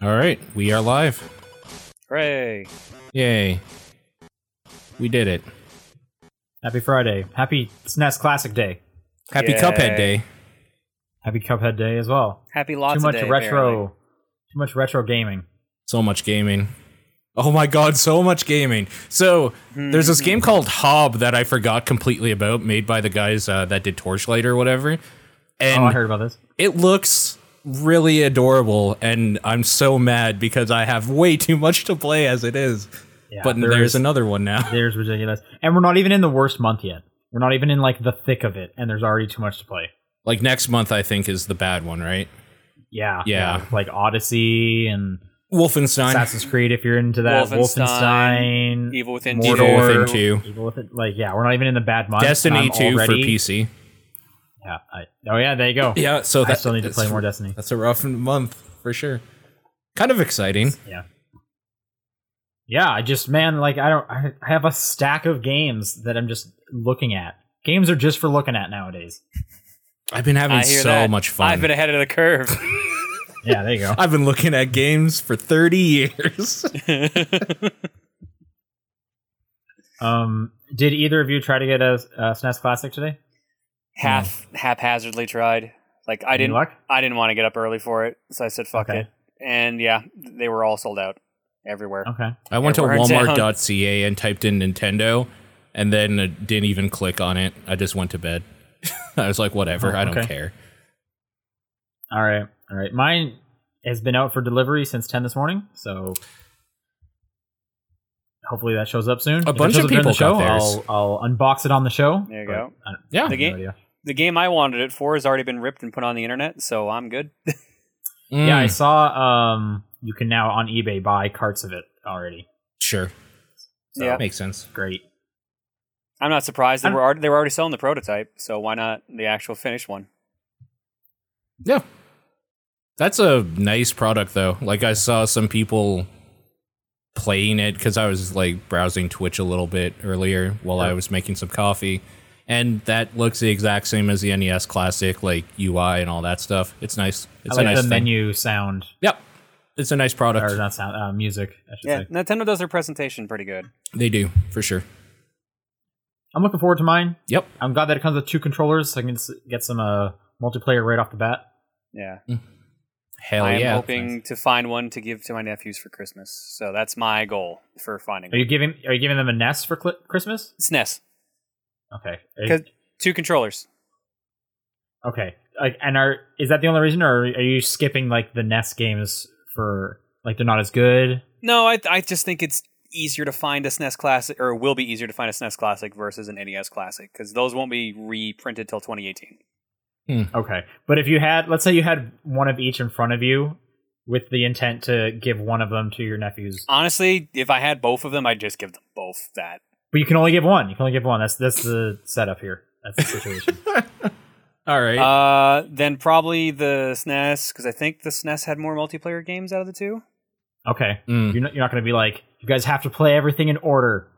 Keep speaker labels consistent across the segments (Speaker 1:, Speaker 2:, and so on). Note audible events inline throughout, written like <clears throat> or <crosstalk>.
Speaker 1: All right, we are live.
Speaker 2: Hooray!
Speaker 1: Yay. We did it.
Speaker 3: Happy Friday. Happy SNES Classic Day.
Speaker 1: Happy
Speaker 2: Yay.
Speaker 1: Cuphead Day.
Speaker 3: Happy Cuphead Day as well.
Speaker 2: Happy lots
Speaker 3: too much
Speaker 2: of day,
Speaker 3: retro
Speaker 2: apparently.
Speaker 3: too much retro gaming.
Speaker 1: So much gaming. Oh my god, so much gaming. So, there's this
Speaker 3: Hmm.
Speaker 1: game called Hob that I forgot completely about, made by the guys uh, that did Torchlight or whatever. And
Speaker 3: oh, I heard about this.
Speaker 1: it looks really adorable, and I'm so mad because I have way too much to play as it is.
Speaker 3: Yeah,
Speaker 1: but
Speaker 3: there
Speaker 1: there's
Speaker 3: is-
Speaker 1: another one now.
Speaker 3: There's ridiculous. And we're not even in the worst month yet. We're not even in like the thick of it and there's already too much to play.
Speaker 1: Like next month, I think, is the bad one, right?
Speaker 3: Yeah.
Speaker 1: Yeah.
Speaker 3: Like Odyssey and
Speaker 1: Wolfenstein.
Speaker 3: Assassin's Creed if you're into that.
Speaker 2: Wolfenstein,
Speaker 3: Wolfenstein.
Speaker 2: Evil Within
Speaker 1: Evil
Speaker 3: Mordor,
Speaker 1: Within 2.
Speaker 3: Evil Within- like yeah, we're not even in the bad month. and
Speaker 1: Destiny
Speaker 3: I'm
Speaker 1: 2
Speaker 3: already-
Speaker 1: for PC.
Speaker 3: Yeah. I, oh yeah, there you go.
Speaker 1: Yeah, so
Speaker 3: I
Speaker 1: that,
Speaker 3: still need to
Speaker 1: that's-
Speaker 3: play more Destiny.
Speaker 1: That's a rough month for sure. Kind of exciting.
Speaker 3: Yeah. Yeah, I just man, like I don't I I have a stack of games that I'm just looking at. Games are just for looking at nowadays.
Speaker 1: I've been having
Speaker 2: I hear
Speaker 1: so
Speaker 2: that.
Speaker 1: much fun.
Speaker 2: I've been ahead of the curve.
Speaker 1: <laughs>
Speaker 2: <laughs>
Speaker 3: Yeah, there you go.
Speaker 1: I've been looking at games for 30
Speaker 2: <laughs>
Speaker 1: years.
Speaker 3: Um did either of you try to get a, a SNES classic today?
Speaker 2: Half haphazardly tried. Like I
Speaker 3: Any
Speaker 2: didn't.
Speaker 3: luck?
Speaker 2: I didn't want to get up early for it, so I said fuck
Speaker 3: Okay.
Speaker 2: it. And yeah, they were all sold out everywhere.
Speaker 3: Okay.
Speaker 1: I went to
Speaker 2: we're down.
Speaker 1: walmart.ca and typed in Nintendo and then it didn't even click on it. I just went to bed. <laughs> I was like whatever,
Speaker 3: Oh,
Speaker 1: I don't
Speaker 3: okay.
Speaker 1: care.
Speaker 3: All right. All right. Mine has been out for delivery since 10 this morning, so hopefully that shows up soon.
Speaker 1: A
Speaker 3: If it
Speaker 1: bunch
Speaker 3: shows
Speaker 1: of
Speaker 3: up during the
Speaker 1: people got
Speaker 3: show,
Speaker 1: theirs.
Speaker 3: I'll, I'll unbox it on the show.
Speaker 2: There you
Speaker 3: but
Speaker 2: go.
Speaker 3: I don't-
Speaker 1: Yeah.
Speaker 3: I
Speaker 2: The
Speaker 3: have
Speaker 2: game-
Speaker 3: no idea.
Speaker 2: The game I wanted it for has already been ripped and put on the internet, so I'm good.
Speaker 3: Yeah, I
Speaker 1: Mm,
Speaker 3: saw um you can now on eBay buy carts of it already.
Speaker 1: sure.
Speaker 3: So
Speaker 2: Yeah.
Speaker 1: Makes sense.
Speaker 3: great.
Speaker 2: I'm not surprised they
Speaker 3: I'm-
Speaker 2: were already, they were already selling the prototype, so why not the actual finished one?
Speaker 1: Yeah. That's a nice product though. Like I saw some people playing it cuz I was like browsing Twitch a little bit earlier while I was making some coffee and that looks the exact same as the NES classic like UI and all that stuff. It's nice. It's
Speaker 3: I
Speaker 1: a
Speaker 3: like
Speaker 1: nice
Speaker 3: the
Speaker 1: thing.
Speaker 3: menu sound
Speaker 1: Yep. It's a nice product.
Speaker 3: or not sound uh, music. I should
Speaker 2: Yeah,
Speaker 3: say.
Speaker 2: Nintendo does their presentation pretty good.
Speaker 1: They do, for sure.
Speaker 3: I'm looking forward to mine.
Speaker 1: Yep.
Speaker 3: I'm glad that it comes with two controllers, so I can s- get some uh, multiplayer right off the bat.
Speaker 2: Yeah.
Speaker 1: Hell
Speaker 2: I am
Speaker 1: yeah.
Speaker 2: hoping to find one to give to my nephews for Christmas. So that's my goal for finding
Speaker 3: Are you giving Are you giving them a nest for cli Christmas?
Speaker 2: one. SNES.
Speaker 3: Okay.
Speaker 2: 'Cause-
Speaker 3: Are-
Speaker 2: E Two controllers.
Speaker 3: Okay. Like, and are is that the only reason, or are you skipping like the nest games for like they're not as good?
Speaker 2: No, I, I just think it's easier to find a SNES Classic, or will be easier to find a SNES Classic versus an NES Classic, because those won't be reprinted till 2018.
Speaker 3: Okay. But if you had, let's say you had one of each in front of you, with the intent to give one of them to your nephews,
Speaker 2: Honestly, if I had both of them, I'd just give them both that.
Speaker 3: but you can only give one. You can only give one. That's that's the setup here. That's the situation.
Speaker 1: All right.
Speaker 2: Uh, then probably the SNES, because I think the SNES had more multiplayer games out of the two.
Speaker 3: okay.
Speaker 1: Mm.
Speaker 3: You're not, you're not going to be like, you guys have to play everything in order.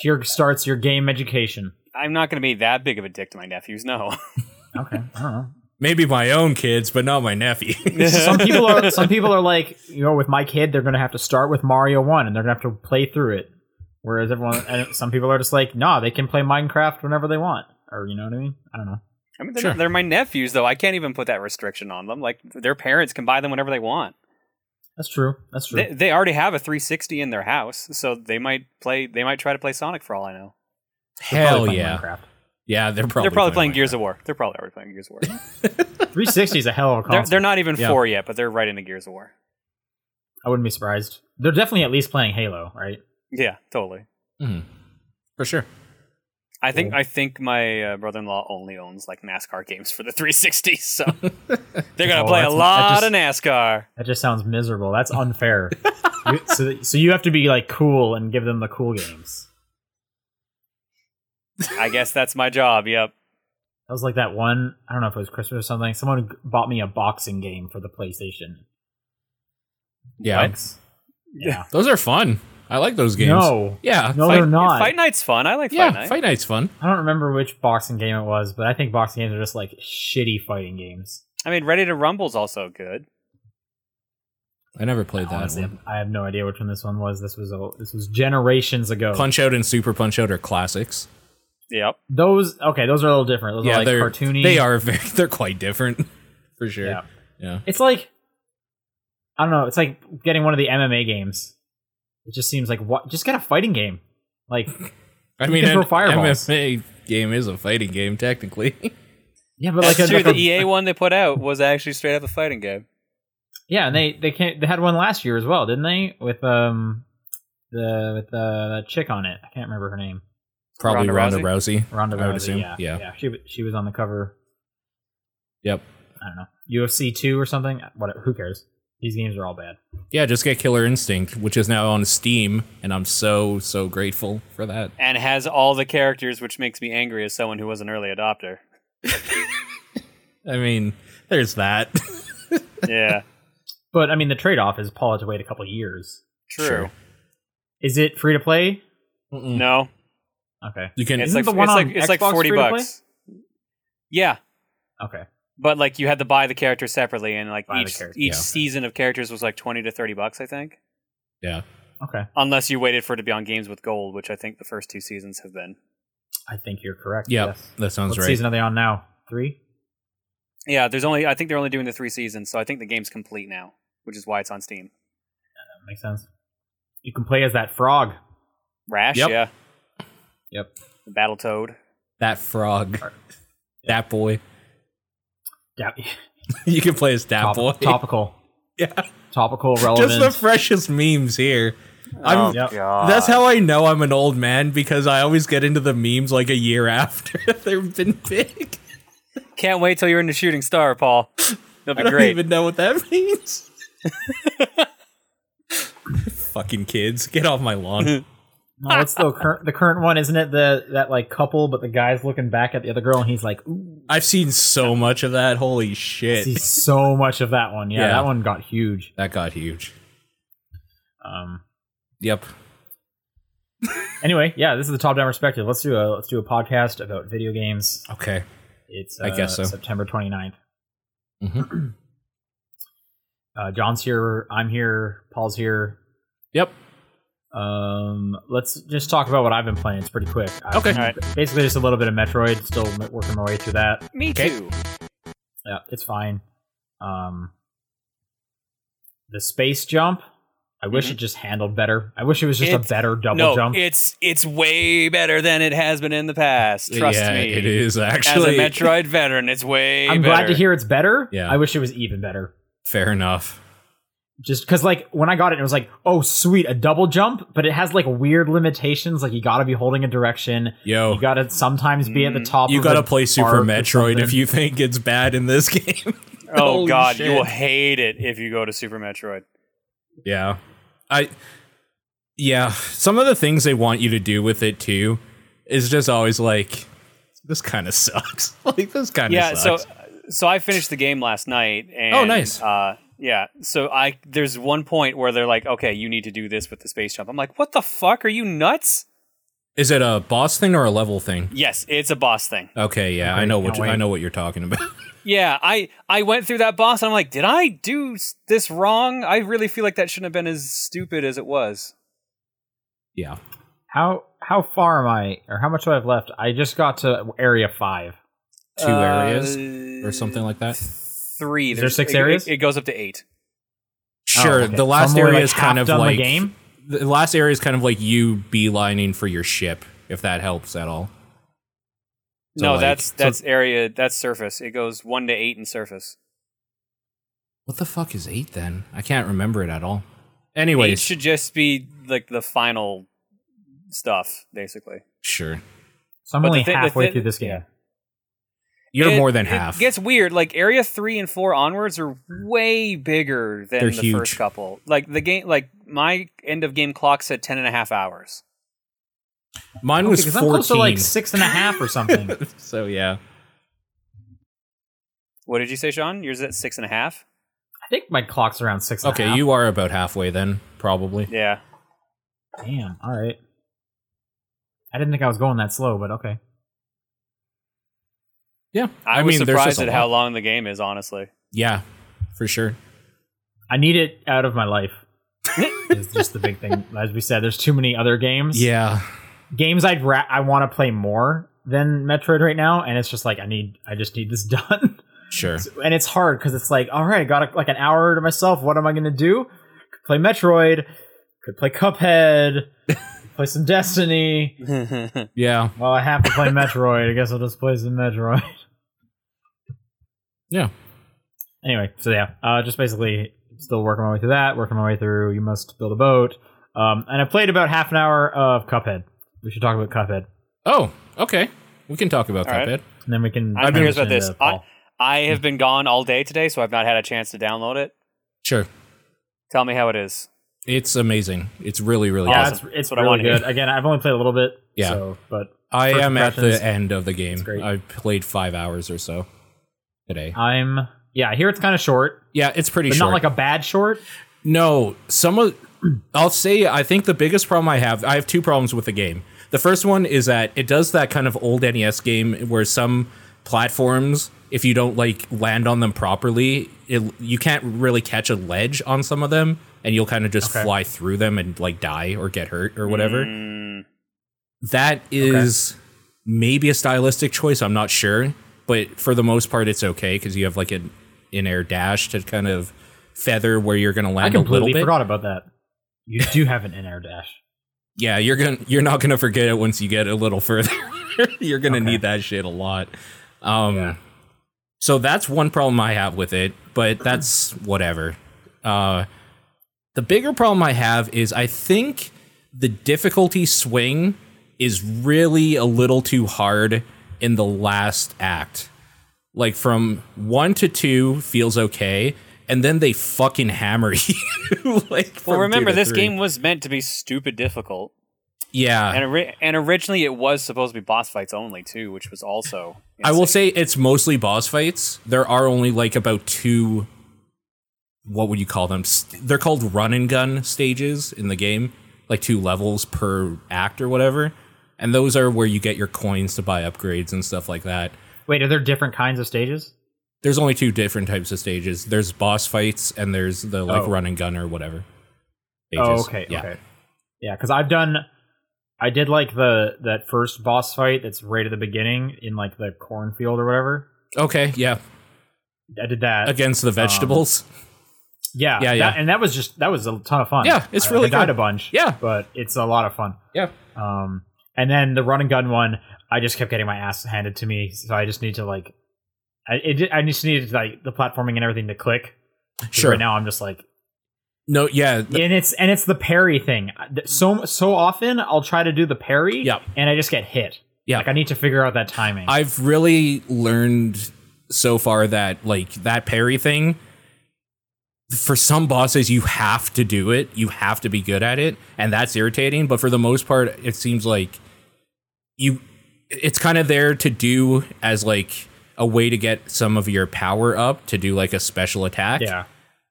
Speaker 3: Here starts your game education.
Speaker 2: I'm not going to be that big of a dick to my nephews, no. <laughs>
Speaker 3: Okay, I don't know.
Speaker 1: Maybe my own kids, but not my
Speaker 3: <laughs>
Speaker 1: nephew.
Speaker 3: Some people are some people are like, you know, with my kid, they're going to have to start with Mario One and they're going to have to play through it. Whereas everyone, and some people are just like, nah, they can play Minecraft whenever they want, or you know what I mean? I don't know.
Speaker 2: I mean, they're,
Speaker 1: Sure.
Speaker 2: they're my nephews, though. I can't even put that restriction on them. Like, their parents can buy them whenever they want.
Speaker 3: That's true. That's true.
Speaker 2: They, they already have a 360 in their house, so they might play. They might try to play Sonic for all I know.
Speaker 1: <laughs>
Speaker 3: They're probably
Speaker 1: Hell
Speaker 3: playing
Speaker 1: yeah.
Speaker 3: Minecraft.
Speaker 1: Yeah, they're probably
Speaker 2: they're probably playing
Speaker 1: Minecraft.
Speaker 2: Gears of War. They're probably already playing Gears of
Speaker 3: <laughs>
Speaker 2: War.
Speaker 3: 360 is a hell of a
Speaker 2: they're,
Speaker 3: console.
Speaker 2: they're not even
Speaker 1: Yeah.
Speaker 2: four yet, but they're right into Gears of War.
Speaker 3: I wouldn't be surprised. They're definitely at least playing Halo, right?
Speaker 2: Yeah, totally.
Speaker 1: Mhm. For sure.
Speaker 2: I think I think my uh, brother-in-law only owns like NASCAR games for the 360,
Speaker 3: <laughs>
Speaker 2: so they're gonna
Speaker 3: Oh,
Speaker 2: play a
Speaker 3: that's- that
Speaker 2: lot
Speaker 3: just-
Speaker 2: of NASCAR.
Speaker 3: That just sounds miserable.
Speaker 1: <laughs>
Speaker 3: That's unfair. you, so, so you have to be like cool and give them the cool games.
Speaker 2: I guess that's my job. Yep.
Speaker 3: That was like that one. I don't know if it was Christmas or something. Someone g- bought me a boxing game for the PlayStation.
Speaker 1: Yeah.
Speaker 3: Thanks. Yeah.
Speaker 1: Those are fun. I like those games.
Speaker 3: No.
Speaker 1: Yeah.
Speaker 3: <laughs> No,
Speaker 1: fight-
Speaker 3: they're not.
Speaker 2: Fight Night's fun. I like
Speaker 1: Yeah,
Speaker 2: Fight Night.
Speaker 1: Fight Night's fun.
Speaker 3: I don't remember which boxing game it was, but I think boxing games are just like shitty fighting games.
Speaker 2: I mean, Ready to Rumble's also good.
Speaker 1: I never played that
Speaker 3: Honestly,
Speaker 1: one.
Speaker 3: I have no idea which one this one was. This was a, this was generations ago.
Speaker 1: Punch Out and Super Punch Out are classics.
Speaker 2: Yep.
Speaker 3: those okay, those are a little different. Those
Speaker 1: yeah,
Speaker 3: are like
Speaker 1: they're
Speaker 3: cartoony.
Speaker 1: They are very. <laughs> They're quite different, <laughs> for sure.
Speaker 3: Yeah.
Speaker 1: Yeah.
Speaker 3: It's like I don't know. It's like getting one of the MMA games. It just seems like what? Just get a fighting game.
Speaker 2: <laughs>
Speaker 3: Like
Speaker 1: I mean,
Speaker 3: can throw
Speaker 1: an
Speaker 3: fireballs.
Speaker 1: MMA game is like a fighting game technically. <laughs>
Speaker 3: yeah, but
Speaker 2: That's
Speaker 3: like, a,
Speaker 2: true.
Speaker 3: like a-
Speaker 2: the E EA one they put out was actually straight up a fighting game.
Speaker 3: yeah, and they they can't, they had one last year as well, didn't they? With um the with the chick on it. I can't remember her name.
Speaker 1: Probably
Speaker 2: Ronda
Speaker 1: Ronda Rousey.
Speaker 3: Ronda
Speaker 1: I would
Speaker 3: Rousey.
Speaker 1: assume,
Speaker 3: Yeah,
Speaker 1: yeah.
Speaker 3: She w- she was on the cover.
Speaker 1: Yep.
Speaker 3: I don't know UFC two or something. What? Who cares? These games are all bad.
Speaker 1: Yeah, just get Killer Instinct, which is now on Steam, and I'm so so grateful for that.
Speaker 2: And has all the characters, which makes me angry as someone who was an early adopter.
Speaker 1: I mean, there's that. <laughs>
Speaker 2: Yeah.
Speaker 3: But I mean, the trade off is Paul had to wait a couple years.
Speaker 2: True.
Speaker 1: Sure. Hmm.
Speaker 3: Is it free to play?
Speaker 1: Mm-mm.
Speaker 2: No.
Speaker 3: Okay.
Speaker 1: You can.
Speaker 2: It's
Speaker 3: Isn't
Speaker 2: like
Speaker 3: the one
Speaker 2: it's
Speaker 3: on
Speaker 2: like it's like
Speaker 3: Xbox
Speaker 2: forty
Speaker 3: free to play?
Speaker 2: bucks. Yeah.
Speaker 3: Okay.
Speaker 2: But like you had to buy the characters separately and like
Speaker 3: Buy the
Speaker 2: each
Speaker 3: character,
Speaker 2: each
Speaker 1: yeah.
Speaker 2: season of characters was like twenty to thirty bucks, I think.
Speaker 1: yeah.
Speaker 3: Okay.
Speaker 2: Unless you waited for it to be on games with gold, which I think the first two seasons have been.
Speaker 3: I think you're correct.
Speaker 1: Yeah.
Speaker 3: Yes.
Speaker 1: That sounds
Speaker 3: What
Speaker 1: right.
Speaker 3: season are they on now? Three.
Speaker 2: Yeah, there's only I think they're only doing the three seasons, so I think the game's complete now, which is why it's on Steam.
Speaker 3: That makes sense. You can play as that frog.
Speaker 2: Rash,
Speaker 1: Yep.
Speaker 2: yeah.
Speaker 3: Yep.
Speaker 2: Battle Toad.
Speaker 1: That frog.
Speaker 3: <laughs>
Speaker 1: That boy. <laughs>
Speaker 3: Yeah.
Speaker 1: You can play as that <laughs>
Speaker 3: Top-
Speaker 1: boy.
Speaker 3: topical.
Speaker 1: Yeah.
Speaker 3: Topical.
Speaker 1: Just
Speaker 3: Relevant.
Speaker 1: the freshest memes here. I'm.
Speaker 3: Yep.
Speaker 2: Uh,
Speaker 1: That's how I know I'm an old man because I always get into the memes like a year <laughs> after they've been big.
Speaker 2: Can't wait till you're in the shooting star, Paul. <laughs> That'll
Speaker 1: I
Speaker 2: be
Speaker 1: don't
Speaker 2: great.
Speaker 1: even know what that <laughs> means. Fucking kids, get off my lawn.
Speaker 3: no, what's the current the current one? Isn't it the that like couple? But the guy's looking back at the other girl, and he's like, "Ooh,
Speaker 1: I've seen so much of that. Holy shit.
Speaker 3: see so much of that one." Yeah,
Speaker 1: Yeah.
Speaker 3: that one got huge.
Speaker 1: That got huge.
Speaker 3: Um.
Speaker 1: Yep.
Speaker 3: Anyway, yeah, this is the top down perspective. Let's do a let's do a podcast about video games.
Speaker 1: Okay.
Speaker 3: It's uh,
Speaker 1: I guess so.
Speaker 3: September 29th.
Speaker 1: Mhm.
Speaker 3: <clears throat> Uh, John's here. I'm here. Paul's here.
Speaker 1: Yep.
Speaker 3: Um, let's just talk about what I've been playing. It's pretty quick. I've
Speaker 1: Okay.
Speaker 3: been-
Speaker 2: Alright.
Speaker 3: Basically, just a little bit of Metroid. Still m- working my way through that.
Speaker 2: Me
Speaker 1: Okay.
Speaker 2: too.
Speaker 3: Yeah, it's fine. Um, the space jump. I wish it just handled better. I wish it was just
Speaker 2: Mm-hmm. It's-
Speaker 3: a better double
Speaker 2: no,
Speaker 3: jump.
Speaker 2: it's it's way better than it has been in the past. Trust
Speaker 1: yeah,
Speaker 2: me.
Speaker 1: It is
Speaker 2: As a
Speaker 1: actually
Speaker 2: Metroid veteran, it's way
Speaker 3: I'm glad
Speaker 2: better.
Speaker 3: to hear it's better.
Speaker 1: Yeah.
Speaker 3: I wish it was even better.
Speaker 1: fair enough.
Speaker 3: Just because, like, when I got it, it was like, oh, sweet, a double jump, but it has like weird limitations. Like, you got to be holding a direction.
Speaker 1: Yo,
Speaker 3: You gotta sometimes be at the
Speaker 2: Mm.
Speaker 3: top.
Speaker 1: you
Speaker 3: of the
Speaker 1: got to play
Speaker 3: arc
Speaker 1: Super
Speaker 3: or
Speaker 1: Metroid if
Speaker 3: something.
Speaker 1: you think it's bad in this <laughs> game.
Speaker 2: Oh
Speaker 1: Holy
Speaker 2: god, you
Speaker 1: shit.
Speaker 2: will hate it if you go to Super Metroid.
Speaker 1: Yeah. I Yeah, some of the things they want you to do with it too is just always like this kind of <laughs> sucks. like this kind of
Speaker 2: yeah, so
Speaker 1: sucks.
Speaker 2: so I finished the game last night and
Speaker 1: Oh, nice.
Speaker 2: uh yeah, so I there's one point where they're like, "Okay, you need to do this with the space jump." I'm like, "What the fuck? Are you nuts?"
Speaker 1: is it a boss thing or a level thing?
Speaker 2: Yes, it's a boss thing.
Speaker 1: Okay, yeah,
Speaker 3: Okay,
Speaker 1: I know what
Speaker 3: can't
Speaker 1: you, I
Speaker 3: wait.
Speaker 1: know what you're talking about. <laughs>
Speaker 2: Yeah, I I went through that boss and I'm like, "Did I do s- this wrong?" I really feel like that shouldn't have been as stupid as it was.
Speaker 3: Oh,
Speaker 1: yeah.
Speaker 3: How how far am I, or how much do I have left? I just got to area five.
Speaker 1: Two areas or something like that.
Speaker 2: Uh, Three.
Speaker 3: Is there
Speaker 2: There's-
Speaker 3: six
Speaker 2: it-
Speaker 3: areas?
Speaker 2: It, it goes up to eight.
Speaker 1: Sure,
Speaker 3: Oh, okay.
Speaker 1: the
Speaker 3: So
Speaker 1: last
Speaker 3: I'm only,
Speaker 1: area
Speaker 3: like,
Speaker 1: is kind
Speaker 3: half
Speaker 1: of
Speaker 3: done the
Speaker 1: like
Speaker 3: game.
Speaker 1: the last area is kind of like you beelining for your ship, if that helps at all. So,
Speaker 2: no,
Speaker 1: like-
Speaker 2: that's
Speaker 1: so-
Speaker 2: that's area. That's surface. It goes one to eight in surface.
Speaker 1: What the fuck is eight then? I can't remember it at all.
Speaker 2: It
Speaker 1: Anyways,
Speaker 2: should just be like the final stuff, basically.
Speaker 1: sure.
Speaker 3: So I'm
Speaker 2: But
Speaker 3: only
Speaker 2: the thi- the
Speaker 3: halfway
Speaker 2: thi-
Speaker 3: through this game.
Speaker 2: yeah.
Speaker 1: You're
Speaker 2: It-
Speaker 1: more than
Speaker 2: it
Speaker 1: half.
Speaker 2: Gets weird. Like area three and four onwards are way bigger than
Speaker 1: They're
Speaker 2: the
Speaker 1: huge.
Speaker 2: first couple. Like the game, like my end of game clock said ten and a half hours.
Speaker 1: Mine was
Speaker 3: Because I'm close to
Speaker 1: 14.
Speaker 3: like six and a half or something.
Speaker 1: <laughs> so yeah.
Speaker 2: What did you say, Sean? Yours at six and a half.
Speaker 3: I think my clock's around six. and a
Speaker 1: Okay,
Speaker 3: half.
Speaker 1: you are about halfway then, probably.
Speaker 2: Yeah.
Speaker 3: Damn. All right. I didn't think I was going that slow, but okay.
Speaker 1: Yeah.
Speaker 2: I,
Speaker 1: mean,
Speaker 2: was
Speaker 1: there's just
Speaker 2: surprised
Speaker 1: a
Speaker 2: at
Speaker 1: lot. <laughs>
Speaker 2: how long the game is. Honestly,
Speaker 1: Yeah, for sure.
Speaker 3: I I need it out of
Speaker 1: <laughs>
Speaker 3: my life. is just the big thing. As we said, there's too many other games.
Speaker 1: Yeah.
Speaker 3: Games I'd ra- I want to play more than Metroid right now, and it's just like I need I just need this <laughs> done.
Speaker 1: Sure.
Speaker 3: and it's hard because it's like, all right, I got like an hour to myself. What am I gonna do? Could play Metroid. Could play Cuphead. could play some Destiny.
Speaker 1: Yeah.
Speaker 3: Well, I have to play Metroid. I guess I'll just play some Metroid.
Speaker 1: Yeah.
Speaker 3: Anyway, so yeah, uh, just basically still working my way through that. Working my way through. You must build a boat. Um, and I played about half an hour of Cuphead. We should talk about Cuphead,
Speaker 1: Oh, okay. We can talk about
Speaker 2: All
Speaker 1: that,
Speaker 2: right.
Speaker 1: bit.
Speaker 3: and then we can.
Speaker 2: I'm curious about
Speaker 3: transition
Speaker 2: this.
Speaker 3: to
Speaker 2: I,
Speaker 3: Paul.
Speaker 2: I have been gone all day today, so I've not had a chance to download it.
Speaker 1: Sure.
Speaker 2: Tell me how it is.
Speaker 1: It's amazing. It's really, really
Speaker 3: yeah,
Speaker 1: good.
Speaker 2: awesome.
Speaker 3: it's, it's
Speaker 2: That's what I
Speaker 3: really
Speaker 2: wanna hear.
Speaker 3: good. Again, I've only played a little bit.
Speaker 1: Yeah.
Speaker 3: so, but
Speaker 1: I
Speaker 3: First
Speaker 1: am at
Speaker 3: impressions.
Speaker 1: the end of the game.
Speaker 3: great.
Speaker 1: I played five hours or so today.
Speaker 3: I'm. Yeah, I hear it's kind of short,
Speaker 1: Yeah, it's pretty
Speaker 3: but
Speaker 1: short.
Speaker 3: not like a bad short.
Speaker 1: No, some of I'll say I think the biggest problem I have I have two problems with the game. The first one is that it does that kind of old NES game where some platforms if you don't like land on them properly, it, you can't really catch a ledge on some of them and you'll kind of just
Speaker 3: Okay. Mm.
Speaker 1: fly through them and like die or get hurt or whatever. That is maybe a stylistic choice, I'm not sure, but for the most part it's okay cuz you have like an in-air dash to kind of feather where you're going to
Speaker 3: I
Speaker 1: land a little
Speaker 3: completely
Speaker 1: bit.
Speaker 3: forgot about that. You do have an in-air dash.
Speaker 1: yeah, you're gonna you're not gonna forget it once you get a little further. <laughs> you're gonna
Speaker 3: Okay.
Speaker 1: need that shit a lot. Um, so that's one problem I have with it, but that's whatever. Uh, the bigger problem I have is I think the difficulty swing is really a little too hard in the last act. Like from one to two feels okay, and then they fucking hammer <laughs> you. like
Speaker 2: Well,
Speaker 1: from
Speaker 2: remember,
Speaker 1: two to
Speaker 2: this
Speaker 1: three.
Speaker 2: game was meant to be stupid difficult,
Speaker 1: yeah,
Speaker 2: and ori- and originally it was supposed to be boss fights only too, which was also.
Speaker 1: I will say it's mostly boss fights. There are only like about two. What would you call them? St- They're called run and gun stages in the game, like two levels per act or whatever. And those are where you get your coins to buy upgrades and stuff like that.
Speaker 3: Wait, are there different kinds of stages?
Speaker 1: There's only two different types of stages. There's boss fights and there's the like
Speaker 3: Oh.
Speaker 1: run and gun or whatever.
Speaker 3: Oh,
Speaker 1: stages.
Speaker 3: okay,
Speaker 1: Yeah.
Speaker 3: okay, yeah. Because I've done, I did like the that first boss fight that's right at the beginning in like the cornfield or whatever.
Speaker 1: Okay. Yeah.
Speaker 3: I did that.
Speaker 1: Against the vegetables.
Speaker 3: yeah,
Speaker 1: yeah,
Speaker 3: that-
Speaker 1: yeah.
Speaker 3: and that was just that was a ton of fun.
Speaker 1: Yeah, it's
Speaker 3: I-
Speaker 1: really
Speaker 3: I died
Speaker 1: good.
Speaker 3: a bunch.
Speaker 1: Yeah.
Speaker 3: but it's a lot of fun.
Speaker 1: yeah.
Speaker 3: Um, and then the run and gun one, I just kept getting my ass handed to me, so I just need to like, I it, did- I just needed like the platforming and everything to click. 'Cause
Speaker 1: Sure.
Speaker 3: Right now, I'm just like,
Speaker 1: No. Yeah. th-
Speaker 3: and it's and it's the parry thing. So so often, I'll try to do the parry,
Speaker 1: Yep.
Speaker 3: and I just get hit.
Speaker 1: Yeah.
Speaker 3: like I need to figure out that timing.
Speaker 1: I've really learned so far that like that parry thing for some bosses you have to do it. You have to be good at it, and that's irritating, but for the most part it seems like you it's kind of there to do as like a way to get some of your power up to do like a special attack,
Speaker 3: yeah,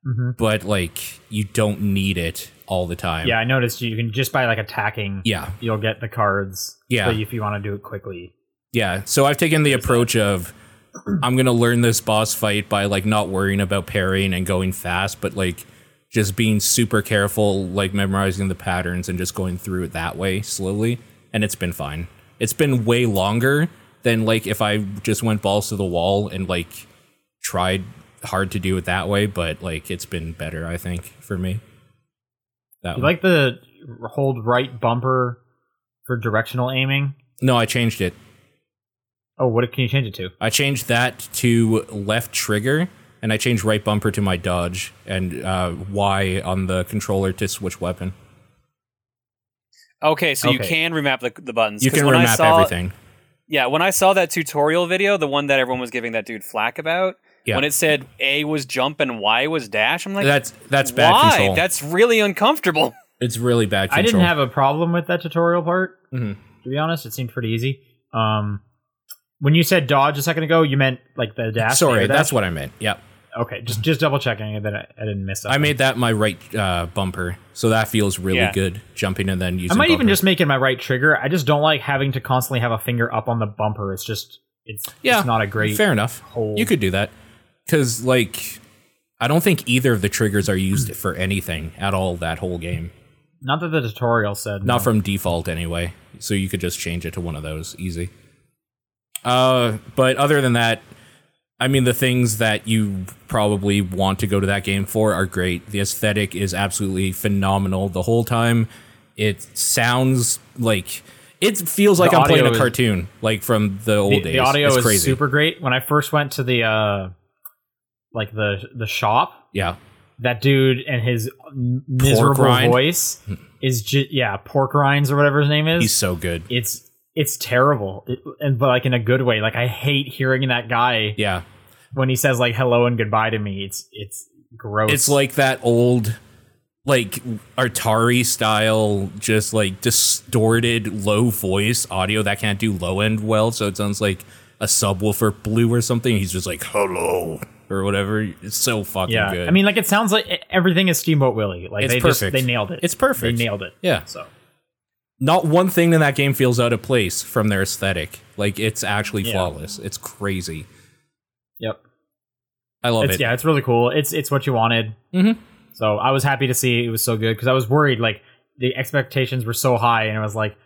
Speaker 3: hmm
Speaker 1: but like you don't need it all the time.
Speaker 3: yeah. I noticed you can just by like attacking.
Speaker 1: Yeah.
Speaker 3: you'll get the cards.
Speaker 1: Yeah.
Speaker 3: so if you want to do it quickly.
Speaker 1: Yeah. So I've taken the approach of I'm going to learn this boss fight by like not worrying about parrying and going fast, but like just being super careful, like memorizing the patterns and just going through it that way slowly. And it's been fine. It's been way longer than like if I just went balls to the wall and like tried hard to do it that way, but like it's been better, I think, for me. That
Speaker 3: You
Speaker 1: one.
Speaker 3: like the hold right bumper for directional aiming?
Speaker 1: No, I changed it.
Speaker 3: Oh, what can you change it to?
Speaker 1: I changed that to left trigger, and I changed right bumper to my dodge, and uh, Y on the controller to switch weapon.
Speaker 2: Okay, so you
Speaker 3: Okay.
Speaker 2: can remap the, the buttons.
Speaker 1: You
Speaker 2: 'cause
Speaker 1: can
Speaker 2: when I
Speaker 1: remap
Speaker 2: saw-
Speaker 1: everything.
Speaker 2: Yeah, when I saw that tutorial video, the one that everyone was giving that dude flack about,
Speaker 1: Yeah.
Speaker 2: when it said A was jump and Y was dash, I'm like,
Speaker 1: That's that's bad
Speaker 2: why?
Speaker 1: control.
Speaker 2: That's really uncomfortable. <laughs>
Speaker 1: it's really bad control.
Speaker 3: I didn't have a problem with that tutorial part.
Speaker 1: Mhm.
Speaker 3: To be honest, it seemed pretty easy. Um, when you said dodge a second ago, you meant like the dash.
Speaker 1: Sorry,
Speaker 3: the
Speaker 1: that's
Speaker 3: dash?
Speaker 1: what I meant. Yep,
Speaker 3: Okay, just just double checking that I, I didn't miss something.
Speaker 1: I made that my right uh, bumper, so that feels really
Speaker 2: Yeah.
Speaker 1: good. Jumping and then using.
Speaker 3: I might even
Speaker 1: bumper.
Speaker 3: just make it my right trigger. I just don't like having to constantly have a finger up on the bumper. It's just it's
Speaker 1: Yeah,
Speaker 3: it's not a great
Speaker 1: fair enough.
Speaker 3: hold.
Speaker 1: You could do that because like I don't think either of the triggers are used for anything at all that whole game.
Speaker 3: Not that the tutorial said.
Speaker 1: Not
Speaker 3: no.
Speaker 1: from default anyway. So you could just change it to one of those easy. Uh, but other than that, I mean the things that you probably want to go to that game for are great. The aesthetic is absolutely phenomenal the whole time. It sounds like it feels like
Speaker 3: The
Speaker 1: I'm playing
Speaker 3: audio
Speaker 1: a
Speaker 3: is-
Speaker 1: cartoon, like from the old
Speaker 3: the,
Speaker 1: days.
Speaker 3: the audio
Speaker 1: it's
Speaker 3: is
Speaker 1: crazy.
Speaker 3: super great. When I first went to the uh, like the the shop,
Speaker 1: yeah.
Speaker 3: that dude and his m- miserable
Speaker 1: rind. Hmm.
Speaker 3: voice is just yeah pork rinds or whatever his name is
Speaker 1: He's so good.
Speaker 3: it's it's terrible It- and but like in a good way like i hate hearing that guy
Speaker 1: Yeah.
Speaker 3: when he says like hello and goodbye to me it's it's gross
Speaker 1: It's like that old, like Atari style, just like distorted low voice audio that can't do low end well. So it sounds like a subwoofer blew or something. He's just like hello or whatever. It's so fucking
Speaker 3: yeah
Speaker 1: good.
Speaker 3: i mean like it sounds like e-, everything is steamboat willie like
Speaker 1: It's
Speaker 3: they
Speaker 1: perfect.
Speaker 3: just they nailed it
Speaker 1: It's perfect.
Speaker 3: they nailed it
Speaker 1: yeah.
Speaker 3: so
Speaker 1: Not one thing in that game feels out of place from their aesthetic. Like it's actually
Speaker 3: Yeah.
Speaker 1: flawless. It's crazy.
Speaker 3: yep
Speaker 1: I love
Speaker 3: it's
Speaker 1: it.
Speaker 3: yeah it's really cool it's it's what you wanted
Speaker 1: Mhm.
Speaker 3: so i was happy to see it was so good because i was worried like the expectations were so high and i was like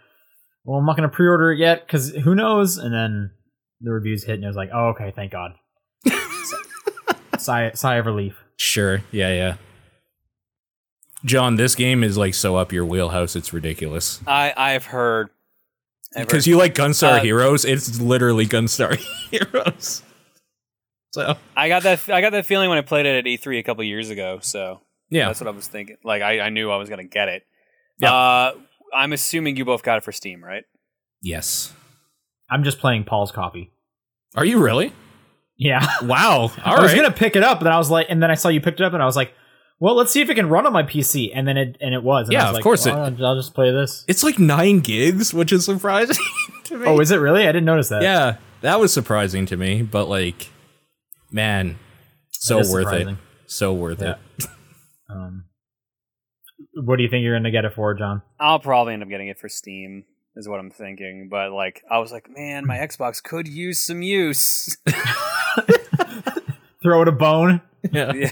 Speaker 3: well i'm not going to pre-order it yet because who knows and then the reviews hit and i was like oh okay
Speaker 1: <laughs>
Speaker 3: thank god sigh, sigh of relief
Speaker 1: Sure. Yeah. Yeah. John, this game is like so up your wheelhouse. It's ridiculous.
Speaker 2: I I've heard I've
Speaker 1: Because
Speaker 2: heard-
Speaker 1: you like Gunstar
Speaker 2: Uh,
Speaker 1: Heroes, it's literally Gunstar <laughs> Heroes. So
Speaker 2: I got that I got that feeling when I played it at E3 a couple years ago. So
Speaker 1: yeah,
Speaker 2: that's what I was thinking. Like I, I knew I was gonna get it.
Speaker 1: Yeah.
Speaker 2: Uh, I'm assuming you both got it for Steam, right?
Speaker 1: yes.
Speaker 3: i'm just playing paul's copy
Speaker 1: Are you really?
Speaker 3: yeah
Speaker 1: Wow. All
Speaker 3: <laughs> i was
Speaker 1: right.
Speaker 3: gonna pick it up but i was like and then i saw you picked it up and i was like well let's see if it can run on my pc and then it and it was and
Speaker 1: Yeah,
Speaker 3: I was
Speaker 1: of
Speaker 3: like,
Speaker 1: course it-
Speaker 3: well, i'll just play this
Speaker 1: it's like nine gigs, which is surprising <laughs> to me.
Speaker 3: oh is it really i didn't notice that
Speaker 1: yeah, that was surprising to me. But like, man, so
Speaker 3: is
Speaker 1: worth it.
Speaker 3: surprising.
Speaker 1: So worth
Speaker 3: Yeah.
Speaker 1: it.
Speaker 3: um what do you think you're gonna get it for john
Speaker 2: I'll probably end up getting it for Steam, is what I'm thinking. But like, I was like, man, my Xbox could use some use. <laughs>
Speaker 3: throw it a bone.
Speaker 1: Yeah.
Speaker 2: yeah,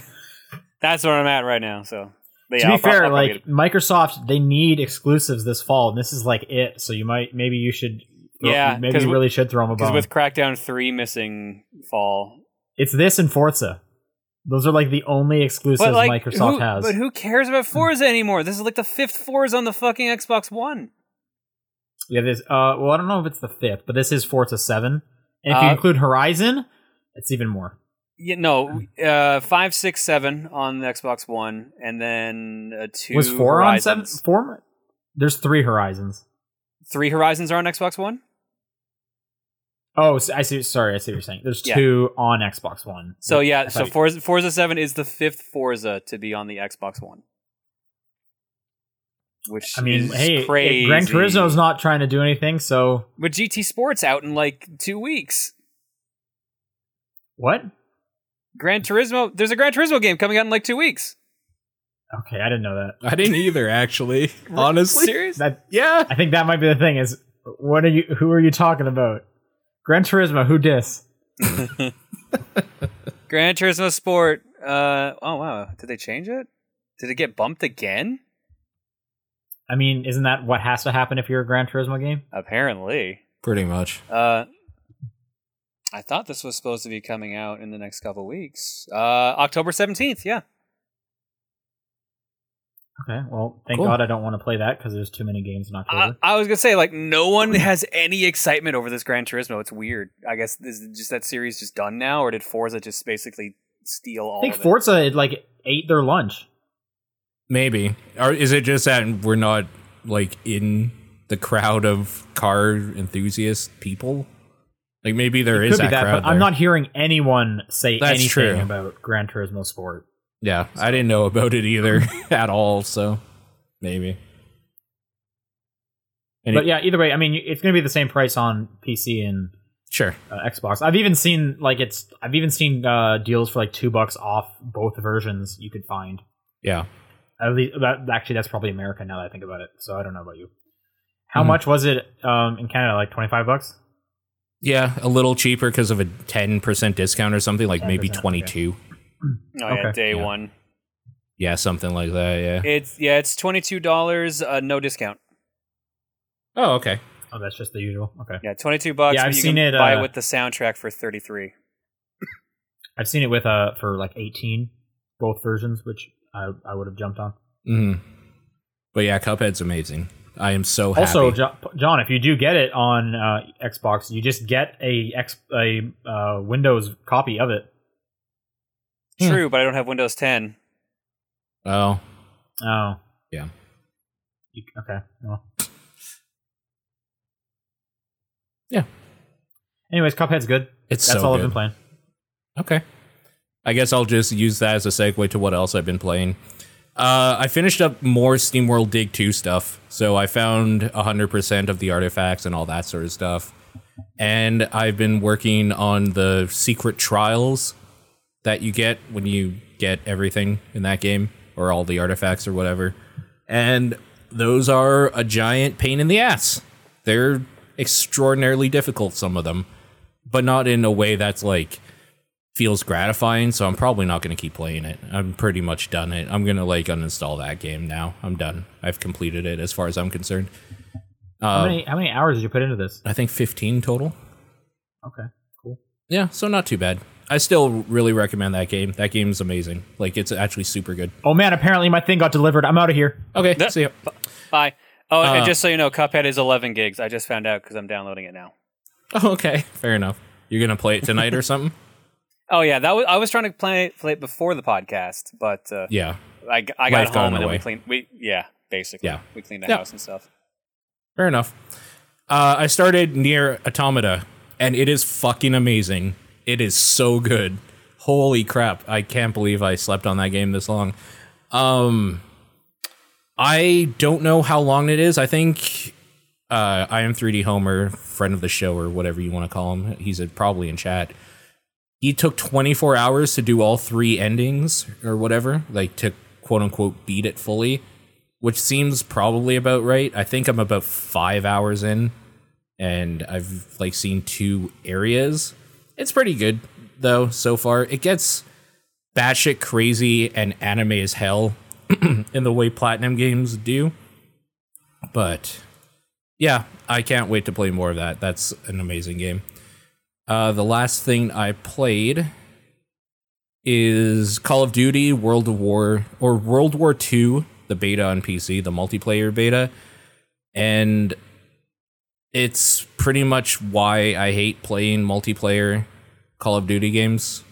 Speaker 2: that's where I'm at right now. So, but
Speaker 3: to be
Speaker 2: I'll prob-
Speaker 3: fair,
Speaker 2: I'll probably
Speaker 3: like Microsoft, they need exclusives this fall, and this is like it. So you might, maybe you should,
Speaker 2: Yeah,
Speaker 3: maybe
Speaker 2: 'cause
Speaker 3: you
Speaker 2: wi-
Speaker 3: really should throw them a
Speaker 2: because
Speaker 3: bone.
Speaker 2: with Crackdown three missing fall,
Speaker 3: it's this and Forza. Those are like the only exclusives
Speaker 2: but like
Speaker 3: Microsoft
Speaker 2: who,
Speaker 3: has. Hmm.
Speaker 2: But who cares about Forza anymore? This is like the fifth Forza on the fucking Xbox One.
Speaker 3: yeah, this. Uh, well, I don't know if it's the fifth, but this is Forza Seven, and if you
Speaker 2: Uh,
Speaker 3: include Horizon, it's even more.
Speaker 2: Yeah,
Speaker 3: Hmm.
Speaker 2: no, uh, five, six, seven on the Xbox One, and then uh, two.
Speaker 3: Was four on
Speaker 2: Horizons.
Speaker 3: seven? Four? There's three Horizons.
Speaker 2: Three Horizons are on Xbox One.
Speaker 3: Oh, s- I see. Sorry, I see what you're saying. There's
Speaker 2: Yeah.
Speaker 3: two on Xbox One.
Speaker 2: So yeah,
Speaker 3: I
Speaker 2: so
Speaker 3: thought-
Speaker 2: Forza, Forza Seven is the fifth Forza to be on the Xbox One, which
Speaker 3: I mean,
Speaker 2: is
Speaker 3: hey,
Speaker 2: crazy.
Speaker 3: Gran Turismo's not trying to do anything. So
Speaker 2: but GT Sports out in like two weeks.
Speaker 3: what?
Speaker 2: Gran Turismo, there's a Gran Turismo game coming out in like two weeks.
Speaker 3: Okay, I didn't know that.
Speaker 1: I didn't either,
Speaker 3: <laughs>
Speaker 1: actually. Honestly,
Speaker 2: serious?
Speaker 3: That
Speaker 1: yeah.
Speaker 3: I think that might be the thing is what are you who are you talking about? Gran Turismo, who dis?
Speaker 2: Gran Turismo Sport. Uh, oh wow, did they change it? Did it get bumped again?
Speaker 3: I mean, isn't that what has to happen if you're a Gran Turismo game?
Speaker 2: Apparently.
Speaker 1: Pretty much.
Speaker 2: Uh, I thought this was supposed to be coming out in the next couple weeks. Uh, October seventeenth. Yeah.
Speaker 3: Okay, well, thank
Speaker 1: Cool.
Speaker 3: God I don't want to play that because there's too many games in
Speaker 2: I,
Speaker 3: October.
Speaker 2: I was gonna say like no one has any excitement over this Gran Turismo. It's weird. I guess is just that series just done now, or did Forza just basically steal all?
Speaker 3: I think
Speaker 2: of it?
Speaker 3: Forza had, like ate their lunch.
Speaker 1: Maybe. Or is it just that we're not like in the crowd of car enthusiast people? Like maybe there is
Speaker 3: Could be that,
Speaker 1: crowd.
Speaker 3: but I'm
Speaker 1: there.
Speaker 3: not hearing anyone say
Speaker 1: That's
Speaker 3: anything
Speaker 1: true.
Speaker 3: about Gran Turismo Sport.
Speaker 1: Yeah, I didn't know about it
Speaker 3: <laughs>
Speaker 1: either <laughs> at all. So maybe. Any-
Speaker 3: but yeah, either way, I mean, it's going to be the same price on PC and
Speaker 1: sure.
Speaker 3: uh, Xbox. I've even seen like it's I've even seen uh, deals for like two bucks off both versions you could find.
Speaker 1: Yeah,
Speaker 3: At least that actually that's probably America now that I think about it. So I don't know about you. How
Speaker 1: Mhm.
Speaker 3: much was it um, in Canada? Like twenty five bucks.
Speaker 1: yeah, a little cheaper because of a ten percent discount or something, like maybe
Speaker 3: 10%, okay.
Speaker 1: twenty two.
Speaker 2: Oh, yeah,
Speaker 3: Okay.
Speaker 2: day
Speaker 1: Yeah.
Speaker 2: one.
Speaker 1: Yeah, something like that. Yeah.
Speaker 2: It's yeah, it's twenty two dollars, uh, no discount.
Speaker 1: Oh, okay.
Speaker 3: Oh, that's just the usual. Okay,
Speaker 2: Yeah, twenty two bucks.
Speaker 3: Yeah,
Speaker 2: but
Speaker 3: I've
Speaker 2: you
Speaker 3: seen
Speaker 2: can
Speaker 3: it,
Speaker 2: Buy
Speaker 3: uh,
Speaker 2: it with the soundtrack for thirty three.
Speaker 3: I've seen it with uh for like eighteen, both versions, which I I would have jumped on.
Speaker 1: hmm But yeah, Cuphead's amazing. I am so happy.
Speaker 3: Also, Jo- John, if you do get it on uh, Xbox, you just get a X a uh, Windows copy of it.
Speaker 1: Hmm.
Speaker 2: True, but I don't have Windows ten.
Speaker 1: oh,
Speaker 3: Oh,
Speaker 1: Yeah.
Speaker 3: You, okay. Well.
Speaker 1: Yeah.
Speaker 3: Anyways, Cuphead's good.
Speaker 1: it's
Speaker 3: That's
Speaker 1: so
Speaker 3: all
Speaker 1: good.
Speaker 3: I've been playing.
Speaker 1: Okay. I guess I'll just use that as a segue to what else I've been playing. Uh, I finished up more SteamWorld Dig 2 stuff. So I found 100% of the artifacts and all that sort of stuff. And I've been working on the secret trials that you get when you get everything in that game or all the artifacts or whatever. And those are a giant pain in the ass. They're extraordinarily difficult, some of them, but not in a way that's like feels gratifying, so I'm probably not going to keep playing it. I'm pretty much done it. I'm going to like uninstall that game now. I'm done. I've completed it as far as I'm concerned.
Speaker 3: How
Speaker 1: Uh,
Speaker 3: many how many hours did you put into this?
Speaker 1: I think 15 total.
Speaker 3: Okay, cool.
Speaker 1: Yeah, so not too bad. I still really recommend that game. That game's amazing. Like it's actually super good.
Speaker 3: Oh man, apparently my thing got delivered. I'm out of here.
Speaker 1: Okay,
Speaker 2: That-
Speaker 1: see ya. <laughs>
Speaker 2: Bye. Oh, and
Speaker 1: Uh,
Speaker 2: just so you know, Cuphead is eleven gigs. I just found out because I'm downloading it now.
Speaker 1: Oh, okay, fair enough. You're gonna play it tonight or something?
Speaker 2: Oh yeah, that was I was trying to play, play it before the podcast, but uh,
Speaker 1: Yeah,
Speaker 2: I, g- I got
Speaker 1: Life got in
Speaker 2: home
Speaker 1: the
Speaker 2: and then
Speaker 1: way.
Speaker 2: we cleaned. We yeah, basically,
Speaker 1: Yeah.
Speaker 2: we cleaned the
Speaker 1: Yeah.
Speaker 2: house and stuff.
Speaker 1: fair enough. Uh, I started near Automata, and it is fucking amazing. It is so good. Holy crap! I can't believe I slept on that game this long. Um, I don't know how long it is. I think uh, I am 3D Homer, friend of the show, or whatever you want to call him. He's uh probably in chat. He took 24 hours to do all three endings or whatever, like to quote unquote beat it fully, which seems probably about right. I think I'm about five hours in, and I've like seen two areas. It's pretty good though so far. It gets batshit crazy and anime as hell <clears throat> in the way platinum games do, but yeah, I can't wait to play more of that. That's an amazing game. Uh, the last thing I played is Call of Duty World War or World War II, the beta on PC, the multiplayer beta, and it's pretty much why I hate playing multiplayer Call of Duty games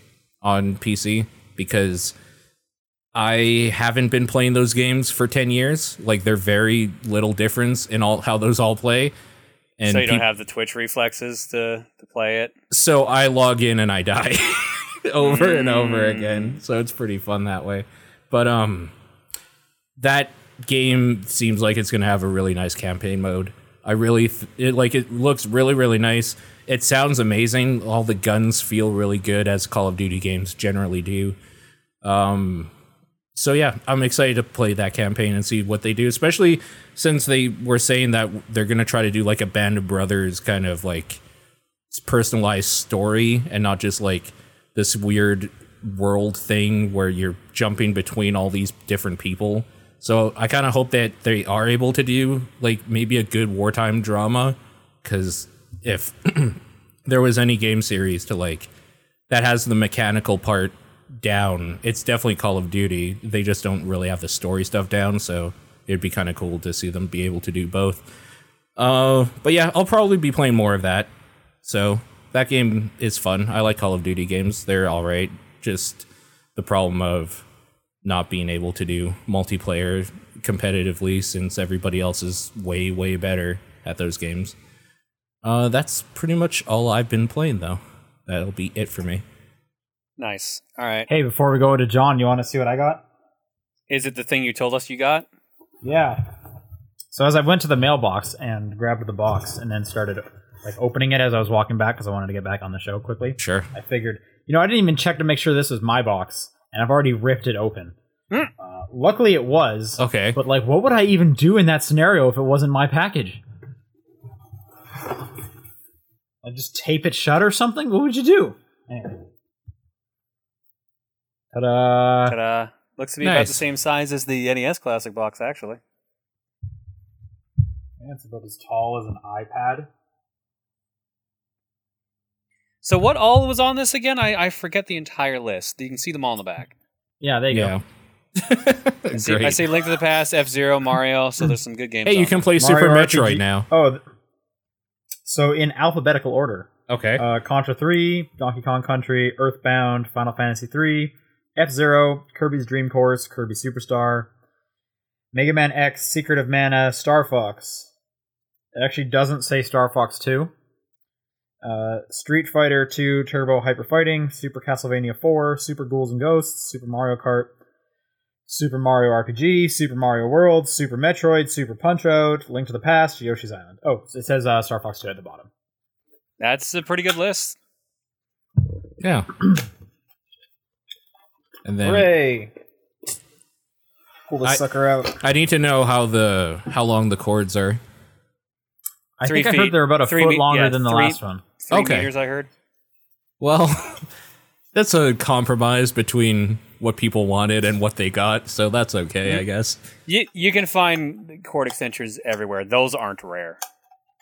Speaker 1: on PC because I haven't been playing those games for 10 years. Like they're very little difference in all how those all play. And
Speaker 2: so you
Speaker 1: peop-
Speaker 2: don't have the Twitch reflexes to to play it.
Speaker 1: so I log in and I die <laughs> over and over again. So it's pretty fun that way. But um that game seems like it's going to have a really nice campaign mode. I really th- it like it looks really really nice. It sounds amazing. All the guns feel really good as Call of Duty games generally do. Um so yeah, I'm excited to play that campaign and see what they do, especially since they were saying that they're going to try to do like a Band of Brothers kind of like personalized story and not just like this weird world thing where you're jumping between all these different people. So I kind of hope that they are able to do like maybe a good wartime drama cuz if <clears throat> there was any game series to like that has the mechanical part down, it's definitely Call of Duty. They just don't really have the story stuff down, so it'd be kind of cool to see them be able to do both. Uh, but yeah, I'll probably be playing more of that. So that game is fun. I like Call of Duty games. They're all right. Just the problem of not being able to do multiplayer competitively since everybody else is way, way better at those games. Uh, that's pretty much all I've been playing, though. That'll be it for me.
Speaker 2: Nice. All right.
Speaker 3: Hey, before we go to John, you want to see what I got?
Speaker 2: Is it the thing you told us you got?
Speaker 3: Yeah. So as I went to the mailbox and grabbed the box and then started like opening it as I was walking back because I wanted to get back on the show quickly.
Speaker 1: Sure.
Speaker 3: I figured, you know, I didn't even check to make sure this was my box, and I've already ripped it open.
Speaker 2: Hmm.
Speaker 3: Uh, luckily, it was.
Speaker 1: Okay.
Speaker 3: But like, what would I even do in that scenario if it wasn't my package? I just tape it shut or something. What would you do? Anyway. Ta-da!
Speaker 2: Ta-da. uh, Looks to be about
Speaker 1: Nice.
Speaker 2: the same size as the NES Classic box, actually.
Speaker 3: Yeah, it's about as tall as an iPad.
Speaker 2: So what all was on this again? I, I forget the entire list. You can see them all in the back.
Speaker 3: Yeah, there you go.
Speaker 1: Yeah.
Speaker 3: <laughs>
Speaker 2: I see, I
Speaker 1: Great.
Speaker 2: see Link to the Past, F Zero, Mario. So there's some good games.
Speaker 1: Hey, you
Speaker 2: on
Speaker 1: can play
Speaker 3: Mario
Speaker 1: Super
Speaker 3: RPG.
Speaker 1: Metroid now.
Speaker 3: Oh, th- so in alphabetical order:
Speaker 1: Okay.
Speaker 3: uh, Contra Three, Donkey Kong Country, Earthbound, Final Fantasy Three, F Zero, Kirby's Dream Course, Kirby Superstar, Mega Man X, Secret of Mana, Star Fox. It actually doesn't say Star Fox Two. Uh, Street Fighter 2 Turbo Hyper Fighting, Super Castlevania 4, Super Ghouls and Ghosts, Super Mario Kart, Super Mario RPG, Super Mario World, Super Metroid, Super Punch Out, Link to the Past, Yoshi's Island. Oh, it says uh, Star Fox 2 at the bottom.
Speaker 2: That's a pretty good list.
Speaker 3: <clears throat>
Speaker 1: Yeah. And then
Speaker 3: Hooray! Pull this
Speaker 1: I-
Speaker 3: sucker out.
Speaker 1: I need to know how the how long the cords are.
Speaker 3: I
Speaker 2: Three
Speaker 3: think I
Speaker 2: feet-
Speaker 3: heard they're about a
Speaker 2: three
Speaker 3: foot
Speaker 2: me-
Speaker 3: longer
Speaker 2: yeah,
Speaker 3: than the
Speaker 2: three-
Speaker 3: last one.
Speaker 2: Three
Speaker 1: Okay.
Speaker 2: meters, I heard.
Speaker 1: Well, <laughs> that's a compromise between what people wanted and what they got, so that's okay,
Speaker 2: Mm-hmm.
Speaker 1: I guess.
Speaker 2: You you can find cord extensions everywhere. Those aren't
Speaker 3: <laughs>
Speaker 2: rare.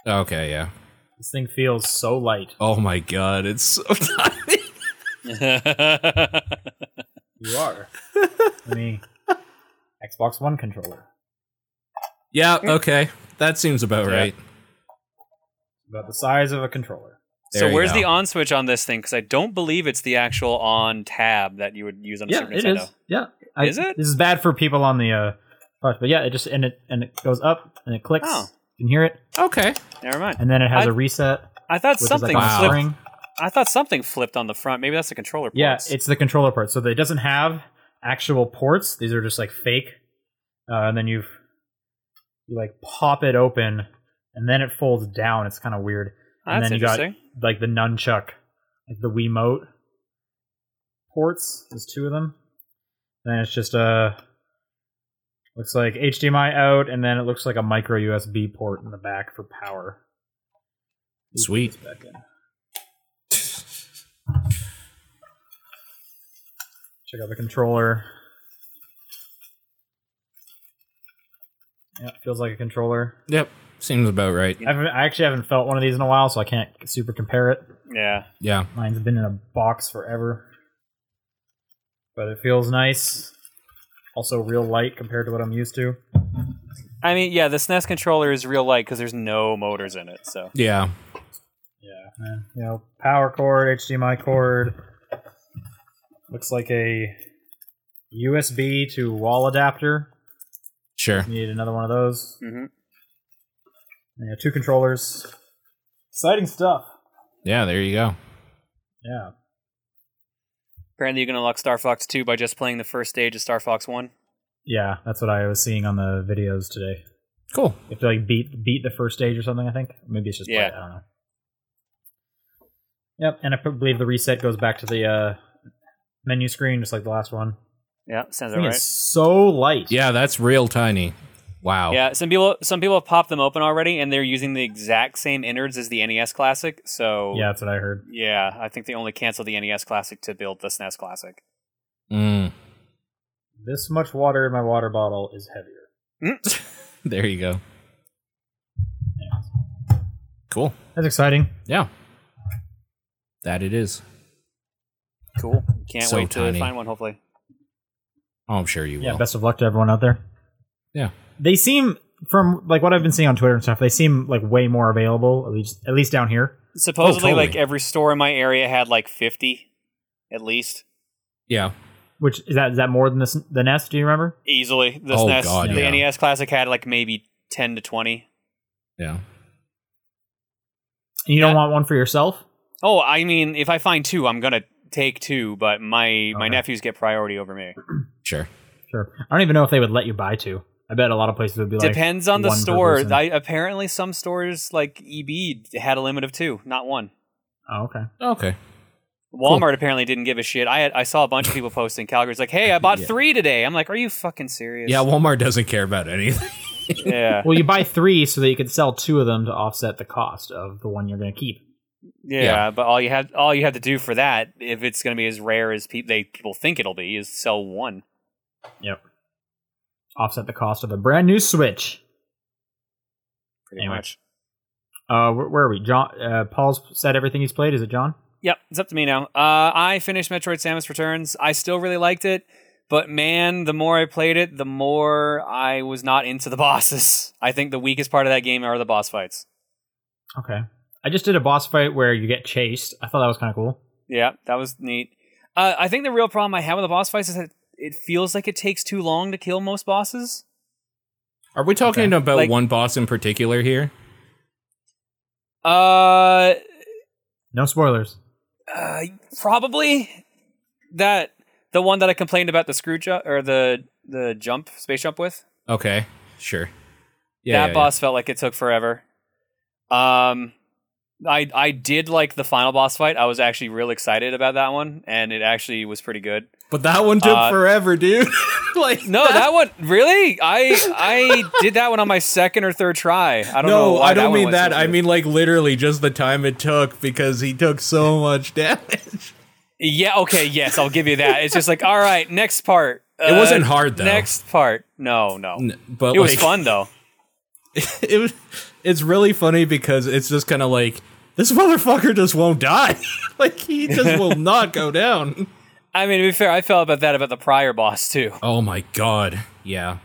Speaker 1: Okay, yeah.
Speaker 3: This thing feels so
Speaker 2: <laughs>
Speaker 3: light.
Speaker 1: Oh my god, it's so <laughs> tiny.
Speaker 3: You are. I mean, Xbox One controller.
Speaker 1: yeah, okay. That seems about
Speaker 2: Yeah.
Speaker 1: right.
Speaker 3: About the size of a controller.
Speaker 2: so
Speaker 1: There you
Speaker 2: where's
Speaker 1: go.
Speaker 2: the on switch on this thing? Because I don't believe it's the actual on tab that you would use on a
Speaker 3: Yeah,
Speaker 2: Super
Speaker 3: it
Speaker 2: Nintendo.
Speaker 3: is. Yeah,
Speaker 2: Is it?
Speaker 3: This is bad for people on the uh, part, but yeah, it just and it and it goes up and it clicks.
Speaker 2: Oh.
Speaker 3: You can hear it,
Speaker 1: Okay.
Speaker 2: Never mind.
Speaker 3: and then it has
Speaker 2: I-
Speaker 3: a reset,
Speaker 2: I thought
Speaker 3: which
Speaker 2: something
Speaker 3: is like a
Speaker 1: Wow.
Speaker 2: flipped.
Speaker 3: spring.
Speaker 2: I thought something flipped on the front. Maybe that's the controller. Ports.
Speaker 3: Yeah, it's the controller part. So it doesn't have actual ports. These are just like fake. Uh, and then you've you like pop it open, and then it folds down. It's kind of weird. and
Speaker 2: Ah, that's
Speaker 3: then you got-
Speaker 2: interesting.
Speaker 3: Like the nunchuck, like the Wiimote ports. There's two of them. Then it's just uh, looks like HDMI out, and then it looks like a micro USB port in the back for power.
Speaker 1: Sweet.
Speaker 3: Back in. Check out the controller. Yeah, it feels like a controller.
Speaker 1: Yep. Seems about right.
Speaker 3: I, haven't, I actually haven't felt one of these in a while, so I can't super compare it.
Speaker 2: yeah.
Speaker 1: Yeah.
Speaker 3: Mine's been in a box forever, but it feels nice. Also, real light compared to what I'm used to.
Speaker 2: I mean, yeah, the SNES controller is real light because there's no motors in it. So
Speaker 1: Yeah.
Speaker 3: Yeah, man. You know, power cord, HDMI cord. Looks like a USB to wall adapter.
Speaker 1: Sure.
Speaker 3: Need another one of those.
Speaker 2: Mhm.
Speaker 3: Yeah, two controllers. Exciting stuff.
Speaker 1: Yeah, there you go.
Speaker 3: Yeah.
Speaker 2: apparently, you can unlock Star Fox 2 by just playing the first stage of Star Fox 1.
Speaker 3: Yeah, that's what I was seeing on the videos today.
Speaker 1: Cool.
Speaker 3: You have to like beat beat the first stage or something, I think. Maybe it's just play
Speaker 2: Yeah.
Speaker 3: it, I don't know. Yep, and I p- believe the reset goes back to the uh, menu screen just like the last one.
Speaker 2: Yeah, sounds
Speaker 3: I think
Speaker 2: alright.
Speaker 3: It's so light.
Speaker 1: Yeah, that's real tiny. Wow.
Speaker 2: Yeah, some people some people have popped them open already, and they're using the exact same innards as the NES Classic. So
Speaker 3: Yeah, that's what I heard.
Speaker 2: yeah, I think they only canceled the NES Classic to build the SNES Classic.
Speaker 1: Mm.
Speaker 3: This much water in my water bottle is heavier.
Speaker 1: There you go.
Speaker 3: Anyways,
Speaker 1: Cool.
Speaker 3: That's exciting.
Speaker 1: Yeah. That it is.
Speaker 2: Cool. Can't
Speaker 1: So
Speaker 2: wait to
Speaker 1: tiny.
Speaker 2: find one. Hopefully,
Speaker 1: Oh, I'm sure you
Speaker 3: Yeah,
Speaker 1: will.
Speaker 3: best of luck to everyone out there.
Speaker 1: Yeah.
Speaker 3: They seem from like what I've been seeing on Twitter and stuff, they seem like way more available, at least at least down here.
Speaker 2: supposedly,
Speaker 1: totally.
Speaker 2: like every store in my area had like fifty, at least
Speaker 1: yeah.
Speaker 3: Which is that is that more than this the nest, do you remember?
Speaker 2: easily. The
Speaker 1: Oh,
Speaker 2: SNES,
Speaker 1: God,
Speaker 2: the
Speaker 1: yeah.
Speaker 2: NES Classic had like maybe ten to twenty.
Speaker 1: Yeah.
Speaker 3: And you don't
Speaker 2: Yeah.
Speaker 3: want one for yourself?
Speaker 2: Oh, I mean, if I find two, I'm gonna take two. But my my
Speaker 3: Okay.
Speaker 2: nephews get priority over me.
Speaker 1: Sure.
Speaker 3: Sure. I don't even know if they would let you buy two. I bet a lot of places would be like
Speaker 2: Depends on the
Speaker 3: one per
Speaker 2: store.
Speaker 3: person.
Speaker 2: I, apparently, some stores like EB had a limit of two, not one.
Speaker 3: Oh, okay.
Speaker 1: Okay.
Speaker 2: Walmart apparently didn't give a shit. I had, I saw a bunch of people
Speaker 3: <laughs>
Speaker 2: posting Calgary's like, "Hey, I bought
Speaker 1: Yeah.
Speaker 2: three today." I'm like, "Are you fucking serious?"
Speaker 1: Yeah, Walmart doesn't care about anything.
Speaker 2: yeah.
Speaker 3: <laughs> Well you buy three so that you could sell two of them to offset the cost of the one you're gonna keep.
Speaker 2: Yeah,
Speaker 1: Yeah.
Speaker 2: but all you have all you have to do for that, if it's going to be as rare as pe- they people think it'll be, is sell one.
Speaker 3: Yep. Offset the cost of a brand new Switch.
Speaker 2: Pretty
Speaker 3: Anyway.
Speaker 2: much.
Speaker 3: Uh, where, where are we? John. Uh, Paul's said everything he's played. Is it John?
Speaker 2: Yep, it's up to me now. Uh, I finished Metroid: Samus Returns. I still really liked it, but man, the more I played it, the more I was not into the <laughs> bosses. I think the weakest part of that game are the boss fights.
Speaker 3: Okay. I just did a boss fight where you get chased. I thought that was kind of cool.
Speaker 2: Yeah, that was neat. Uh, I think the real problem I have with the boss fights is that it feels like it takes too long to kill most bosses.
Speaker 1: <laughs> Are we talking
Speaker 3: Okay.
Speaker 1: about
Speaker 2: Like-
Speaker 1: one boss in particular here?
Speaker 2: Uh,
Speaker 3: No spoilers.
Speaker 2: Uh, probably that the one that I complained about the screw jump or the the jump space jump with.
Speaker 1: Okay, sure.
Speaker 2: that boss felt like it took forever. Um, I I did like the final boss fight. I was actually real excited about that one, and it actually was pretty good.
Speaker 1: But that one took
Speaker 2: Uh,
Speaker 1: forever, dude. <laughs> like
Speaker 2: No, that one really. I I did that one on my second or third try. I don't know.
Speaker 1: no,
Speaker 2: why
Speaker 1: I don't
Speaker 2: one
Speaker 1: mean
Speaker 2: went so
Speaker 1: that. I
Speaker 2: smooth.
Speaker 1: mean like literally just the time it took because he took so much damage.
Speaker 2: yeah. Okay, yes, I'll give you that. It's just like all right, next part. Uh,
Speaker 1: It wasn't hard, though.
Speaker 2: Next part. No, no.
Speaker 1: N- but
Speaker 2: it was
Speaker 1: like,
Speaker 2: fun though.
Speaker 1: <laughs> It was. It's really funny because it's just kind of like this motherfucker just won't die. <laughs> like he just <laughs> will not go down.
Speaker 2: I mean, to be fair, I felt about that about the prior boss too.
Speaker 1: Oh my god. Yeah.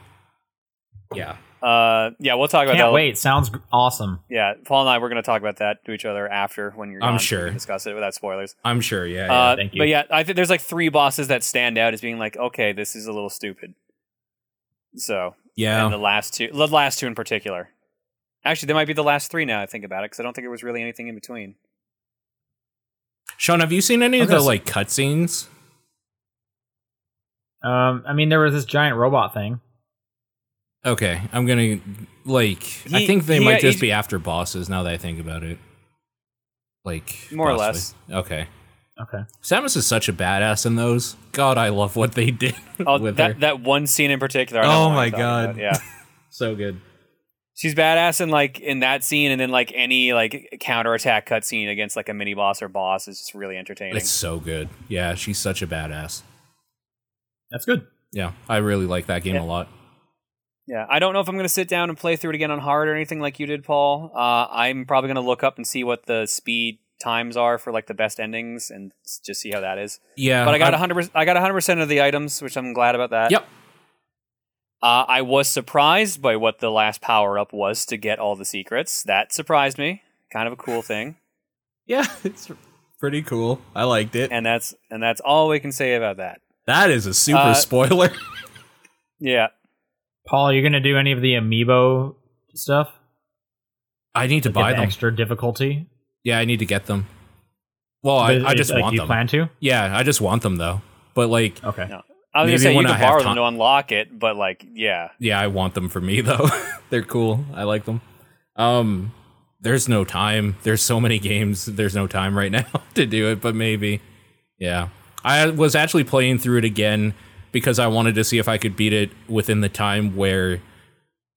Speaker 1: Yeah.
Speaker 2: Uh, yeah, we'll talk about
Speaker 3: Can't
Speaker 2: that.
Speaker 3: wait. Sounds g- awesome.
Speaker 2: Yeah, Paul and I we're going to talk about that to each other after when you're.
Speaker 1: I'm
Speaker 2: gone,
Speaker 1: sure.
Speaker 2: we can discuss it without spoilers.
Speaker 1: I'm sure. Yeah. yeah.
Speaker 2: uh,
Speaker 3: thank you.
Speaker 2: But yeah, I think there's like three bosses that stand out as being like, okay, this is a little stupid. So,
Speaker 1: yeah.
Speaker 2: and the last two, the last two in particular. Actually, they might be the last three now. I think about it because I don't think there was really anything in between.
Speaker 1: <laughs> Sean, have you seen any of
Speaker 3: Okay,
Speaker 1: the
Speaker 3: so-
Speaker 1: like cutscenes?
Speaker 3: Um, I mean, there was this giant robot thing.
Speaker 1: Okay, I'm gonna like. I
Speaker 2: He-
Speaker 1: think they
Speaker 2: he-
Speaker 1: might just
Speaker 2: he-
Speaker 1: be after bosses now that I think about it. Like
Speaker 2: More or
Speaker 1: boss
Speaker 2: less.
Speaker 1: fight. Okay,
Speaker 3: Okay.
Speaker 1: Samus is such a badass in those. God, I love what they <laughs> did
Speaker 2: Oh,
Speaker 1: with her.
Speaker 2: that that one scene in particular. I don't
Speaker 1: Oh
Speaker 2: wanna
Speaker 1: my
Speaker 2: talk about.
Speaker 1: God. <laughs>
Speaker 2: Yeah.
Speaker 1: so good.
Speaker 2: She's badass in like in that scene, and then like any like counterattack cutscene against like a mini boss or boss is just really entertaining.
Speaker 1: It's so good. Yeah, she's such a badass.
Speaker 3: That's good.
Speaker 1: Yeah, I really like that game
Speaker 2: Yeah.
Speaker 1: a lot.
Speaker 2: yeah, I don't know if I'm gonna sit down and play through it again on hard or anything like you did, Paul. Uh, I'm probably gonna look up and see what the speed times are for like the best endings and s- just see how that is.
Speaker 1: Yeah,
Speaker 2: But I got
Speaker 1: I-
Speaker 2: 100. I got 100 percent of the items, which I'm glad about that.
Speaker 1: Uh, Yep.
Speaker 2: Uh, I was surprised by what the last power up was to get all the secrets. That surprised me. Kind of a cool thing.
Speaker 1: Yeah, it's pretty cool. I liked it.
Speaker 2: And that's and that's all we can say about that.
Speaker 1: that is a super
Speaker 2: Uh,
Speaker 1: spoiler. <laughs>
Speaker 2: Yeah.
Speaker 3: Paul, are you gonna do any of the amiibo stuff?
Speaker 1: I need to
Speaker 3: Get
Speaker 1: buy
Speaker 3: the
Speaker 1: them.
Speaker 3: extra difficulty.
Speaker 1: Yeah, I need to get them. Well, I,
Speaker 3: Is-
Speaker 1: I
Speaker 3: is-
Speaker 1: just
Speaker 3: like,
Speaker 1: want
Speaker 3: you
Speaker 1: them.
Speaker 3: plan to?
Speaker 1: yeah, I just want them though. But like,
Speaker 3: Okay.
Speaker 2: I was
Speaker 1: Maybe
Speaker 2: gonna say you
Speaker 1: when I
Speaker 2: could
Speaker 1: have
Speaker 2: borrow
Speaker 1: time-
Speaker 2: them to unlock it, but like, yeah,
Speaker 1: yeah, I want them for me <laughs> though. They're cool. I like them. Um, there's no time. There's so many games. There's no time right <laughs> now to do it. But maybe, yeah. I was actually playing through it again because I wanted to see if I could beat it within the time where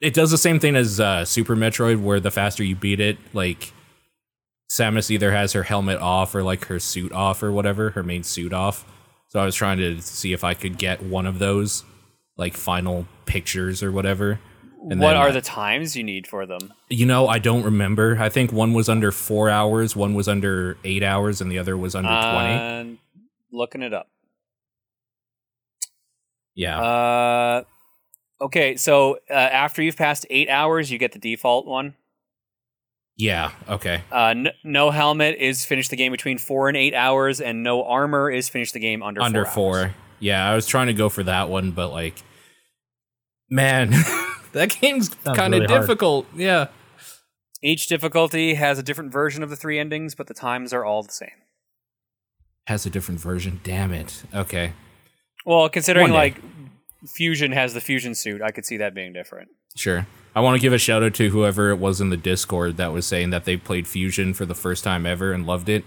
Speaker 1: it does the same thing as uh, Super Metroid, where the faster you beat it, like Samus either has her helmet off or like her suit off or whatever, her main suit off. So I was trying to see if I could get one of those like final pictures or whatever. And
Speaker 2: what
Speaker 1: then,
Speaker 2: are
Speaker 1: uh,
Speaker 2: the times you need for them?
Speaker 1: You know, I don't remember. I think one was under four hours, one was under eight hours, and the other was under
Speaker 2: Uh,
Speaker 1: twenty.
Speaker 2: And looking it up.
Speaker 1: Yeah.
Speaker 2: Uh, okay, so uh, after you've passed eight hours, you get the default one.
Speaker 1: yeah. Okay.
Speaker 2: Uh, n- no helmet is finish the game between four and eight hours, and no armor is finish the game under
Speaker 1: Under
Speaker 2: four.
Speaker 1: four.
Speaker 2: hours.
Speaker 1: Yeah, I was trying to go for that one, but like, man, <laughs> that game's kind of
Speaker 3: really hard.
Speaker 1: difficult. Yeah.
Speaker 2: Each difficulty has a different version of the three endings, but the times are all the same.
Speaker 1: Has a different version. Damn it. Okay.
Speaker 2: Well,
Speaker 1: One
Speaker 2: considering
Speaker 1: day.
Speaker 2: like fusion has the fusion suit, I could see that being different.
Speaker 1: Sure. I want to give a shout out to whoever it was in the Discord that was saying that they played Fusion for the first time ever and loved it.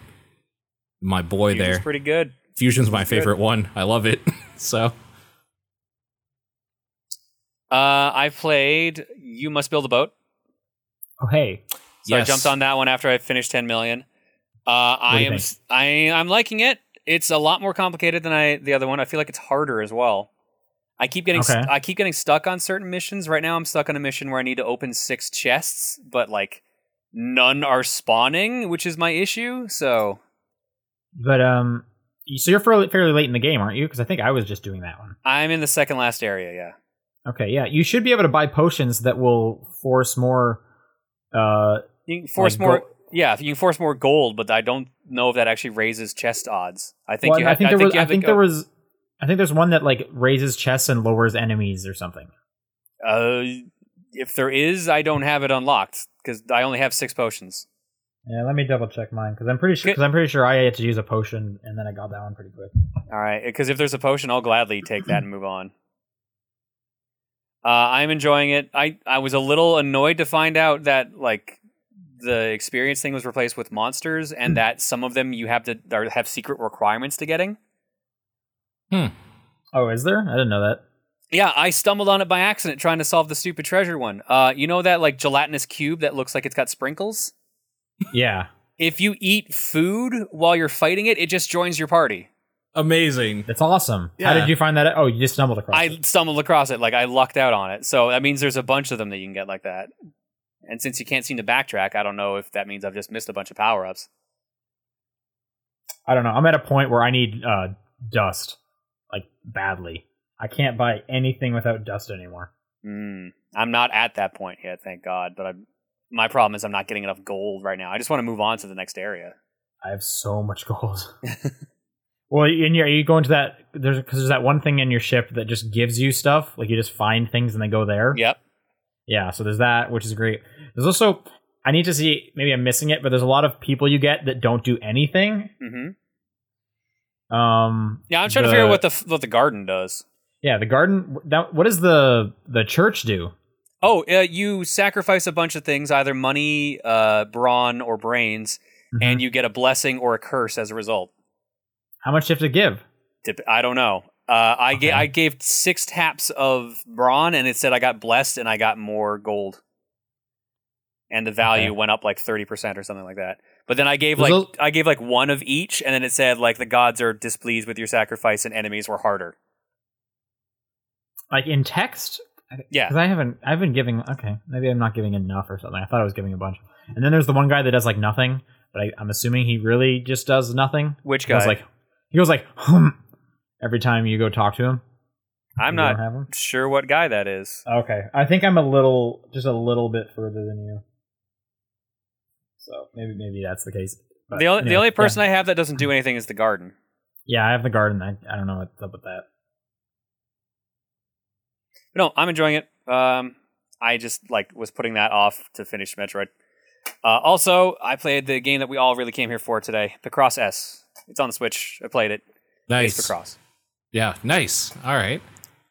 Speaker 1: My boy
Speaker 2: Fusion's
Speaker 1: there.
Speaker 2: pretty good.
Speaker 1: Fusion's my
Speaker 2: It's good.
Speaker 1: favorite one. I love it. <laughs> so,
Speaker 2: Uh, I played You Must Build a Boat.
Speaker 3: Oh hey.
Speaker 2: So I
Speaker 1: Yes.
Speaker 2: jumped on that one after I finished 10 million. Uh, I
Speaker 3: do you
Speaker 2: am
Speaker 3: think?
Speaker 2: I I'm liking it. It's a lot more complicated than I the other one. I feel like it's harder as well. I keep getting
Speaker 3: Okay.
Speaker 2: I keep getting stuck on certain missions. Right now I'm stuck on a mission where I need to open 6 chests, but like none are spawning, which is my issue. So,
Speaker 3: But um, you- so you're fairly, fairly late in the game, aren't you? Because I think I was just doing that one.
Speaker 2: I'm in the second last area, yeah.
Speaker 3: Okay, yeah, you should be able to buy potions that will force more. Uh,
Speaker 2: You can force
Speaker 3: Like
Speaker 2: more
Speaker 3: go-
Speaker 2: yeah, you can force more gold, but I don't know if that actually raises chest odds. I think
Speaker 3: well,
Speaker 2: you
Speaker 3: I
Speaker 2: have
Speaker 3: think
Speaker 2: I
Speaker 3: there
Speaker 2: think
Speaker 3: was.
Speaker 2: you
Speaker 3: I
Speaker 2: have to
Speaker 3: think
Speaker 2: go-
Speaker 3: there was. I think there's one that like raises chests and lowers enemies or something.
Speaker 2: Uh, if there is, I don't have it unlocked because I only have six potions.
Speaker 3: Yeah, let me double check mine because I'm pretty sure.
Speaker 2: Okay.
Speaker 3: Because I'm pretty sure I had to use a potion and then I got that one pretty quick.
Speaker 2: All right, because if there's a potion, I'll gladly take that and move on. Uh, I'm enjoying it. I, I was a little annoyed to find out that like the experience thing was replaced with monsters, and that some of them you have to or have secret requirements to getting.
Speaker 3: Oh, is there? I didn't know that.
Speaker 2: Yeah, I stumbled on it by accident trying to solve the stupid treasure one. Uh, you know that like gelatinous cube that looks like it's got sprinkles.
Speaker 3: <laughs> Yeah,
Speaker 2: If you eat food while you're fighting it, it just joins your party.
Speaker 1: Amazing.
Speaker 3: that's awesome.
Speaker 1: Yeah.
Speaker 3: How did you find that? out? Oh, you just stumbled across.
Speaker 2: I
Speaker 3: it.
Speaker 2: stumbled across it. Like I lucked out on it. So that means there's a bunch of them that you can get like that. And since you can't seem to backtrack, I don't know if that means I've just missed a bunch of power ups.
Speaker 3: I don't know. I'm at a point where I need uh, dust, like badly. I can't buy anything without dust anymore.
Speaker 2: Mm. I'm not at that point yet, thank God. But I'm, my problem is I'm not getting enough gold right now. I just want to move on to the next area.
Speaker 3: I have so much gold.
Speaker 2: <laughs>
Speaker 3: well, and you you go into that there's because there's that one thing in your ship that just gives you stuff. Like you just find things and they go there.
Speaker 2: Yep.
Speaker 3: Yeah. So there's that, which is great. There's also I need to see. Maybe I'm missing it, but there's a lot of people you get that don't do anything.
Speaker 2: hmm
Speaker 3: Um.
Speaker 2: Yeah, I'm trying
Speaker 3: the-
Speaker 2: to figure out what the f- what the garden does.
Speaker 3: Yeah, the garden. That, what does the the church do?
Speaker 2: Oh, uh, you sacrifice a bunch of things, either money, uh, brawn, or brains,
Speaker 3: Mm-hmm.
Speaker 2: and you get a blessing or a curse as a result.
Speaker 3: How much do you have to give?
Speaker 2: Dip- I don't know. Uh, I
Speaker 3: Okay.
Speaker 2: ga- I gave six taps of brawn, and it said I got blessed, and I got more gold, and the value
Speaker 3: Okay.
Speaker 2: went up like thirty percent or something like that. But then I gave
Speaker 1: There's
Speaker 2: like
Speaker 1: al-
Speaker 2: I gave like one of each, and then it said like the gods are displeased with your sacrifice, and enemies were harder.
Speaker 3: Like in text?
Speaker 2: Yeah,
Speaker 3: Because I haven't. I've been giving. Okay, maybe I'm not giving enough or something. I thought I was giving a bunch. And then there's the one guy that does like nothing, but I, I'm assuming he really just does nothing.
Speaker 2: which
Speaker 3: He goes
Speaker 2: guy?
Speaker 3: like he goes like hmm every time you go talk to him.
Speaker 2: I'm
Speaker 3: You
Speaker 2: not
Speaker 3: don't have him?
Speaker 2: sure what guy that is.
Speaker 3: Okay, I think I'm a little, just a little bit further than you. So maybe maybe that's the case. But
Speaker 2: the only the
Speaker 3: anyway,
Speaker 2: only person I have that doesn't do anything is the garden.
Speaker 3: Yeah, yeah I have the garden. I, I don't know what's up with that.
Speaker 2: But no, I'm enjoying it. Um, I just like was putting that off to finish Metroid. Uh, also, I played the game that we all really came here for today, the Cross S. It's on the Switch. I played it. Ace
Speaker 1: Nice.
Speaker 2: Cross.
Speaker 1: Yeah, nice. All right.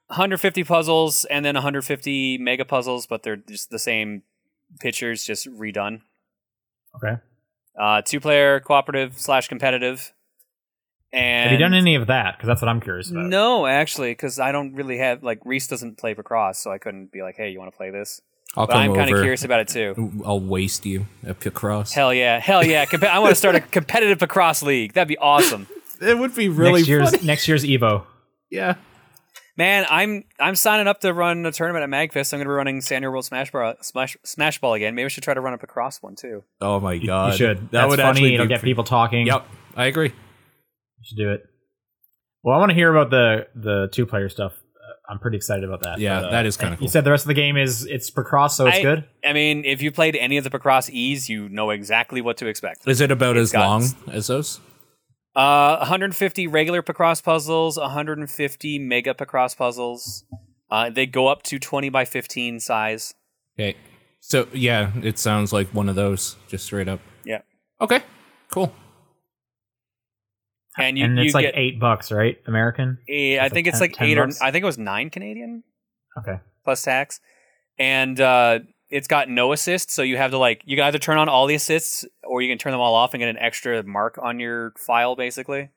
Speaker 2: 150 puzzles and then 150 mega puzzles, but they're just the same pictures, just redone.
Speaker 3: Okay.
Speaker 2: Uh, two player cooperative slash competitive. And
Speaker 3: have you done any of that? Because that's what I'm curious about.
Speaker 2: No, actually, because I don't really have like Reese doesn't play lacrosse, so I couldn't be like, hey, you want to play this?
Speaker 1: I'll
Speaker 2: But
Speaker 1: come
Speaker 2: I'm kind of
Speaker 1: over.
Speaker 2: curious about it
Speaker 3: <laughs>
Speaker 2: too.
Speaker 1: I'll waste you at Picross.
Speaker 2: Hell yeah, hell yeah! Compe- I want to start a competitive lacrosse league. That'd be awesome,
Speaker 1: It would be really
Speaker 3: next year's
Speaker 1: funny.
Speaker 3: next year's Evo.
Speaker 1: Yeah.
Speaker 2: man. I'm I'm signing up to run a tournament at Magfest. I'm gonna be running Sandra World Smash Ball, Smash Smash Ball again. Maybe I should try to run a lacrosse one too.
Speaker 1: Oh my
Speaker 3: You
Speaker 1: god.
Speaker 3: should.
Speaker 1: That
Speaker 3: That's
Speaker 1: would
Speaker 3: funny.
Speaker 1: actually
Speaker 3: It'll
Speaker 1: be
Speaker 3: get
Speaker 1: pre-
Speaker 3: people talking.
Speaker 1: Yep. I agree.
Speaker 3: You should do it. Well, I want to hear about the the two player stuff. Uh, I'm pretty excited about that.
Speaker 1: Yeah,
Speaker 3: But, uh,
Speaker 1: that is kind of
Speaker 3: You
Speaker 1: cool.
Speaker 3: said the rest of the game is it's Procross, so it's
Speaker 2: I-
Speaker 3: good.
Speaker 2: I mean, if you played any of the lacrosse E's, you know exactly what to expect.
Speaker 1: Is it about
Speaker 2: It's
Speaker 1: as
Speaker 2: got-
Speaker 1: long as those?
Speaker 2: Uh, 150 regular lacrosse puzzles, 150 mega lacrosse puzzles. Uh, they go up to 20 by 15 size.
Speaker 1: Okay. So yeah, it sounds like one of those, just straight up.
Speaker 2: Yeah,
Speaker 1: Okay. Cool.
Speaker 2: and you,
Speaker 3: and
Speaker 2: you
Speaker 3: it's like
Speaker 2: get.
Speaker 3: eight bucks, right? American.
Speaker 2: eh, I
Speaker 3: it's like
Speaker 2: think it's
Speaker 3: 10
Speaker 2: like
Speaker 3: 10
Speaker 2: eight or
Speaker 3: bucks.
Speaker 2: I think it was nine Canadian.
Speaker 3: Okay.
Speaker 2: plus tax, and uh, it's got no assists. So you have to like you can either turn on all the assists or you can turn them all off and get an extra mark on your file, basically.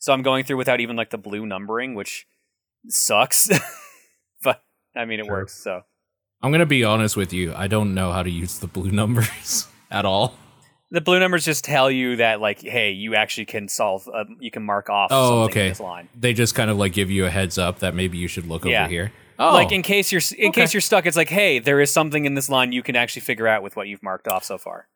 Speaker 2: So I'm going through without even like the blue numbering, which sucks, <laughs> but I mean it
Speaker 3: Sure.
Speaker 2: works. So
Speaker 1: <laughs> I'm gonna be honest with you. I don't know how to use the blue numbers at all.
Speaker 2: The blue numbers just tell you that, like, hey, you actually can solve, uh, you can mark off.
Speaker 1: Oh,
Speaker 2: something in
Speaker 1: okay.
Speaker 2: This line,
Speaker 1: They just kind of like give you a heads up that maybe you should look
Speaker 2: Yeah.
Speaker 1: over here. Oh,
Speaker 2: like in case you're in
Speaker 1: Okay.
Speaker 2: case you're stuck, it's like, hey, there is something in this line you can actually figure out with what you've marked off so far.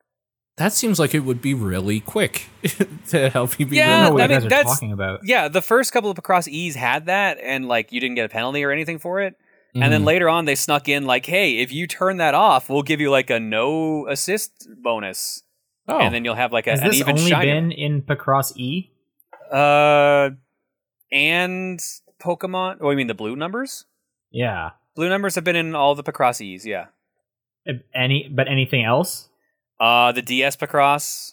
Speaker 1: that seems like it would be really quick <laughs> to help you be.
Speaker 2: Yeah,
Speaker 3: I
Speaker 1: really
Speaker 3: don't know what
Speaker 2: I
Speaker 3: you guys
Speaker 2: mean,
Speaker 3: are
Speaker 2: that's-
Speaker 3: talking about.
Speaker 2: Yeah, the first couple of Pacross E's had that, and like you didn't get a penalty or anything for it. And
Speaker 3: Mm-hmm.
Speaker 2: then later on, they snuck in like, hey, if you turn that off, we'll give you like a no assist bonus,
Speaker 1: oh,
Speaker 2: and then you'll have like a,
Speaker 3: Has
Speaker 2: an
Speaker 3: this
Speaker 2: even
Speaker 3: only
Speaker 2: shinier.
Speaker 3: been in Pacross E?
Speaker 2: Uh, and Pokemon. Oh, you mean the blue numbers?
Speaker 3: Yeah.
Speaker 2: Blue numbers have been in all the Pacrosses, yeah.
Speaker 3: If Uh, Any, but anything else?
Speaker 2: Uh, the DS Pacross.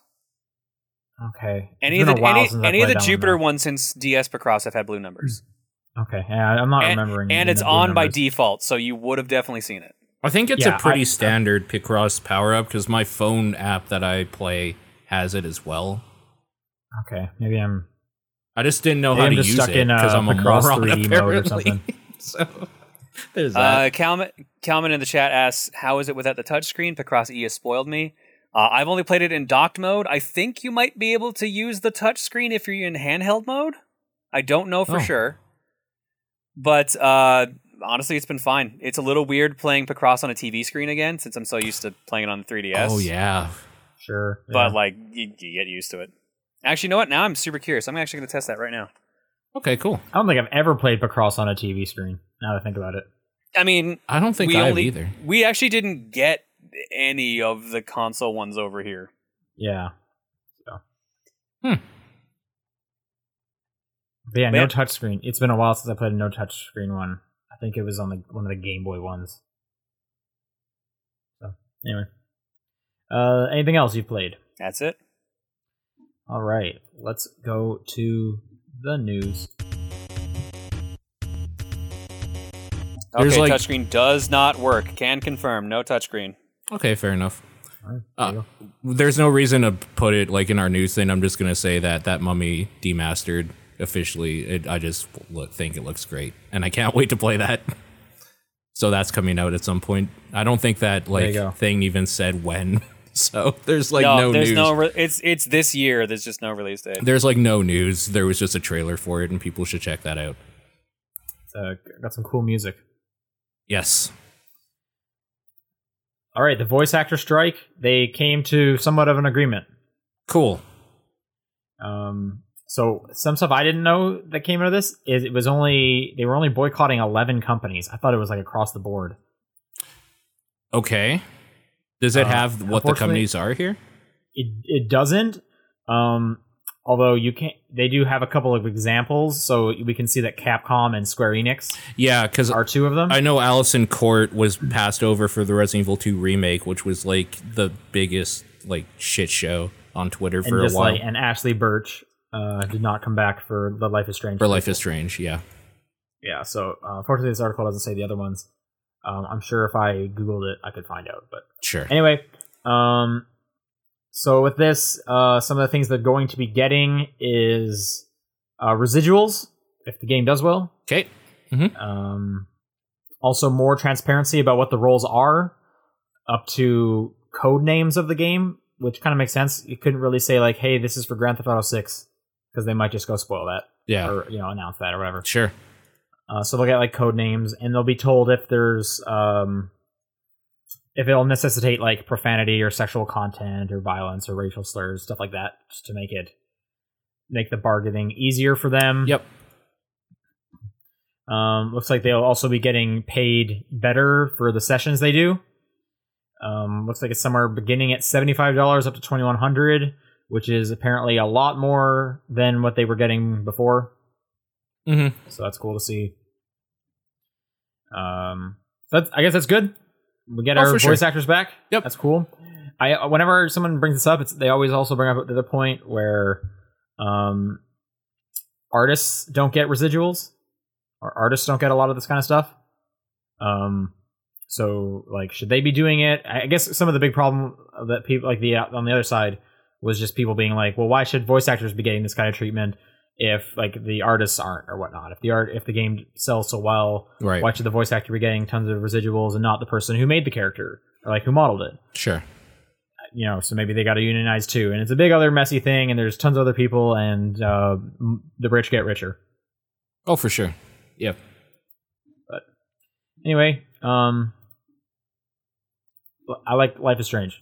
Speaker 3: Okay. It's
Speaker 2: Any of
Speaker 3: been
Speaker 2: the
Speaker 3: a while
Speaker 2: any,
Speaker 3: since I
Speaker 2: any of
Speaker 3: played
Speaker 2: the
Speaker 3: that one,
Speaker 2: Jupiter
Speaker 3: though.
Speaker 2: ones since DS Pacross have had blue numbers,
Speaker 3: Okay, yeah, I'm not remembering.
Speaker 2: and
Speaker 3: the
Speaker 2: it's
Speaker 3: blue
Speaker 2: on by
Speaker 3: numbers.
Speaker 2: default, so you would have definitely seen it.
Speaker 1: Oh, I think it's
Speaker 3: Yeah,
Speaker 1: a pretty
Speaker 3: I-
Speaker 1: standard Picross power up because my phone app that I play has it as well.
Speaker 3: Okay, maybe I'm
Speaker 1: I just didn't know
Speaker 3: Maybe
Speaker 1: how
Speaker 3: I'm
Speaker 1: to
Speaker 3: just
Speaker 1: use
Speaker 3: stuck
Speaker 1: it
Speaker 3: in, uh,
Speaker 1: because I'm a
Speaker 3: Picross
Speaker 1: moron
Speaker 3: 3D mode or
Speaker 1: apparently.
Speaker 3: something.
Speaker 1: <laughs> so there's that.
Speaker 2: Uh, Calman, Calman in the chat asks, "How is it without the touchscreen? Pacross E has spoiled me. Uh, I've only played it in docked mode. I think you might be able to use the touchscreen if you're in handheld mode. I don't know for
Speaker 1: Oh.
Speaker 2: sure, but uh, honestly, it's been fine. It's a little weird playing Pacross on a TV screen again, since I'm so used to playing it on the 3DS.
Speaker 1: Oh yeah,
Speaker 3: sure. yeah.
Speaker 2: but like you, you get used to it. Actually, you know what? Now I'm super curious. I'm actually going to test that right now.
Speaker 1: okay, cool.
Speaker 3: I don't think I've ever played Pacross on a TV screen. Now that I think about it,
Speaker 2: I mean,
Speaker 1: I don't think
Speaker 2: we
Speaker 1: I have
Speaker 2: only
Speaker 1: either.
Speaker 2: we actually didn't get any of the console ones over here.
Speaker 3: yeah. So.
Speaker 1: Hmm.
Speaker 3: But yeah,
Speaker 2: But
Speaker 3: no
Speaker 2: yeah.
Speaker 3: touch screen. It's been a while since I played a no touch screen one. I think it was on the one of the Game Boy ones. So anyway, uh, anything else you've played?
Speaker 2: That's it.
Speaker 3: All right, let's go to the news.
Speaker 1: There's,
Speaker 2: okay,
Speaker 1: like-
Speaker 2: touchscreen does not work. Can confirm, no touchscreen.
Speaker 1: Okay, fair enough.
Speaker 3: All right, there
Speaker 1: Uh,
Speaker 3: you go.
Speaker 1: There's no reason to put it like in our news thing. I'm just gonna say that that mummy demastered officially. It, I just look, think it looks great, and I can't <laughs> wait to play that. So that's coming out at some point. I don't think that
Speaker 3: you go.
Speaker 1: like thing even said when. <laughs> So there's like
Speaker 2: no,
Speaker 1: no,
Speaker 2: there's
Speaker 1: news.
Speaker 2: no. Re- it's it's this year. There's just no release date.
Speaker 1: there's like no news. There was just a trailer for it, and people should check that out.
Speaker 3: Uh, got some cool music.
Speaker 1: Yes.
Speaker 3: All right, the voice actor strike. They came to somewhat of an agreement.
Speaker 1: Cool.
Speaker 3: Um, so some stuff I didn't know that came out of this is it was only they were only boycotting eleven companies. I thought it was like across the board.
Speaker 1: Okay. Does it
Speaker 3: Uh,
Speaker 1: have what the
Speaker 3: unfortunately-
Speaker 1: companies are here?
Speaker 3: It it doesn't. Um, although you can, they do have a couple of examples, so we can see that Capcom and Square Enix
Speaker 1: Yeah, because
Speaker 3: are two of them.
Speaker 1: I know Allison Court was passed over for the Resident Evil 2 remake, which was like the biggest like shit show on Twitter
Speaker 3: and
Speaker 1: for a
Speaker 3: just
Speaker 1: while.
Speaker 3: like and Ashley Birch uh, did not come back for The Life is Strange.
Speaker 1: for Life is Strange, yeah.
Speaker 3: yeah. So uh, unfortunately, this article doesn't say the other ones. Um, I'm sure if I googled it, I could find out, but.
Speaker 1: Sure.
Speaker 3: anyway um so with this uh some of the things they're going to be getting is uh residuals if the game does well
Speaker 1: Okay.
Speaker 3: um also more transparency about what the roles are up to code names of the game which kind of makes sense you couldn't really say like hey this is for grand theft auto 6 because they might just go spoil that
Speaker 1: Yeah.
Speaker 3: or you know announce that or whatever
Speaker 1: Sure.
Speaker 3: uh, so they'll get like code names, and they'll be told if there's um, if it'll necessitate like profanity or sexual content or violence or racial slurs, stuff like that, just to make it make the bargaining easier for them.
Speaker 1: Yep.
Speaker 3: Um, looks like they'll also be getting paid better for the sessions they do. Um, looks like it's somewhere beginning at seventy five dollars up to twenty one hundred, which is apparently a lot more than what they were getting before
Speaker 1: hmm
Speaker 3: so that's cool to see. Um, so that's, I guess that's good. We get
Speaker 1: Oh,
Speaker 3: our
Speaker 1: for
Speaker 3: voice
Speaker 1: sure.
Speaker 3: actors back.
Speaker 1: Yep.
Speaker 3: that's cool. I uh, whenever someone brings this up, it's, they always also bring up to the point where um, artists don't get residuals, or artists don't get a lot of this kind of stuff. Um, so like, should they be doing it? I I guess some of the big problem that people like the uh, on the other side was just people being like, well, why should voice actors be getting this kind of treatment if like the artists aren't or whatnot? If the art, if the game sells so well,
Speaker 1: Right.
Speaker 3: why should the voice actor be getting tons of residuals and not the person who made the character or like who modeled it?
Speaker 1: Sure.
Speaker 3: you know, so maybe they got to unionize too, and it's a big other messy thing, and there's tons of other people, and uh, m- the rich get richer.
Speaker 1: Oh, for sure. Yeah.
Speaker 3: Anyway, um, I like Life is Strange.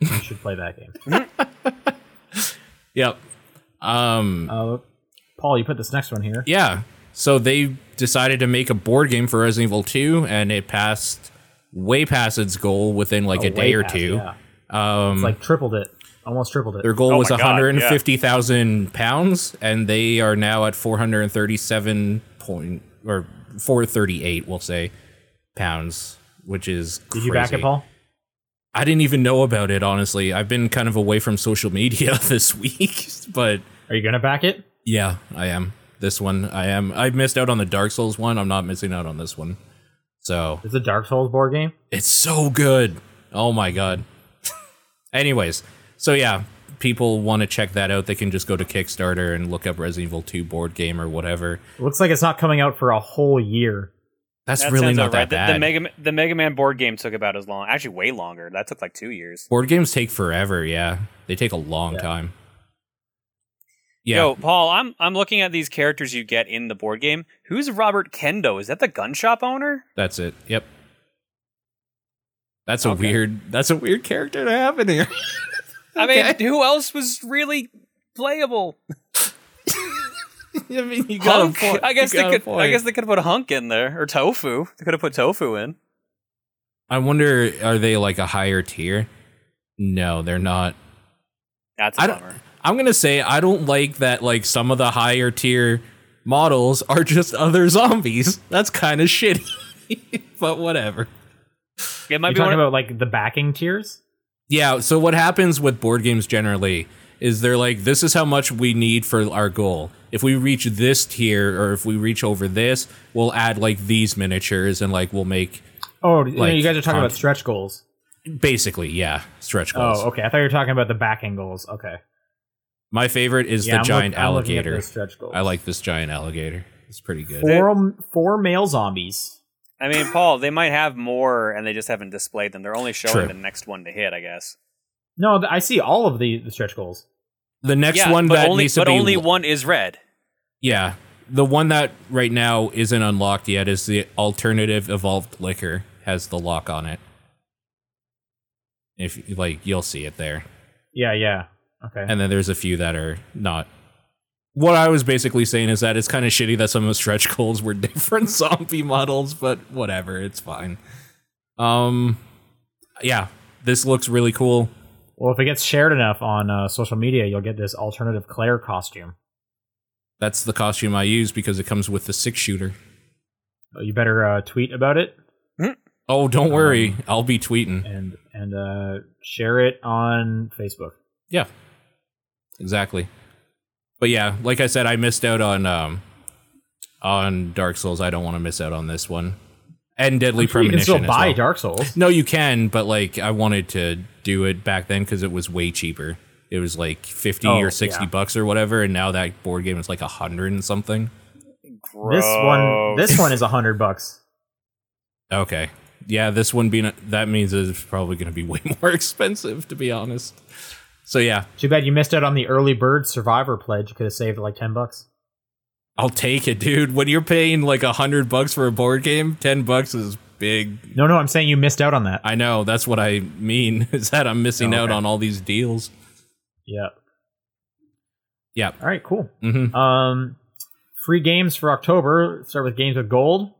Speaker 3: you should play that game.
Speaker 1: Yep. Um,
Speaker 3: Uh, Paul, you put this next one here.
Speaker 1: yeah. So they decided to make a board game for Resident Evil 2, and it passed way past its goal within like a,
Speaker 3: Oh, Way
Speaker 1: day or
Speaker 3: past,
Speaker 1: two.
Speaker 3: yeah.
Speaker 1: Um,
Speaker 3: It's like tripled it, almost tripled it.
Speaker 1: Their goal
Speaker 4: Oh
Speaker 1: was
Speaker 4: my God, yeah.
Speaker 1: 150,000 pounds, and they are now at 437 point or 438, we'll say, pounds, which is
Speaker 3: Did you back it,
Speaker 1: crazy.
Speaker 3: Paul?
Speaker 1: I didn't even know about it, honestly. I've been kind of away from social media <laughs> this week, but
Speaker 3: Are you gonna back it?
Speaker 1: yeah, I am. This one, I am. I missed out on the Dark Souls one. I'm not missing out on this one. So
Speaker 3: It's a Dark Souls board game.
Speaker 1: it's so good. Oh my god. Anyways, so yeah, people want to check that out. They can just go to Kickstarter and look up Resident Evil 2 board game or whatever.
Speaker 3: It looks like it's not coming out for a whole year.
Speaker 1: That's really
Speaker 2: sounds
Speaker 1: not
Speaker 2: about
Speaker 1: that bad.
Speaker 2: right. The- The, Mega Ma- the Mega Man board game took about as long, actually way longer. That took like two years.
Speaker 1: board games take forever. Yeah, they take a long time. Yeah,
Speaker 2: Yo, Paul, I'm I'm looking at these characters you get in the board game. Who's Robert Kendo? Is that the gun shop owner?
Speaker 1: that's it. Yep. That's a
Speaker 2: Okay.
Speaker 1: weird. That's a weird character to have in here. <laughs>
Speaker 2: I mean,
Speaker 1: Okay. <laughs>
Speaker 2: who else was really playable?
Speaker 1: I mean, you <laughs> got a
Speaker 2: Hunk.
Speaker 1: point.
Speaker 2: I guess
Speaker 1: You
Speaker 2: they
Speaker 1: got a
Speaker 2: could. I
Speaker 1: point.
Speaker 2: guess they could put Hunk in there or Tofu. They could have put Tofu in.
Speaker 1: I wonder, are they like a higher tier? No, they're not.
Speaker 2: That's a
Speaker 1: I don't.
Speaker 2: bummer.
Speaker 1: I'm gonna say I don't like that. Like some of the higher tier models are just other zombies. That's kind of shitty. <laughs> but whatever.
Speaker 2: It might
Speaker 3: Are you
Speaker 2: be one
Speaker 3: talking
Speaker 2: of-
Speaker 3: about like the backing tiers?
Speaker 1: Yeah. So what happens with board games generally is they're like, this is how much we need for our goal. If we reach this tier, or if we reach over this, we'll add like these miniatures, and like we'll make
Speaker 3: Oh, you, know,
Speaker 1: Like,
Speaker 3: you guys are talking about
Speaker 1: content.
Speaker 3: stretch goals.
Speaker 1: basically, yeah, stretch goals.
Speaker 3: Oh, okay. I thought you were talking about the backing goals. Okay.
Speaker 1: My favorite is the
Speaker 3: I'm
Speaker 1: giant
Speaker 3: look- I'm looking at
Speaker 1: alligator.
Speaker 3: those stretch goals.
Speaker 1: I like this giant alligator. It's pretty good.
Speaker 3: four four male zombies.
Speaker 2: I mean, Paul, they might have more, and they just haven't displayed them. They're only showing
Speaker 1: True.
Speaker 2: the next one to hit, I guess.
Speaker 3: No, th- I see all of the, the stretch goals.
Speaker 1: The next
Speaker 2: yeah,
Speaker 1: one
Speaker 2: but
Speaker 1: that
Speaker 2: only,
Speaker 1: needs to
Speaker 2: but
Speaker 1: be
Speaker 2: only one is red.
Speaker 1: Yeah. The one that right now isn't unlocked yet is the alternative evolved liquor has the lock on it. If like you'll see it there.
Speaker 3: Yeah, yeah. Okay.
Speaker 1: And then there's a few that are not. What I was basically saying is that it's kind of shitty that some of the stretch goals were <laughs> different zombie models, but whatever, it's fine. Um yeah, this looks really cool.
Speaker 3: Well, if it gets shared enough on uh, social media, you'll get this alternative Claire costume.
Speaker 1: That's the costume I use because it comes with the six shooter.
Speaker 3: Uh, You better uh, tweet about it
Speaker 1: Oh, don't worry, I'll be tweeting.
Speaker 3: and and uh, share it on Facebook.
Speaker 1: Yeah, exactly. But yeah, like I said, I missed out on um on Dark Souls. I don't want to miss out on this one and Deadly
Speaker 3: You
Speaker 1: Premonition.
Speaker 3: can still
Speaker 1: as
Speaker 3: buy
Speaker 1: well.
Speaker 3: Dark Souls.
Speaker 1: No, you can, but like I wanted to do it back then because it was way cheaper. It was like fifty
Speaker 3: Oh,
Speaker 1: or sixty
Speaker 3: yeah.
Speaker 1: bucks or whatever, and now that board game is like a hundred and something.
Speaker 3: This one, this one is a hundred bucks.
Speaker 1: Okay, yeah, this one being that means it's probably going to be <laughs> way more expensive, to be honest. So yeah,
Speaker 3: Too bad you missed out on the early bird survivor pledge. You could have saved like ten bucks.
Speaker 1: I'll take it, dude. When you're paying like a hundred bucks for a board game, ten bucks is big.
Speaker 3: No, no, I'm saying you missed out on that.
Speaker 1: I know that's what I mean. <laughs> Is that I'm missing
Speaker 3: Oh,
Speaker 1: out
Speaker 3: okay.
Speaker 1: on all these deals?
Speaker 3: Yeah.
Speaker 1: Yeah.
Speaker 3: All right. Cool.
Speaker 1: hmm
Speaker 3: Um, free games for October. Start with games with gold.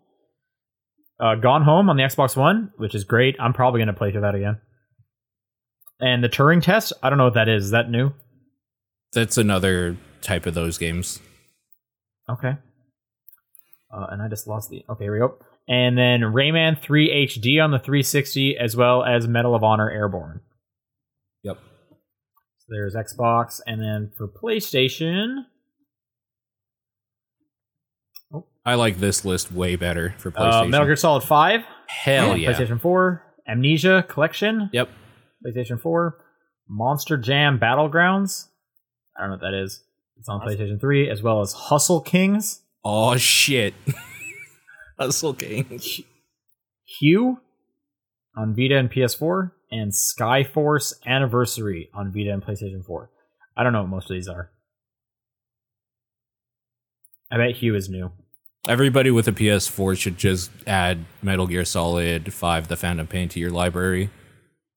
Speaker 3: Uh, Gone Home on the Xbox One, which is great. I'm probably going to play through that again. And the Turing test. I don't know what that is. Is that new?
Speaker 1: That's another type of those games.
Speaker 3: Okay. Uh, and I just lost the. Okay, here we go. And then Rayman 3 HD on the 360, as well as Medal of Honor Airborne.
Speaker 1: Yep.
Speaker 3: So there's Xbox, and then for PlayStation,
Speaker 1: I like this list way better for
Speaker 3: uh,
Speaker 1: PlayStation.
Speaker 3: Metal Gear Solid 5,
Speaker 1: Hell yeah.
Speaker 3: PlayStation 4, Amnesia Collection,
Speaker 1: Yep.
Speaker 3: PlayStation 4, Monster Jam Battlegrounds. I don't know what that is. It's on PlayStation 3, as well as Hustle Kings,
Speaker 1: Oh <laughs> shit. Hustle King.
Speaker 3: Hue, on Vita and PS4, and Skyforce Anniversary on Vita and PlayStation 4. I don't know what most of these are. I bet Hugh is new.
Speaker 1: Everybody with a PS4 should just add Metal Gear Solid 5 The Phantom Pain to your library.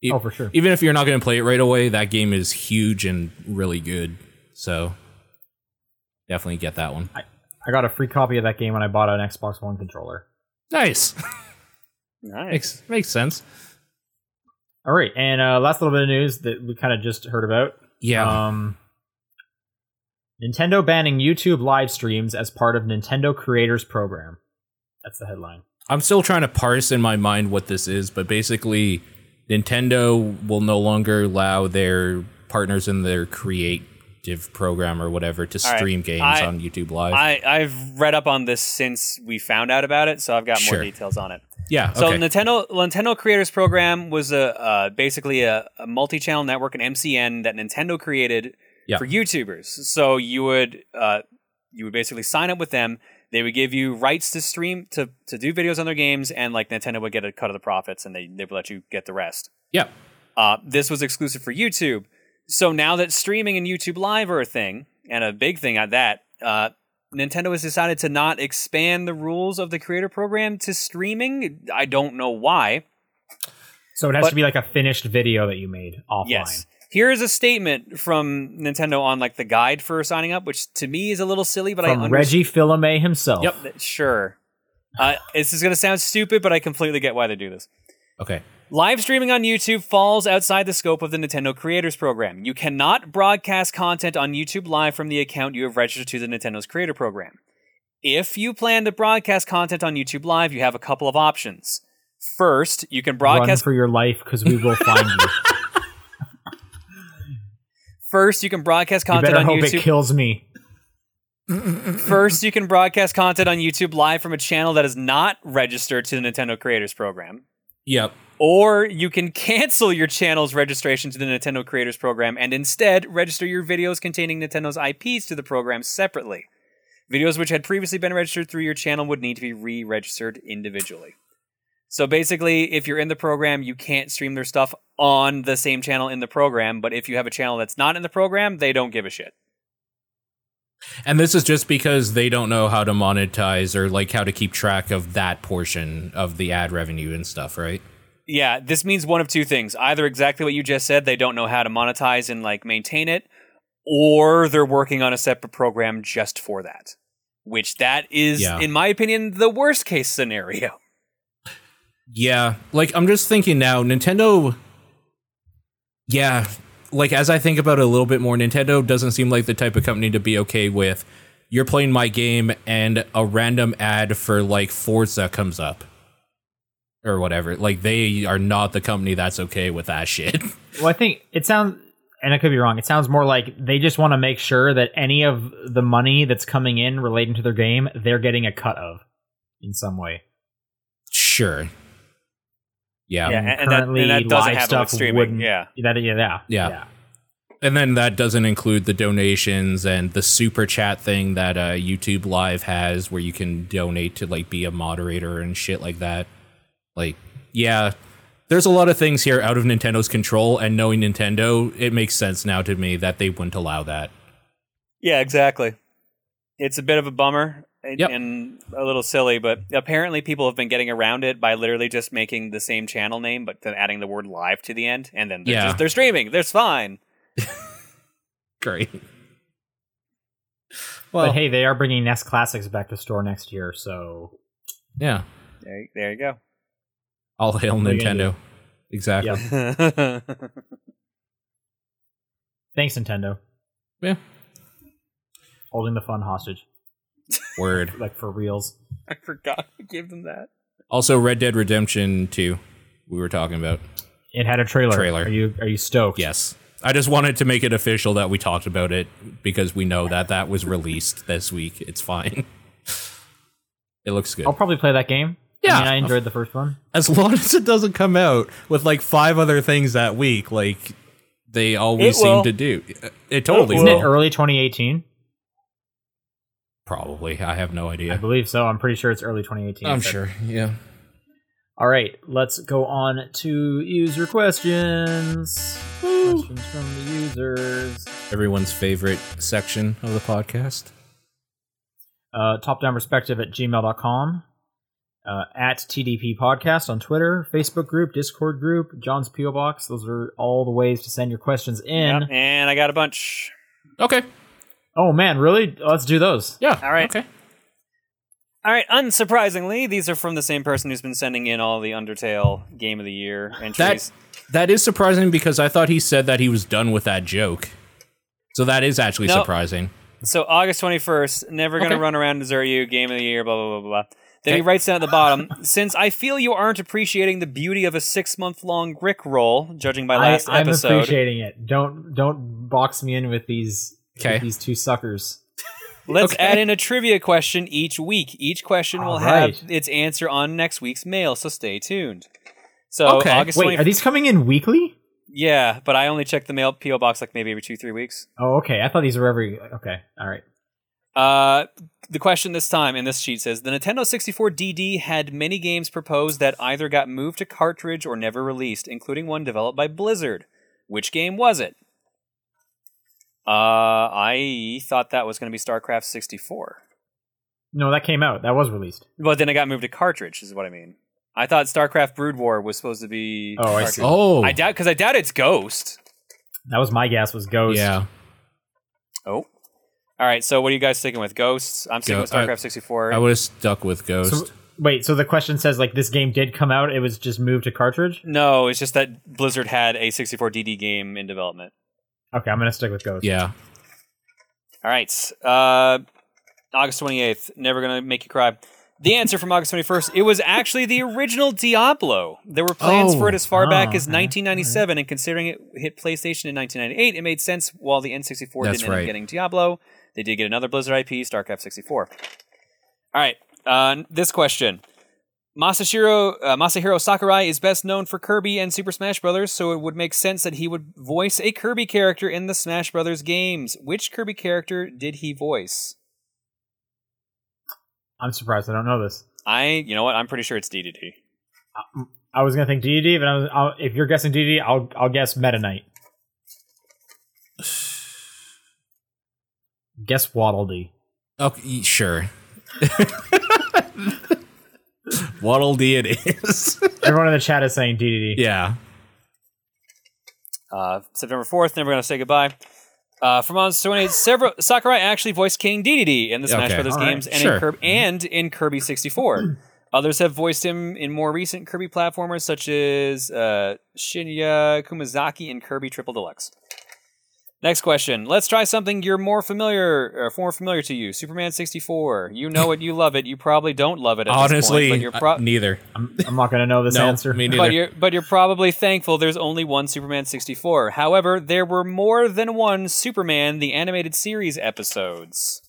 Speaker 1: E-
Speaker 3: Oh, for sure.
Speaker 1: Even if you're not going to play it right away, that game is huge and really good. So definitely get that one.
Speaker 3: I got a free copy of that game when I bought an Xbox One controller.
Speaker 1: Nice. <laughs>
Speaker 2: Nice.
Speaker 1: makes makes sense.
Speaker 3: All right, and uh, last little bit of news that we kind of just heard about.
Speaker 1: Yeah.
Speaker 3: Um, Nintendo banning YouTube live streams as part of Nintendo Creators Program. That's the headline.
Speaker 1: I'm still trying to parse in my mind what this is, but basically, Nintendo will no longer allow their partners in their creative program or whatever to
Speaker 2: All right.
Speaker 1: stream games
Speaker 2: I-
Speaker 1: on YouTube Live.
Speaker 2: I, I've read up on this since we found out about it, so I've got
Speaker 1: Sure.
Speaker 2: more details on it.
Speaker 1: yeah.
Speaker 2: So
Speaker 1: okay.
Speaker 2: Nintendo Nintendo Creators Program was a uh, basically a, a multi-channel network, an MCN that Nintendo created
Speaker 1: Yeah.
Speaker 2: for YouTubers. So you would uh, you would basically sign up with them. They would give you rights to stream to to do videos on their games, and like Nintendo would get a cut of the profits, and they they would let you get the rest.
Speaker 1: yeah.
Speaker 2: Uh, this was exclusive for YouTube. So now that streaming and YouTube Live are a thing, and a big thing at that, uh, Nintendo has decided to not expand the rules of the creator program to streaming. I don't know why.
Speaker 3: So it has
Speaker 2: But-
Speaker 3: to be like a finished video that you made offline.
Speaker 2: Yes. Here is a statement from Nintendo on like the guide for signing up, which to me is a little silly, but I
Speaker 3: From
Speaker 2: understand.
Speaker 3: Reggie Filame himself.
Speaker 2: Yep, th- sure. Uh, this is going to sound stupid, but I completely get why they do this.
Speaker 1: Okay.
Speaker 2: Live streaming on YouTube falls outside the scope of the Nintendo Creators Program. You cannot broadcast content on YouTube Live from the account you have registered to the Nintendo's Creator Program. If you plan to broadcast content on YouTube Live, you have a couple of options. First, you can
Speaker 3: Run
Speaker 2: broadcast
Speaker 3: for your life because we
Speaker 2: <laughs>
Speaker 3: will find you.
Speaker 2: first you can broadcast
Speaker 3: you
Speaker 2: content
Speaker 3: better
Speaker 2: on
Speaker 3: hope
Speaker 2: YouTube
Speaker 3: it kills me.
Speaker 2: First, you can broadcast content on YouTube Live from a channel that is not registered to the Nintendo Creators Program.
Speaker 1: Yep.
Speaker 2: Or you can cancel your channel's registration to the Nintendo Creators Program and instead register your videos containing Nintendo's IPs to the program separately. Videos which had previously been registered through your channel would need to be re registered individually. So basically, if you're in the program, you can't stream their stuff on the same channel in the program, but if you have a channel that's not in the program, they don't give a shit.
Speaker 1: And this is just because they don't know how to monetize or like how to keep track of that portion of the ad revenue and stuff, right?
Speaker 2: Yeah, this means one of two things. Either exactly what you just said, they don't know how to monetize and like maintain it, or they're working on a separate program just for that. Which that is
Speaker 1: Yeah.
Speaker 2: in my opinion the worst case scenario. <laughs>
Speaker 1: Yeah. Like I'm just thinking now, Nintendo Yeah, like as I think about it a little bit more, Nintendo doesn't seem like the type of company to be okay with you're playing my game and a random ad for like Forza comes up or whatever. Like they are not the company that's okay with that shit. <laughs>
Speaker 3: Well, I think it sounds, and I could be wrong. It sounds more like they just want to make sure that any of the money that's coming in relating to their game, they're getting a cut of, in some way.
Speaker 1: sure. Yeah.
Speaker 2: Yeah, and- and that-
Speaker 3: currently
Speaker 2: and that doesn't
Speaker 3: live
Speaker 2: happen
Speaker 3: stuff
Speaker 2: with streaming,
Speaker 3: wouldn't-
Speaker 2: yeah.
Speaker 3: that- yeah, yeah,
Speaker 1: Yeah. And then that doesn't include the donations and the super chat thing that uh, YouTube Live has, where you can donate to like be a moderator and shit like that. Like, yeah, there's a lot of things here out of Nintendo's control, and knowing Nintendo, it makes sense now to me that they wouldn't allow that.
Speaker 2: Yeah, exactly. It's a bit of a bummer and,
Speaker 1: Yep.
Speaker 2: and a little silly, but apparently people have been getting around it by literally just making the same channel name but then adding the word live to the end and then they're
Speaker 1: Yeah.
Speaker 2: just they're streaming. That's fine.
Speaker 1: Great.
Speaker 3: but hey, they are bringing NES Classics back to store next year, so
Speaker 1: Yeah,
Speaker 2: There, there you go.
Speaker 1: all hail
Speaker 3: What are you gonna
Speaker 1: Nintendo. Exactly.
Speaker 3: Yeah.
Speaker 1: Um,
Speaker 3: thanks Nintendo,
Speaker 1: Yeah.
Speaker 3: holding the fun hostage,
Speaker 1: Word.
Speaker 3: like for reals.
Speaker 2: <laughs> I forgot to give them that.
Speaker 1: Also, Red Dead Redemption 2, we were talking about.
Speaker 3: It had a trailer.
Speaker 1: Trailer.
Speaker 3: Are you are you stoked?
Speaker 1: Yes. I just wanted to make it official that we talked about it because we know that that was released this week. It's fine. <laughs> It looks good.
Speaker 3: I'll
Speaker 2: Oh.
Speaker 3: probably play that game.
Speaker 1: Yeah.
Speaker 3: I, mean, I enjoyed the first one.
Speaker 1: As long as it doesn't come out with like five other things that week, like they always
Speaker 2: It will.
Speaker 1: seem to do. It totally
Speaker 2: It
Speaker 3: Isn't
Speaker 1: will.
Speaker 3: it early 2018?
Speaker 1: Probably. I have no
Speaker 3: I
Speaker 1: idea.
Speaker 3: believe so. I'm pretty sure it's early 2018.
Speaker 1: I'm
Speaker 3: but-
Speaker 1: sure. Yeah.
Speaker 3: All right, let's go on to user questions. Questions from the users.
Speaker 1: Everyone's favorite section of the podcast.
Speaker 3: Uh, Top down perspective at gmail.com. Uh, at TDP Podcast on Twitter, Facebook group, Discord group, John's P.O. Box. Those are all the ways to send your questions in.
Speaker 2: Yep, and I got a bunch.
Speaker 1: Okay.
Speaker 3: Oh, man, really? Let's do those.
Speaker 1: Yeah.
Speaker 2: All right.
Speaker 1: Okay.
Speaker 2: All right, unsurprisingly, these are from the same person who's been sending in all the Undertale Game of the Year entries.
Speaker 1: That that is surprising because I thought he said that he was done with that joke. So that is actually
Speaker 2: No.
Speaker 1: surprising.
Speaker 2: So August 21st, never gonna
Speaker 1: Okay.
Speaker 2: run around desert you, game of the year, blah blah blah blah. blah. Then he
Speaker 1: Okay.
Speaker 2: writes down at the bottom, since I feel you aren't appreciating the beauty of a six month long Rick roll, judging by last
Speaker 3: I, am
Speaker 2: episode,
Speaker 3: appreciating it. Don't don't box me in with these with
Speaker 1: 'Kay.
Speaker 3: these two suckers.
Speaker 2: let's
Speaker 1: Okay.
Speaker 2: add in a trivia question each week. Each question will
Speaker 3: All right.
Speaker 2: have its answer on next week's mail, so stay tuned. So
Speaker 1: Okay.
Speaker 2: August
Speaker 3: Wait,
Speaker 2: 20-
Speaker 3: are these coming in weekly?
Speaker 2: yeah, but I only check the mail PO box like maybe every two three weeks.
Speaker 3: Oh, okay. I thought these were every. Okay, all right.
Speaker 2: Uh, the question this time in this sheet says the Nintendo 64 DD had many games proposed that either got moved to cartridge or never released, including one developed by Blizzard. Which game was it? Uh, I thought that was going to be StarCraft 64,
Speaker 3: No, that came out. That was released.
Speaker 2: but then it got moved to cartridge. Is what I mean. I thought StarCraft Brood War was supposed to be.
Speaker 3: Oh, I
Speaker 2: cartridge.
Speaker 3: see.
Speaker 1: Oh.
Speaker 2: I doubt because I doubt it's Ghost.
Speaker 3: That was my guess. Was Ghost.
Speaker 1: yeah.
Speaker 2: Oh. All right. So what are you guys sticking with? Ghosts. I'm sticking
Speaker 1: Go-
Speaker 2: with
Speaker 1: I-
Speaker 2: StarCraft 64.
Speaker 1: I would have stuck with Ghost.
Speaker 3: So, wait. So the question says like this game did come out. It was just moved to cartridge.
Speaker 2: No, it's just that Blizzard had a 64 DD game in development.
Speaker 3: Okay, I'm gonna stick with Ghost.
Speaker 1: yeah.
Speaker 2: All right. Uh, August 28th. Never going to make you cry. The answer from August 21st it was actually the original Diablo. There were plans
Speaker 1: Oh,
Speaker 2: for it as far back
Speaker 3: oh,
Speaker 2: as
Speaker 3: okay,
Speaker 2: 1997, and considering it hit PlayStation in 1998, it made sense while the N64
Speaker 1: That's
Speaker 2: didn't end
Speaker 1: right.
Speaker 2: up getting Diablo. They did get another Blizzard IP, StarCraft 64. All right. Uh, this question. Masahiro, uh, Masahiro Sakurai is best known for Kirby and Super Smash Bros., so it would make sense that he would voice a Kirby character in the Smash Bros. games. Which Kirby character did he voice?
Speaker 3: I'm surprised I don't know this.
Speaker 2: I, you know what? I'm pretty sure it's DDD.
Speaker 3: I was gonna think DDD, but I was, I'll, if you're guessing DDD, I'll I'll guess Meta Knight. <sighs> Guess Waddle Dee.
Speaker 1: Okay, Oh, sure. <laughs> Waddle Dee it is.
Speaker 3: Everyone in the chat is saying DDD.
Speaker 1: yeah.
Speaker 2: Uh, September 4th, never gonna say goodbye. Uh, from on Sony, several Sakurai actually voiced King DDD in the Smash
Speaker 1: Okay,
Speaker 2: Brothers
Speaker 3: all right,
Speaker 2: games and,
Speaker 1: sure.
Speaker 2: in Kirby, and in Kirby
Speaker 1: <clears throat>
Speaker 2: 64. Others have voiced him in more recent Kirby platformers such as uh, Shinya Kumazaki and Kirby Triple Deluxe. Next question. Let's try something you're more familiar or more familiar to you. Superman 64. You know it, you love it. You probably don't love it at
Speaker 1: Honestly,
Speaker 2: this point, but you're pro-
Speaker 1: I- neither.
Speaker 3: I'm, I'm not gonna know this
Speaker 1: <laughs> No,
Speaker 3: answer.
Speaker 1: me
Speaker 2: but
Speaker 1: neither.
Speaker 2: you're but you're probably thankful there's only one Superman 64. However, there were more than one Superman the animated series episodes.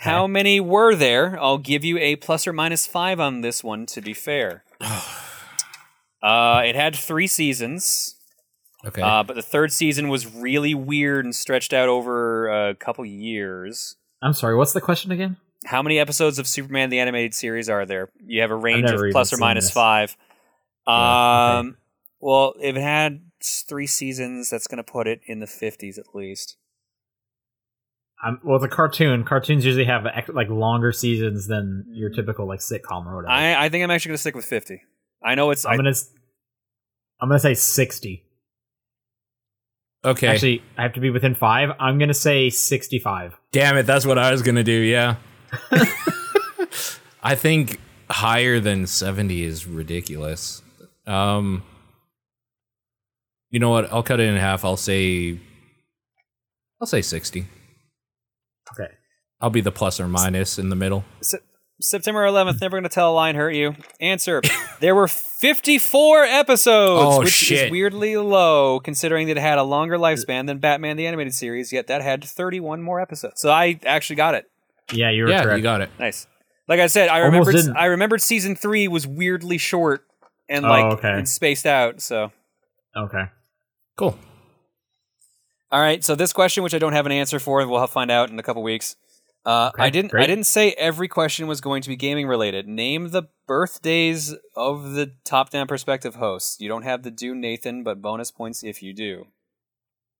Speaker 3: Okay.
Speaker 2: How many were there? I'll give you a plus or minus 5 on this one to
Speaker 1: <sighs>
Speaker 2: be fair. uh, it had 3 seasons.
Speaker 1: Okay.
Speaker 2: Uh, but the third season was really weird and stretched out over a couple years.
Speaker 3: I'm sorry. What's the question again?
Speaker 2: How many episodes of Superman the animated series are there? You have a range of
Speaker 3: never even
Speaker 2: plus or
Speaker 3: seen
Speaker 2: minus
Speaker 3: this.
Speaker 2: five.
Speaker 3: Yeah,
Speaker 2: Um, well, if it had s- three seasons, that's going to put it in the fifties at least.
Speaker 3: I'm, well, it's a cartoon. Cartoons usually have ex- like longer seasons than your typical like sitcom or whatever.
Speaker 2: I, I think I'm actually going to stick with fifty. I know it's.
Speaker 3: am
Speaker 2: I,
Speaker 3: gonna s- I'm gonna say sixty.
Speaker 1: okay.
Speaker 3: Actually, I have to be within five. I'm gonna say sixty-five.
Speaker 1: Damn it, that's what I was gonna do, yeah. I think higher than 70 is ridiculous. Um You know what? I'll cut it in half. I'll say I'll say 60.
Speaker 3: Okay.
Speaker 1: I'll be the plus or minus in the middle.
Speaker 2: Se- September 11th, never going to tell a line hurt you.
Speaker 3: <laughs>
Speaker 2: Answer: There were 54 episodes,
Speaker 1: Oh,
Speaker 2: which
Speaker 1: shit.
Speaker 2: is weirdly low considering that it had a longer lifespan than Batman the animated series. Yet that had 31 more episodes. So I actually got it.
Speaker 3: Yeah, you were
Speaker 1: yeah,
Speaker 3: correct.
Speaker 1: you got it.
Speaker 2: Nice. Like I said, I
Speaker 3: Almost
Speaker 2: remembered.
Speaker 3: didn't.
Speaker 2: I remembered season three was weirdly short and
Speaker 3: Oh,
Speaker 2: like
Speaker 3: okay.
Speaker 2: and spaced out. So
Speaker 3: okay.
Speaker 1: Cool.
Speaker 2: all right. So this question, which I don't have an answer for, we'll have- find out in a couple weeks. Uh,
Speaker 3: Okay,
Speaker 2: I didn't. I
Speaker 3: great.
Speaker 2: didn't say every question was going to be gaming related. Name the birthdays of the Top Down Perspective hosts. You don't have to do Nathan, but bonus points if you do.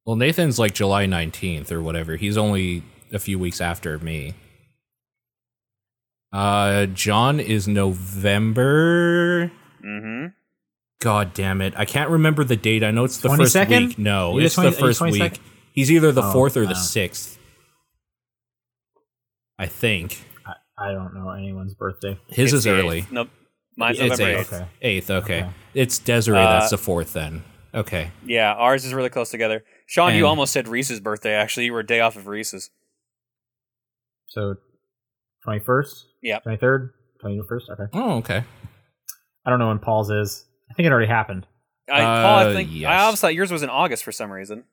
Speaker 1: Well, Nathan's like July 19th or whatever. He's only a few weeks after me. Uh, John is November.
Speaker 2: Mm-hmm.
Speaker 1: God damn it. I can't remember the date. I know it's the first
Speaker 3: 22nd?
Speaker 1: week. No,
Speaker 3: Are you
Speaker 1: it's
Speaker 3: the
Speaker 1: the
Speaker 3: 20 are you
Speaker 1: first
Speaker 3: 22nd?
Speaker 1: week. He's either the
Speaker 3: Oh,
Speaker 1: fourth or the
Speaker 3: wow.
Speaker 1: sixth. I think.
Speaker 3: I don't know anyone's birthday.
Speaker 1: His is early.
Speaker 2: No, mine's
Speaker 1: It's
Speaker 2: November
Speaker 1: eighth.
Speaker 2: eighth.
Speaker 1: Okay.
Speaker 3: Okay.
Speaker 1: Eighth, okay.
Speaker 3: Okay.
Speaker 1: It's Desiree
Speaker 2: Uh,
Speaker 1: that's the fourth then. Okay.
Speaker 2: Yeah, ours is really close together. Sean,
Speaker 1: And-
Speaker 2: you almost said Reese's birthday. Actually, you were a day off of Reese's.
Speaker 3: So, twenty first.
Speaker 2: Yep.
Speaker 3: Twenty third. Twenty first. Okay.
Speaker 1: Oh, okay.
Speaker 3: I don't know when Paul's is. I think it already happened.
Speaker 2: I, Paul,
Speaker 1: Uh,
Speaker 2: I think
Speaker 1: yes.
Speaker 2: I always thought yours was in August for some reason.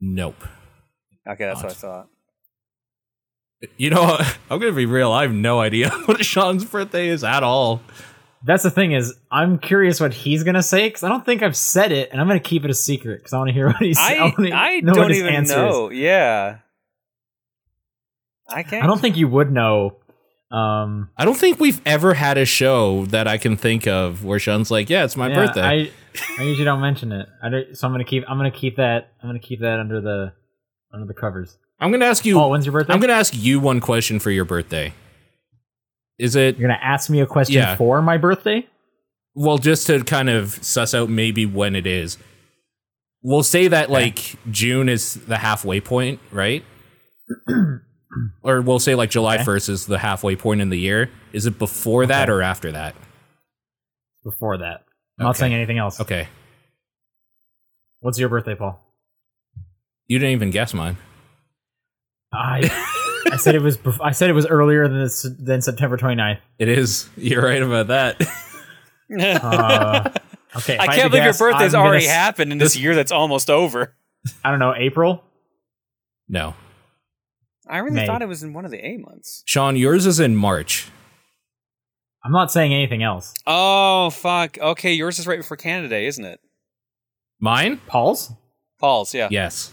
Speaker 1: Nope.
Speaker 2: Okay, that's what I
Speaker 1: Odd.
Speaker 2: thought.
Speaker 1: You know, <laughs> I'm gonna be real. I have no idea <laughs> what Sean's birthday is at all.
Speaker 3: That's the thing is, I'm curious what he's gonna say because I don't think I've said it, and I'm gonna keep it a secret because I want to hear <laughs> what he's.
Speaker 2: I
Speaker 3: wanna
Speaker 2: I
Speaker 3: know what
Speaker 2: don't
Speaker 3: his
Speaker 2: even
Speaker 3: answer is.
Speaker 2: know. Yeah, I can't. <laughs>
Speaker 3: I don't think you would know. Um,
Speaker 1: I don't think we've ever had a show that I can think of where Sean's like, "Yeah, it's my
Speaker 3: yeah,
Speaker 1: birthday."
Speaker 3: I, I usually don't mention it. I don't, so I'm gonna keep. I'm gonna keep that. I'm gonna keep that under the under the covers.
Speaker 1: I'm gonna ask you.
Speaker 3: Paul, when's your birthday?
Speaker 1: I'm gonna ask you one question for your birthday. Is it
Speaker 3: You're gonna ask me a question
Speaker 1: Yeah.
Speaker 3: for my birthday?
Speaker 1: well just to kind of suss out maybe when it is? We'll say that like June is the halfway point,
Speaker 3: <clears throat>
Speaker 1: right? or we'll say like July
Speaker 3: Okay.
Speaker 1: 1st is the halfway point in the year. Is it before that
Speaker 3: Okay.
Speaker 1: or after that?
Speaker 3: Before that, I'm not
Speaker 1: Okay.
Speaker 3: saying anything else.
Speaker 1: Okay.
Speaker 3: What's your birthday, Paul?
Speaker 1: You didn't even guess mine. <laughs>
Speaker 3: I I said it was bef- I said it was earlier than this, than September 29th.
Speaker 1: It is. <laughs> You're right about that. <laughs>
Speaker 3: <laughs> Uh, okay, if
Speaker 2: I
Speaker 3: had to
Speaker 2: can't believe
Speaker 3: guess,
Speaker 2: your birthday's
Speaker 3: I'm gonna
Speaker 2: already
Speaker 3: s-
Speaker 2: happened in this year that's almost over.
Speaker 3: I don't know April.
Speaker 1: no.
Speaker 2: I really
Speaker 3: May.
Speaker 2: thought it was in one of the A months.
Speaker 1: Sean, yours is in March.
Speaker 3: I'm not saying anything else.
Speaker 2: Oh fuck. Okay, yours is right before Canada Day, isn't it?
Speaker 1: Mine?
Speaker 3: Paul's
Speaker 2: Paul's, yeah.
Speaker 1: Yes.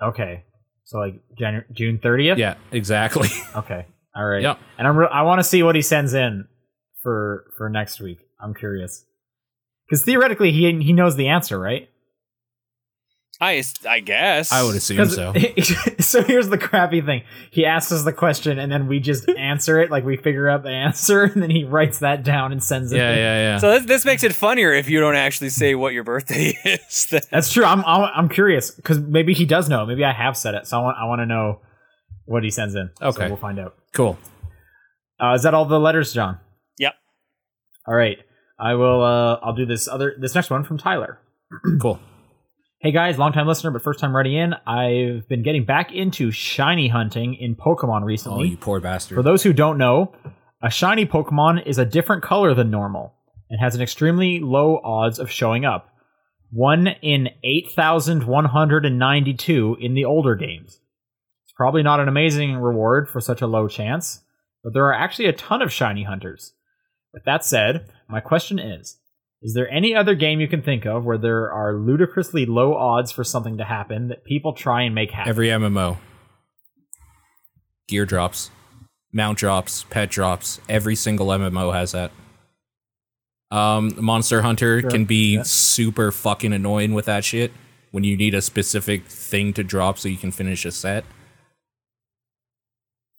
Speaker 3: okay. So like January, June 30th.
Speaker 1: Yeah, exactly. <laughs>
Speaker 3: Okay. All right.
Speaker 1: Yep.
Speaker 3: And I'm re- I want to see what he sends in for for next week. I'm curious because theoretically he he knows the answer, right?
Speaker 2: I I guess.
Speaker 1: I would assume so.
Speaker 3: <laughs> so here's the crappy thing. He asks us the question and then
Speaker 1: <laughs>
Speaker 3: we just answer it, like we figure out the answer, <laughs> and then he writes that down and sends it.
Speaker 1: Yeah,
Speaker 3: in.
Speaker 1: yeah, yeah.
Speaker 2: So this, this makes it funnier if you don't actually say what your birthday <laughs> is. Then.
Speaker 3: That's true. I'm I'm, I'm curious because maybe he does know. Maybe I have said it, so I want I want to know what he sends in. So
Speaker 1: Okay.
Speaker 3: we'll find out.
Speaker 1: cool.
Speaker 3: Uh, is that all the letters, John?
Speaker 2: Yep.
Speaker 3: All right. I will. Uh, I'll do this other this next one from Tyler. <clears throat>
Speaker 1: Cool.
Speaker 3: Hey guys, long time listener but first time writing in. I've been getting back into shiny hunting in Pokemon
Speaker 1: Oh,
Speaker 3: recently.
Speaker 1: you poor
Speaker 3: For
Speaker 1: bastard.
Speaker 3: those who don't know, a shiny Pokemon is a different color than normal and has an extremely low odds of showing up. One in 8,192 in the older games. It's probably not an amazing reward for such a low chance, but there are actually a ton of shiny hunters. With that said, my question is Is there any other game you can think of where there are ludicrously low odds for something to happen that people try and make happen?
Speaker 1: Every MMO. Gear drops, mount drops, pet drops. Every single MMO has that. Um, Monster Hunter
Speaker 3: Sure.
Speaker 1: can be
Speaker 3: Yeah.
Speaker 1: super fucking annoying with that shit when you need a specific thing to drop so you can finish a set.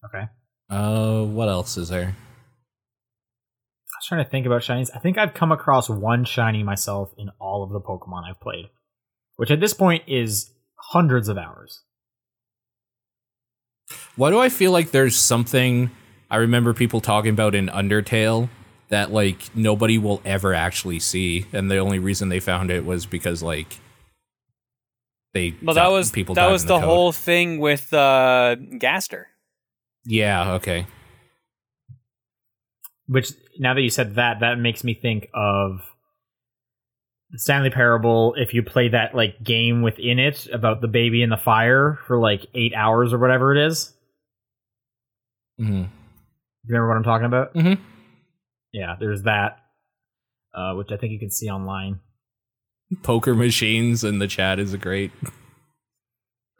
Speaker 3: okay.
Speaker 1: Uh, what else is there?
Speaker 3: I was trying to think about shinies. I think I've come across one shiny myself in all of the Pokemon I've played, which at this point is hundreds of hours.
Speaker 1: Why do I feel like there's something I remember people talking about in Undertale that like nobody will ever actually see, and the only reason they found it was because like they
Speaker 2: Well, that
Speaker 1: di-
Speaker 2: was
Speaker 1: people
Speaker 2: that
Speaker 1: died
Speaker 2: was
Speaker 1: in
Speaker 2: the,
Speaker 1: code.
Speaker 2: whole thing with uh, Gaster.
Speaker 1: yeah okay
Speaker 3: Which now that you said that, that makes me think of Stanley Parable. If you play that like game within it about the baby in the fire for like eight hours or whatever it is,
Speaker 1: hmm
Speaker 3: you remember what I'm talking about?
Speaker 1: Mhm.
Speaker 3: Yeah, there's that, uh, which I think you can see online.
Speaker 1: poker machines in the chat is a great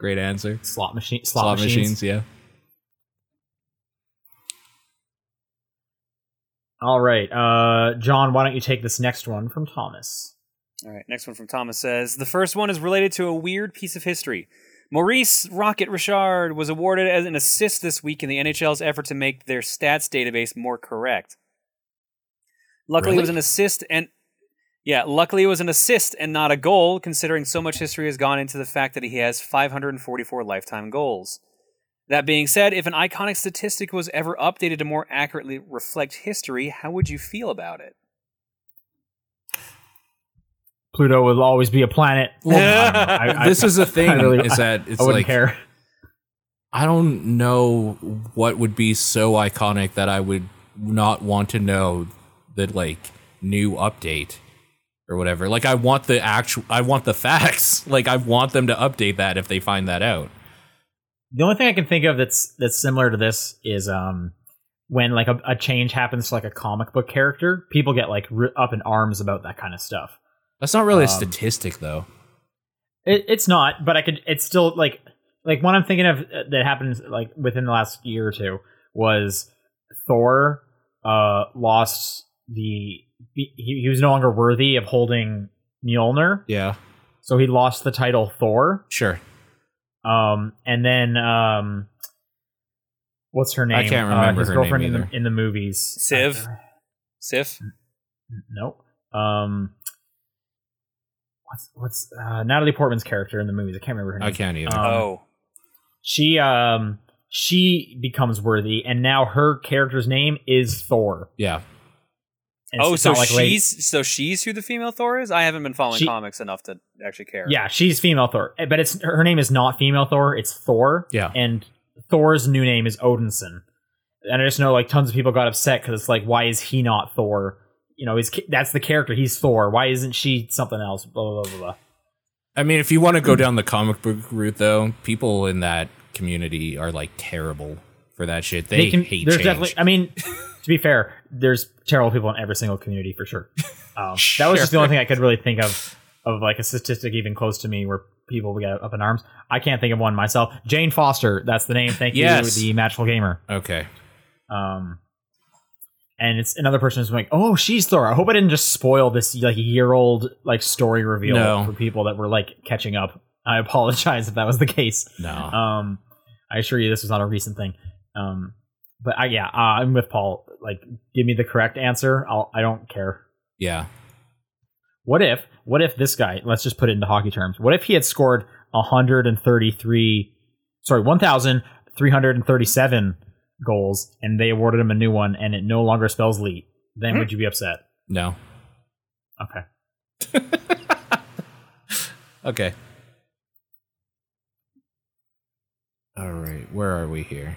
Speaker 1: great answer
Speaker 3: Slot machine, slot,
Speaker 1: slot,
Speaker 2: <laughs>
Speaker 1: machines
Speaker 3: machines.
Speaker 1: yeah
Speaker 3: All right, uh, John, why don't you take this next one from Thomas?
Speaker 2: All right, next one from Thomas says The first one is related to a weird piece of history. Maurice Rocket Richard was awarded as an assist this week in the NHL's effort to make their stats database more correct. Luckily, it was
Speaker 1: Really?
Speaker 2: an assist and. Yeah, luckily it was an assist and not a goal, considering so much history has gone into the fact that he has 544 lifetime goals. That being said, if an iconic statistic was ever updated to more accurately reflect history, how would you feel about it?
Speaker 3: Pluto will always be
Speaker 1: <laughs>
Speaker 3: a planet. I don't know. I- I-
Speaker 1: this is the thing
Speaker 3: I really-
Speaker 1: is that it's
Speaker 3: I wouldn't
Speaker 1: like
Speaker 3: care.
Speaker 1: I don't know what would be so iconic that I would not want to know the like new update or whatever. Like I want the actual I want the facts. <laughs> Like I want them to update that if they find that out.
Speaker 3: The only thing I can think of that's that's similar to this is um when like a, a change happens to like a comic book character, people get like r- up in arms about that kind of stuff.
Speaker 1: That's not really a
Speaker 3: Um,
Speaker 1: statistic though.
Speaker 3: It, it's not, but I could. It's still like like one I'm thinking of uh, that happened like within the last year or two was Thor uh lost the he, he was no longer worthy of holding Mjolnir,
Speaker 1: Yeah.
Speaker 3: so he lost the title Thor.
Speaker 1: Sure.
Speaker 3: Um, and then um, what's her name? Uh,
Speaker 1: I can't remember
Speaker 3: his
Speaker 1: her name
Speaker 3: girlfriend in,
Speaker 1: either.
Speaker 3: the, in the movies.
Speaker 2: Siv? Sif?
Speaker 3: Nope. Um, what's what's uh, Natalie Portman's character in the movies? I can't remember her name.
Speaker 1: I can't either.
Speaker 3: Um,
Speaker 2: oh.
Speaker 3: She um she becomes worthy, and now her character's name is Thor.
Speaker 1: yeah.
Speaker 3: And
Speaker 2: Oh,
Speaker 3: it's
Speaker 2: so
Speaker 3: not like late-
Speaker 2: she's so she's who the female Thor is. I haven't been following
Speaker 3: She-
Speaker 2: comics enough to actually care.
Speaker 3: yeah, she's female Thor, Eh, but it's her name is not female Thor. It's Thor.
Speaker 1: Yeah.
Speaker 3: and Thor's new name is Odinson. And I just know like tons of people got upset because it's like, why is he not Thor? You know, he's that's the character. He's Thor. Why isn't she something else? Blah blah blah blah. blah.
Speaker 1: I mean, if you want to
Speaker 3: mm.
Speaker 1: go down the comic book route though, people in that community are like terrible for that shit. They, hate
Speaker 3: there's
Speaker 1: change.
Speaker 3: definitely. I mean, to be fair, there's terrible people in every single community for sure. Um, That was just the only thing I could really think of of like a statistic even close to me where people would get up in arms. I can't think of one myself. Jane Foster, that's the name. Thank
Speaker 1: Yes.
Speaker 3: you, the magical gamer.
Speaker 1: okay.
Speaker 3: Um, and it's another person who's like, "Oh, she's Thor." I hope I didn't just spoil this like year old like story reveal
Speaker 1: No.
Speaker 3: for people that were like catching up. I apologize if that was the case.
Speaker 1: No.
Speaker 3: Um, I assure you, this was not a recent thing. Um, but I, yeah, uh, I'm with Paul. Like, give me the correct answer. I'll, I don't care.
Speaker 1: yeah.
Speaker 3: What if? What if this guy? Let's just put it into hockey terms. What if he had scored 133? Sorry, 1,337 goals, and they awarded him a new one, and it no longer spells Lee. Then would you be upset?
Speaker 1: No.
Speaker 3: Okay.
Speaker 1: Okay. All right, where are we here?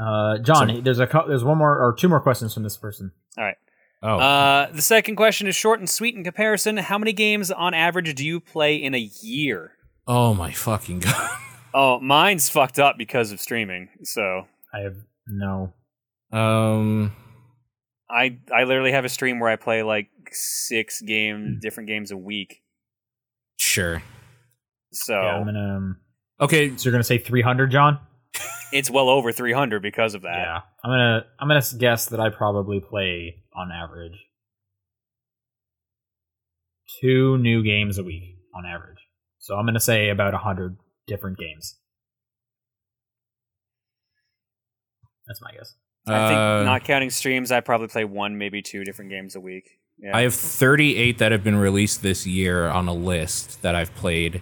Speaker 3: Uh, John, there's a cou- there's one more or two more questions from this person.
Speaker 2: All right.
Speaker 1: Oh,
Speaker 2: Uh, the second question is short and sweet in comparison. How many games on average do you play in a year?
Speaker 1: oh my fucking <laughs> god!
Speaker 2: Oh, mine's fucked up because of streaming. So
Speaker 3: I have no.
Speaker 1: Um,
Speaker 2: I I literally have a stream where I play like six
Speaker 3: Hmm.
Speaker 2: game different games a week.
Speaker 1: sure.
Speaker 2: So
Speaker 3: Yeah, I'm gonna. um,
Speaker 1: Okay,
Speaker 3: so you're gonna say 300, John?
Speaker 2: it's well over 300 because of that.
Speaker 3: Yeah, I'm gonna I'm gonna guess that I probably play on average two new games a week on average. So I'm gonna say about hundred different games. That's my guess.
Speaker 2: I think
Speaker 1: uh,
Speaker 2: not counting streams, I probably play one, maybe two different games a week. Yeah.
Speaker 1: I have 38 that have been released this year on a list that I've played,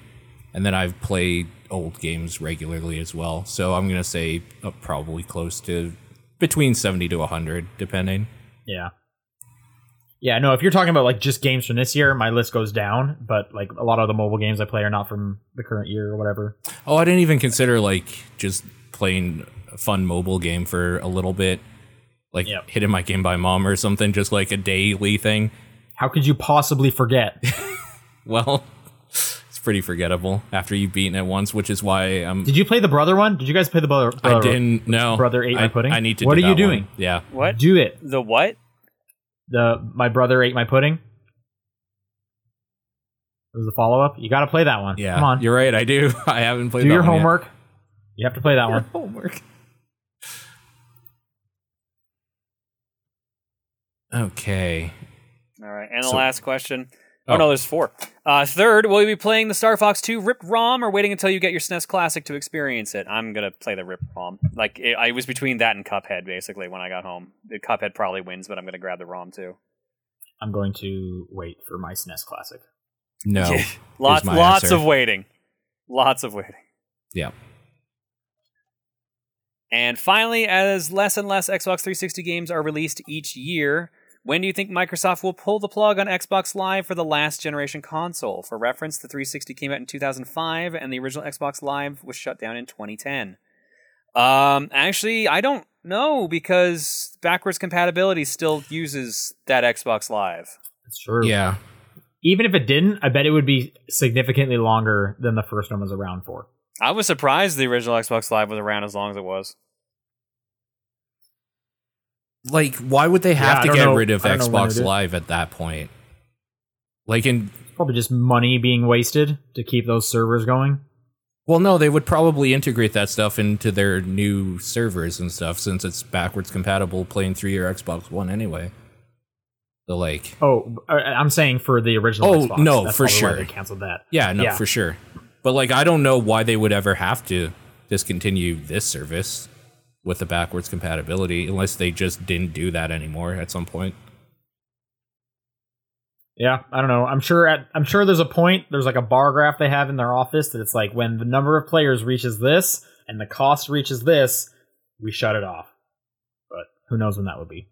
Speaker 1: and then I've played old games regularly as well. So I'm gonna say uh, probably close to between 70 to 100, depending.
Speaker 3: Yeah. Yeah, no, if you're talking about like just games from this year, my list goes down, but like a lot of the mobile games I play are not from the current year or whatever.
Speaker 1: Oh, I didn't even consider like just playing a fun mobile game for a little bit, like
Speaker 3: Yep.
Speaker 1: hitting my game by mom or something, just like a daily thing. <laughs>
Speaker 3: How could you possibly forget? <laughs>
Speaker 1: Well, it's pretty forgettable after you've beaten it once, which is why I'm.
Speaker 3: Did you play the brother one? Did you guys play the brother?
Speaker 1: I
Speaker 3: brother-
Speaker 1: didn't know.
Speaker 3: brother ate my
Speaker 1: I,
Speaker 3: pudding?
Speaker 1: I need to.
Speaker 3: What
Speaker 1: do
Speaker 3: are you
Speaker 1: that one.
Speaker 3: doing?
Speaker 1: Yeah,
Speaker 2: what?
Speaker 3: Do it.
Speaker 2: The what?
Speaker 3: the my brother ate my pudding. It was the follow up. You got to play that one.
Speaker 1: yeah.
Speaker 3: come on,
Speaker 1: You're right. I do. <laughs> I haven't played.
Speaker 3: do
Speaker 1: that
Speaker 3: your
Speaker 1: one yet.
Speaker 3: homework. You have to play <laughs> that one.
Speaker 1: Homework. Okay.
Speaker 2: All right, and the
Speaker 1: So-
Speaker 2: last question.
Speaker 1: Oh.
Speaker 2: Oh, no, there's four. Uh, third, will you be playing the Star Fox 2 Rip ROM or waiting until you get your SNES Classic to experience it? I'm gonna play the Rip ROM. Like it, I was between that and Cuphead basically when I got home. The Cuphead probably wins, but I'm gonna grab the ROM too.
Speaker 3: I'm going to wait for my SNES Classic. <laughs>
Speaker 1: No.
Speaker 2: Yeah. <laughs> Lots,
Speaker 1: my
Speaker 2: lots
Speaker 1: answer.
Speaker 2: of waiting, lots of waiting.
Speaker 1: Yeah.
Speaker 2: And finally, as less and less Xbox 360 games are released each year, when do you think Microsoft will pull the plug on Xbox Live for the last generation console? For reference, the 360 came out in 2005, and the original Xbox Live was shut down in 2010. Um, actually, I don't know because backwards compatibility still uses that Xbox Live.
Speaker 3: It's true.
Speaker 1: Yeah.
Speaker 3: Even if it didn't, I bet it would be significantly longer than the first one was around for.
Speaker 2: I was surprised the original Xbox Live was around as long as it was.
Speaker 1: Like, why would they
Speaker 3: Yeah,
Speaker 1: have
Speaker 3: I
Speaker 1: to
Speaker 3: don't
Speaker 1: get
Speaker 3: know-
Speaker 1: rid of
Speaker 3: I don't know when it
Speaker 1: Xbox
Speaker 3: is.
Speaker 1: Live at that point? Like, in
Speaker 3: Probably just money being wasted to keep those servers going.
Speaker 1: well, no, they would probably integrate that stuff into their new servers and stuff since it's backwards compatible playing through your Xbox One anyway. So, like,
Speaker 3: Oh, I- I'm saying for the original.
Speaker 1: Oh,
Speaker 3: Xbox.
Speaker 1: no,
Speaker 3: That's
Speaker 1: for
Speaker 3: probably why
Speaker 1: sure.
Speaker 3: they canceled that.
Speaker 1: yeah, no,
Speaker 3: Yeah.
Speaker 1: for sure. But like, I don't know why they would ever have to discontinue this service with the backwards compatibility unless they just didn't do that anymore at some point.
Speaker 3: Yeah, I don't know. I'm sure at I'm sure there's a point, there's like a bar graph they have in their office that it's like when the number of players reaches this and the cost reaches this, we shut it off. But who knows when that would be.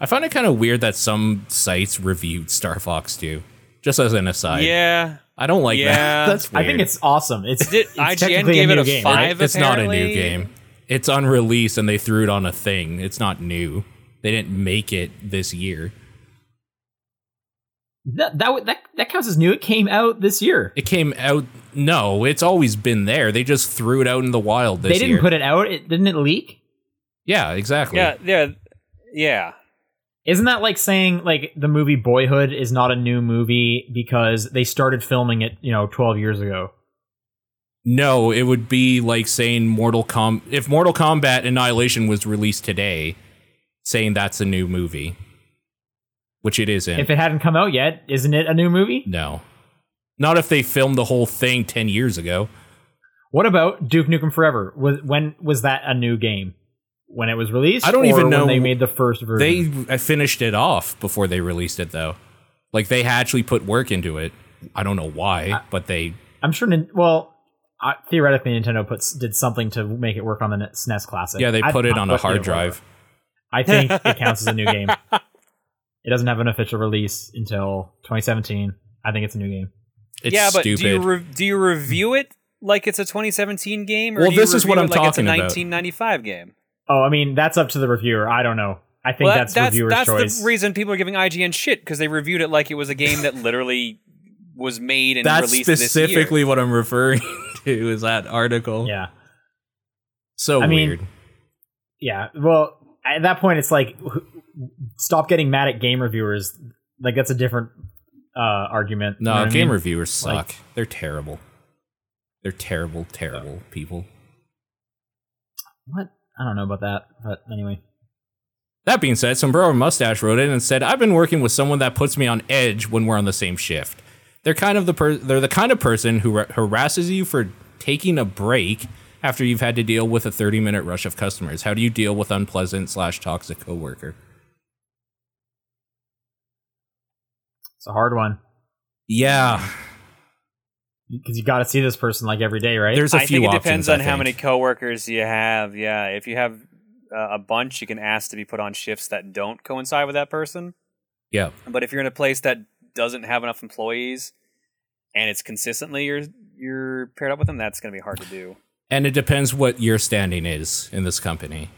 Speaker 1: I find it kind of weird that some sites reviewed Star Fox 2. Just as an aside,
Speaker 2: yeah,
Speaker 1: I don't like
Speaker 2: Yeah.
Speaker 1: <laughs> that. That's weird.
Speaker 3: I think it's awesome. It's,
Speaker 1: <laughs>
Speaker 2: Did-
Speaker 3: it's
Speaker 2: IGN
Speaker 3: technically
Speaker 2: gave
Speaker 3: a
Speaker 2: it
Speaker 3: new
Speaker 2: a
Speaker 3: game.
Speaker 1: It-
Speaker 2: five,
Speaker 1: It's not a new
Speaker 2: apparently.
Speaker 1: game. It's unreleased and they threw it on a thing. It's not new. They didn't make it this year.
Speaker 3: That, that would- that that counts as new. It came out this year.
Speaker 1: It came out. No, it's always been there. They just threw it out in the wild this
Speaker 3: they didn't
Speaker 1: year.
Speaker 3: put it out. It didn't it leak?
Speaker 1: yeah, exactly.
Speaker 2: yeah, yeah, yeah.
Speaker 3: Isn't that like saying like the movie Boyhood is not a new movie because they started filming it, you know, 12 years ago?
Speaker 1: No, it would be like saying Mortal Com if Mortal Kombat Annihilation was released today, saying that's a new movie, which it isn't.
Speaker 3: If it hadn't come out yet, isn't it a new movie?
Speaker 1: No. Not if they filmed the whole thing 10 years ago.
Speaker 3: What about Duke Nukem Forever? Was when was that a new game? When it was released?
Speaker 1: I don't
Speaker 3: or
Speaker 1: even
Speaker 3: when
Speaker 1: know-
Speaker 3: they made the first
Speaker 1: They
Speaker 3: version.
Speaker 1: uh, finished it off before they released it, though. Like, they actually put work into it. I don't know why, but they.
Speaker 3: I'm sure. Nin- Well, I, theoretically, Nintendo puts did something to make it work on the N- SNES Classic.
Speaker 1: Yeah, they
Speaker 3: I-
Speaker 1: put it
Speaker 3: I-
Speaker 1: on a
Speaker 3: but
Speaker 1: hard
Speaker 3: either way,
Speaker 1: drive.
Speaker 3: I
Speaker 1: <laughs>
Speaker 3: think it counts as a new game. It doesn't have an official release until 2017. I think it's a new game.
Speaker 1: It's
Speaker 2: yeah, but
Speaker 1: stupid.
Speaker 2: do you re- do you review it like it's a 2017 game, or
Speaker 1: Well,
Speaker 2: do you
Speaker 1: this is
Speaker 2: review
Speaker 1: what
Speaker 2: it
Speaker 1: I'm
Speaker 2: like
Speaker 1: talking about.
Speaker 2: It's a 1995 game.
Speaker 3: Oh, I mean, that's up to the reviewer. I don't know. I think
Speaker 2: well,
Speaker 3: that's,
Speaker 2: that's
Speaker 3: reviewer's
Speaker 2: that's
Speaker 3: choice.
Speaker 2: the reason people are giving IGN shit because they reviewed it like it was a game that literally was made and
Speaker 1: That's
Speaker 2: released
Speaker 1: specifically what I'm <laughs> referring to is that article.
Speaker 3: yeah.
Speaker 1: So
Speaker 3: I mean,
Speaker 1: weird.
Speaker 3: Yeah. Well, at that point, it's like stop getting mad at game reviewers. Like that's a different uh, argument.
Speaker 1: no,
Speaker 3: You know what I
Speaker 1: game
Speaker 3: mean?
Speaker 1: reviewers suck.
Speaker 3: Like-
Speaker 1: They're terrible. They're terrible, terrible people.
Speaker 3: What? I don't know about that, but anyway.
Speaker 1: That being said, Sombrero Mustache wrote in and said, "I've been working with someone that puts me on edge when we're on the same shift. They're kind of the per- they're the kind of person who har- harasses you for taking a break after you've had to deal with a 30 minute rush of customers. How do you deal with unpleasant slash toxic coworker?
Speaker 3: It's a hard one
Speaker 1: Yeah,
Speaker 3: because you got to see this person like every day, right?
Speaker 1: there's a
Speaker 2: I
Speaker 1: few
Speaker 2: think it
Speaker 1: options.
Speaker 2: depends
Speaker 1: I
Speaker 2: on how
Speaker 1: think.
Speaker 2: many coworkers you have. Yeah, if you have uh, a bunch, you can ask to be put on shifts that don't coincide with that person.
Speaker 1: Yeah,
Speaker 2: But if you're in a place that doesn't have enough employees and it's consistently you're you're paired up with them, that's going to be hard to do.
Speaker 1: and it depends what your standing is in this company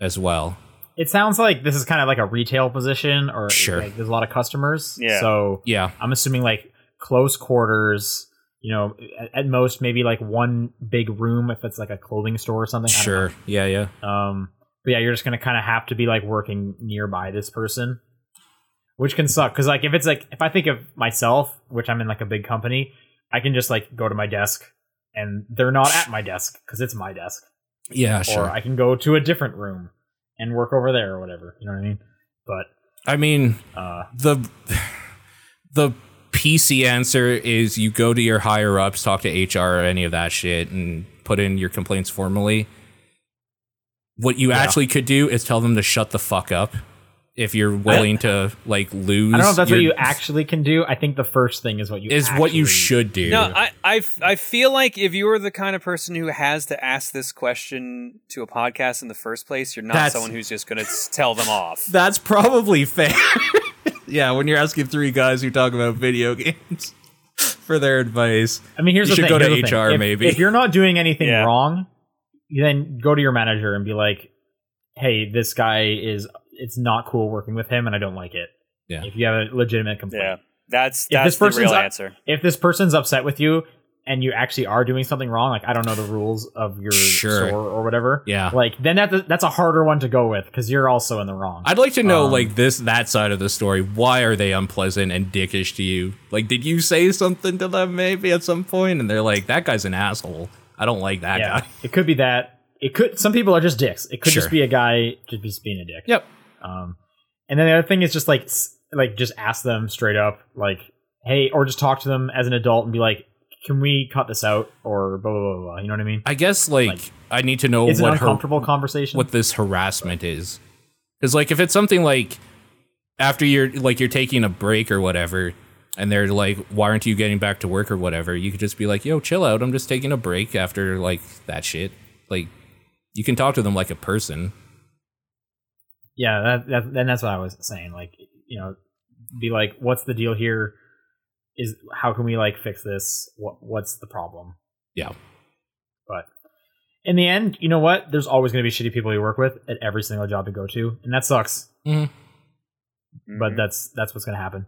Speaker 1: as well.
Speaker 3: it sounds like this is kind of like a retail position, or
Speaker 1: Sure.
Speaker 3: like, there's a lot of customers.
Speaker 2: Yeah.
Speaker 3: So
Speaker 1: Yeah,
Speaker 3: I'm assuming like close quarters. You know, at, at most maybe like one big room if it's like a clothing store or something. I don't know.
Speaker 1: sure. Yeah, yeah.
Speaker 3: Um, but yeah, you're just gonna kind of have to be like working nearby this person, which can suck. Because like if it's like if I think of myself, which I'm in like a big company, I can just like go to my desk, and they're not at my desk because it's my desk,
Speaker 1: Yeah, sure.
Speaker 3: or I can go to a different room, and work over there or whatever. You know what I mean? But
Speaker 1: I mean,
Speaker 3: uh,
Speaker 1: the the PC answer is you go to your higher ups, talk to HR or any of that shit, and put in your complaints formally. What you actually could do is tell them to shut the fuck up if you're willing to like lose.
Speaker 3: I don't know if that's
Speaker 1: your-
Speaker 3: what you actually can do. I think the first thing is what you
Speaker 1: is what you
Speaker 3: actually-
Speaker 1: should do.
Speaker 2: No, I, I, f- I feel like if you're the kind of person who has to ask this question to a podcast in the first place, you're not
Speaker 1: That's-
Speaker 2: someone who's just going to tell them
Speaker 3: <laughs>
Speaker 2: off.
Speaker 1: that's probably fair. <laughs> yeah, when you're asking three guys who talk about video games <laughs> for their advice.
Speaker 3: I mean, here's
Speaker 1: You
Speaker 3: the
Speaker 1: should
Speaker 3: thing.
Speaker 1: go to
Speaker 3: here's the thing.
Speaker 1: HR
Speaker 3: If-
Speaker 1: maybe.
Speaker 3: If you're not doing anything
Speaker 2: Yeah.
Speaker 3: wrong, you then go to your manager and be like, "Hey, this guy is. It's not cool working with him, and I don't like it."
Speaker 1: Yeah.
Speaker 3: If you have a legitimate complaint.
Speaker 2: Yeah, that's
Speaker 3: If
Speaker 2: that's
Speaker 3: this
Speaker 2: the
Speaker 3: person's
Speaker 2: real
Speaker 3: up-
Speaker 2: answer.
Speaker 3: If this person's upset with you and you actually are doing something wrong, like I don't know the rules of your
Speaker 1: Sure.
Speaker 3: store or whatever.
Speaker 1: Yeah.
Speaker 3: Like then that that's a harder one to go with because you're also in the wrong.
Speaker 1: I'd like to know
Speaker 3: Um,
Speaker 1: like this that side of the story. Why are they unpleasant and dickish to you? Like, did you say something to them maybe at some point? And they're like, "That guy's an asshole. I don't like that
Speaker 3: yeah.
Speaker 1: guy." <laughs>
Speaker 3: it could be that. It could. Some people are just dicks. It could
Speaker 1: Sure.
Speaker 3: just be a guy just just being a dick.
Speaker 1: Yep.
Speaker 3: Um, and then the other thing is just like s- like just ask them straight up like hey or just talk to them as an adult and be like can we cut this out or blah blah blah, blah. you know what I mean?
Speaker 1: I guess like,
Speaker 3: Like,
Speaker 1: I need to know
Speaker 3: it's an
Speaker 1: what her
Speaker 3: uncomfortable conversation.
Speaker 1: what this harassment is. Because like if it's something like after you're like you're taking a break or whatever, and they're like, "Why aren't you getting back to work or whatever?" You could just be like, "Yo, chill out. I'm just taking a break after like that shit." Like, you can talk to them like a person.
Speaker 3: yeah, that, that then that's what I was saying. Like you know, be like what's the deal here? Is how can we like fix this? What what's the problem?
Speaker 1: Yeah.
Speaker 3: But in the end, you know what? There's always going to be shitty people you work with at every single job you go to, and that sucks.
Speaker 1: Mhm.
Speaker 2: Mm-hmm.
Speaker 3: But that's that's what's going to happen.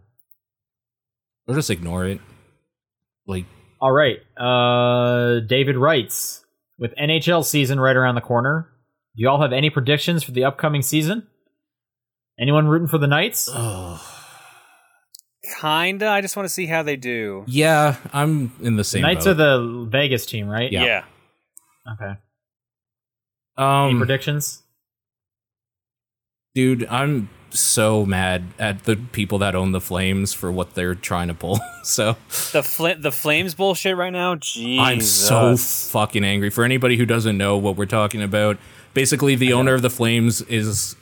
Speaker 1: Or just ignore it. Like,
Speaker 3: All right. Uh, David writes With NHL season right around the corner, do y'all have any predictions for the upcoming season? Anyone rooting for the Knights?
Speaker 2: kinda. I just want to see how they do.
Speaker 1: yeah, I'm in the
Speaker 3: The
Speaker 1: same.
Speaker 3: Knights
Speaker 1: boat.
Speaker 3: are the Vegas team, right?
Speaker 1: Yeah.
Speaker 3: Okay. Any
Speaker 1: um,
Speaker 3: predictions?
Speaker 1: dude. I'm so mad at the people that own the Flames for what they're trying to pull. <laughs> so
Speaker 2: The fl- the flames bullshit right now. Jesus.
Speaker 1: I'm so fucking angry. For anybody who doesn't know what we're talking about, basically the owner of the Flames is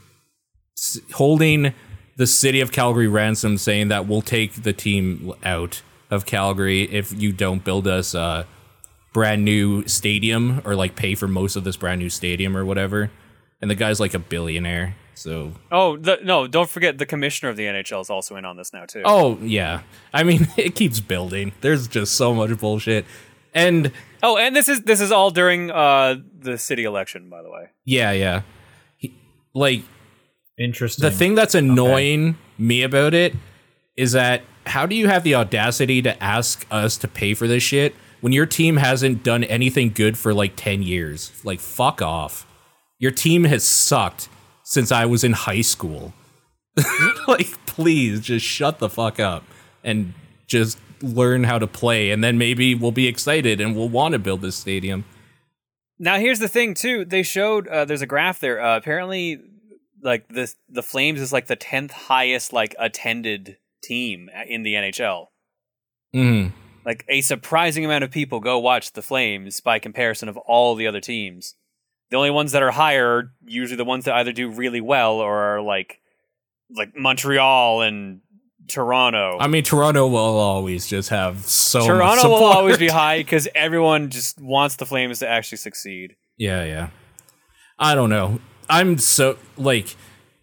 Speaker 1: s- holding the city of Calgary ransom, saying that we'll take the team out of Calgary if you don't build us a brand new stadium or like pay for most of this brand new stadium or whatever. And the guy's like a billionaire, so
Speaker 2: oh the, no! Don't forget the commissioner of the NHL is also in on this now too.
Speaker 1: oh yeah. I mean, <laughs> it keeps building. There's just so much bullshit, and
Speaker 2: Oh, and this is this is all during uh the city election, by the way.
Speaker 1: yeah, yeah, He- like
Speaker 3: Interesting.
Speaker 1: The thing that's annoying me about it is that how do you have the audacity to ask us to pay for this shit when your team hasn't done anything good for like 10 years? Like, fuck off. Your team has sucked since I was in high school. <laughs> like, please just shut the fuck up and just learn how to play, and then maybe we'll be excited and we'll want to build this stadium.
Speaker 2: Now here's the thing too. They showed uh, there's a graph there. Uh, apparently, like the the Flames is like the tenth highest like attended team in the NHL.
Speaker 1: Mm.
Speaker 2: Like a surprising amount of people go watch the Flames by comparison of all the other teams. The only ones that are higher are usually the ones that either do really well or are like like Montreal and Toronto.
Speaker 1: I mean, Toronto will always just have so much
Speaker 2: Toronto will
Speaker 1: Oh, support.
Speaker 2: always be high because everyone just wants the Flames to actually succeed.
Speaker 1: Yeah, yeah. I don't know. I'm so like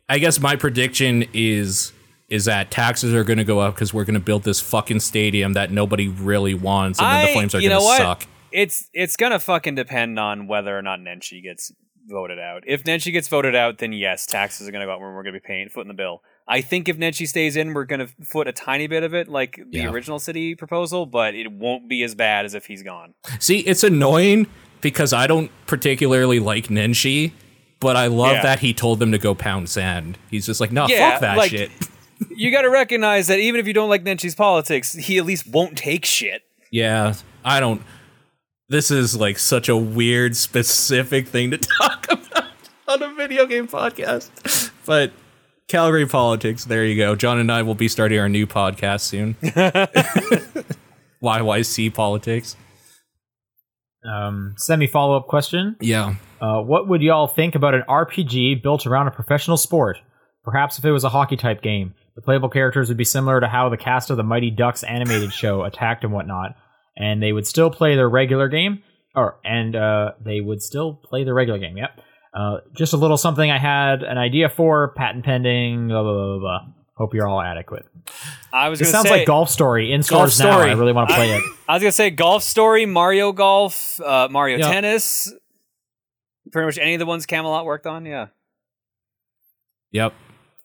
Speaker 1: I guess my prediction is is that taxes are going to go up cuz we're going to build this fucking stadium that nobody really wants and then
Speaker 2: I-
Speaker 1: the Flames are
Speaker 2: you
Speaker 1: going
Speaker 2: know
Speaker 1: to
Speaker 2: what?
Speaker 1: suck.
Speaker 2: It's it's gonna fucking depend on whether or not Nenshi gets voted out. If Nenshi gets voted out, then yes, taxes are gonna go up and we're gonna be paying foot in the bill. I think if Nenshi stays in, we're gonna foot a tiny bit of it, like the
Speaker 1: Yeah.
Speaker 2: original city proposal, but it won't be as bad as if he's gone.
Speaker 1: See, it's annoying because I don't particularly like Nenshi, but I love
Speaker 2: Yeah.
Speaker 1: that he told them to go pound sand. He's just like, "No,
Speaker 2: Yeah,
Speaker 1: fuck that
Speaker 2: like-
Speaker 1: shit."
Speaker 2: you gotta recognize that even if you don't like Nenshi's politics, he at least won't take shit.
Speaker 1: Yeah, I don't <laughs> This is like such a weird specific thing to talk about on a video game podcast. But Calgary politics. There you go. John and I will be starting our new podcast
Speaker 2: <laughs>
Speaker 1: soon. YYC politics.
Speaker 3: Um, semi follow up question.
Speaker 1: Yeah.
Speaker 3: Uh, what would y'all think about an RPG built around a professional sport? Perhaps if it was a hockey type game, the playable characters would be similar to how the cast of the Mighty Ducks animated show attacked and whatnot, and they would still play their regular game, or and uh, they would still play their regular game. Yep. Uh, just a little something I had an idea for, patent pending. Blah blah blah blah. blah. Hope you're all adequate.
Speaker 2: I was.
Speaker 3: This
Speaker 2: gonna
Speaker 3: sounds
Speaker 2: say,
Speaker 3: like Golf Story in
Speaker 1: Golf
Speaker 3: stores now.
Speaker 1: Story.
Speaker 3: I really want to play it.
Speaker 2: I was gonna say golf story, Mario Golf, uh, Mario
Speaker 1: Yeah.
Speaker 2: Tennis. Pretty much any of the ones Camelot worked on. Yeah,
Speaker 1: Yep.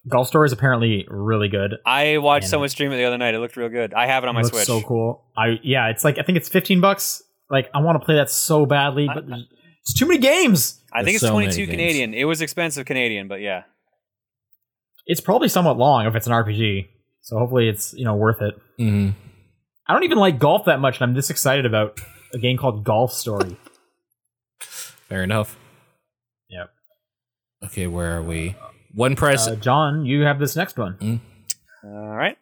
Speaker 3: Golf Story is apparently really good.
Speaker 2: I watched
Speaker 3: Yeah.
Speaker 2: someone stream it the other night. It looked real good. I have it on my
Speaker 3: looks
Speaker 2: Switch.
Speaker 3: so cool. I yeah, it's like I think it's fifteen bucks. Like I want to play that so badly, but there's it's too many games.
Speaker 2: I think
Speaker 1: There's
Speaker 2: it's
Speaker 1: so many
Speaker 2: 22
Speaker 1: games.
Speaker 2: Canadian. It was expensive Canadian, but yeah.
Speaker 3: It's probably somewhat long if it's an RPG. So hopefully it's you know worth it.
Speaker 1: hmm
Speaker 3: I don't even like golf that much, and I'm this excited about a game called
Speaker 2: <laughs>
Speaker 3: Golf Story.
Speaker 1: Fair enough.
Speaker 3: Yep.
Speaker 1: Okay, where are we? One press.
Speaker 3: Uh, John, you have this next one.
Speaker 2: All right.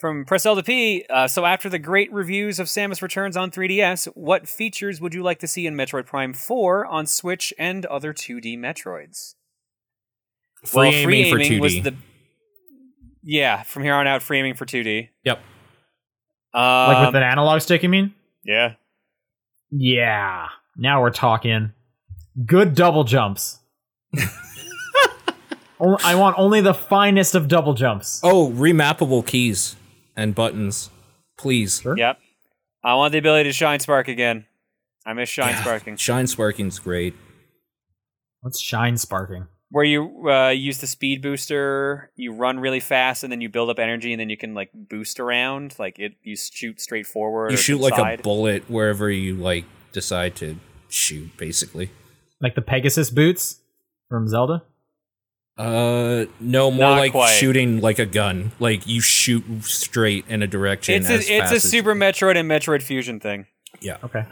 Speaker 2: From Press L to P. Uh, so after the great reviews of Samus Returns on 3DS, what features would you like to see in Metroid Prime 4 on Switch and other 2D Metroids?
Speaker 1: free
Speaker 2: well,
Speaker 1: aiming
Speaker 2: free
Speaker 1: for
Speaker 2: aiming
Speaker 1: 2D.
Speaker 2: was the yeah. From here on out, free aiming for 2D.
Speaker 1: yep.
Speaker 2: Um,
Speaker 3: Like with an analog stick, you mean?
Speaker 2: yeah.
Speaker 3: Yeah. Now we're talking. Good
Speaker 2: <laughs>
Speaker 3: double jumps. Only- I want only the finest of double jumps.
Speaker 1: Oh, remappable keys and buttons, please.
Speaker 3: Sure.
Speaker 2: Yep. I want the ability to shine spark again. I miss shine sparking.
Speaker 1: Shine sparking's great.
Speaker 3: What's shine sparking?
Speaker 2: where you uh, use the speed booster, you run really fast, and then you build up energy, and then you can like boost around. Like it, you shoot straight forward.
Speaker 1: You
Speaker 2: or to
Speaker 1: shoot
Speaker 2: the
Speaker 1: like
Speaker 2: side.
Speaker 1: a bullet wherever you like decide to shoot, basically.
Speaker 3: like the Pegasus boots from Zelda.
Speaker 1: Uh, no, more
Speaker 2: Not
Speaker 1: like
Speaker 2: quite.
Speaker 1: shooting like a gun. Like you shoot straight in a direction.
Speaker 2: It's
Speaker 1: as
Speaker 2: a, it's
Speaker 1: fast
Speaker 2: a
Speaker 1: as-
Speaker 2: Super Metroid and Metroid Fusion thing.
Speaker 3: Okay.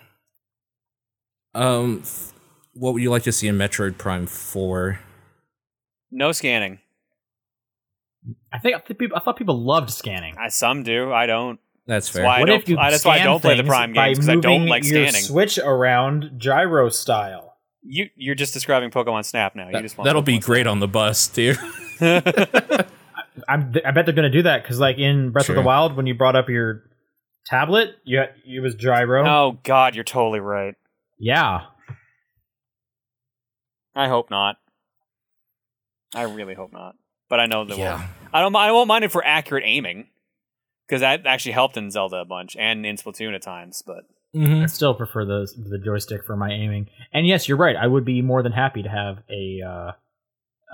Speaker 1: Um, f- what would you like to see in Metroid Prime Four?
Speaker 2: No scanning.
Speaker 3: I think I, think people, I thought people loved scanning.
Speaker 2: I, some do. I don't.
Speaker 1: That's fair.
Speaker 2: why- I don't- I- that's why I don't play the
Speaker 3: things
Speaker 2: Prime
Speaker 3: by
Speaker 2: games, 'cause I don't
Speaker 3: moving
Speaker 2: like
Speaker 3: your
Speaker 2: scanning.
Speaker 3: Switch around gyro style.
Speaker 2: You you're just describing Pokemon Snap now. You
Speaker 1: That,
Speaker 2: just want
Speaker 1: that'll
Speaker 2: Pokemon
Speaker 1: be
Speaker 2: Snap.
Speaker 1: great on the bus too. <laughs>
Speaker 3: I'm, I bet they're going to do that because, like in Breath of
Speaker 1: Sure.
Speaker 3: the Wild, when you brought up your tablet, you had, it was gyro.
Speaker 2: Oh God, you're totally right.
Speaker 3: Yeah,
Speaker 2: I hope not. I really hope not. But I know they will.
Speaker 1: yeah,
Speaker 2: I don't. mi- I won't mind it for accurate aiming, because that actually helped in Zelda a bunch and in Splatoon at times. But
Speaker 1: Mhm.
Speaker 3: I still prefer the the joystick for my aiming. And yes, you're right. I would be more than happy to have a uh,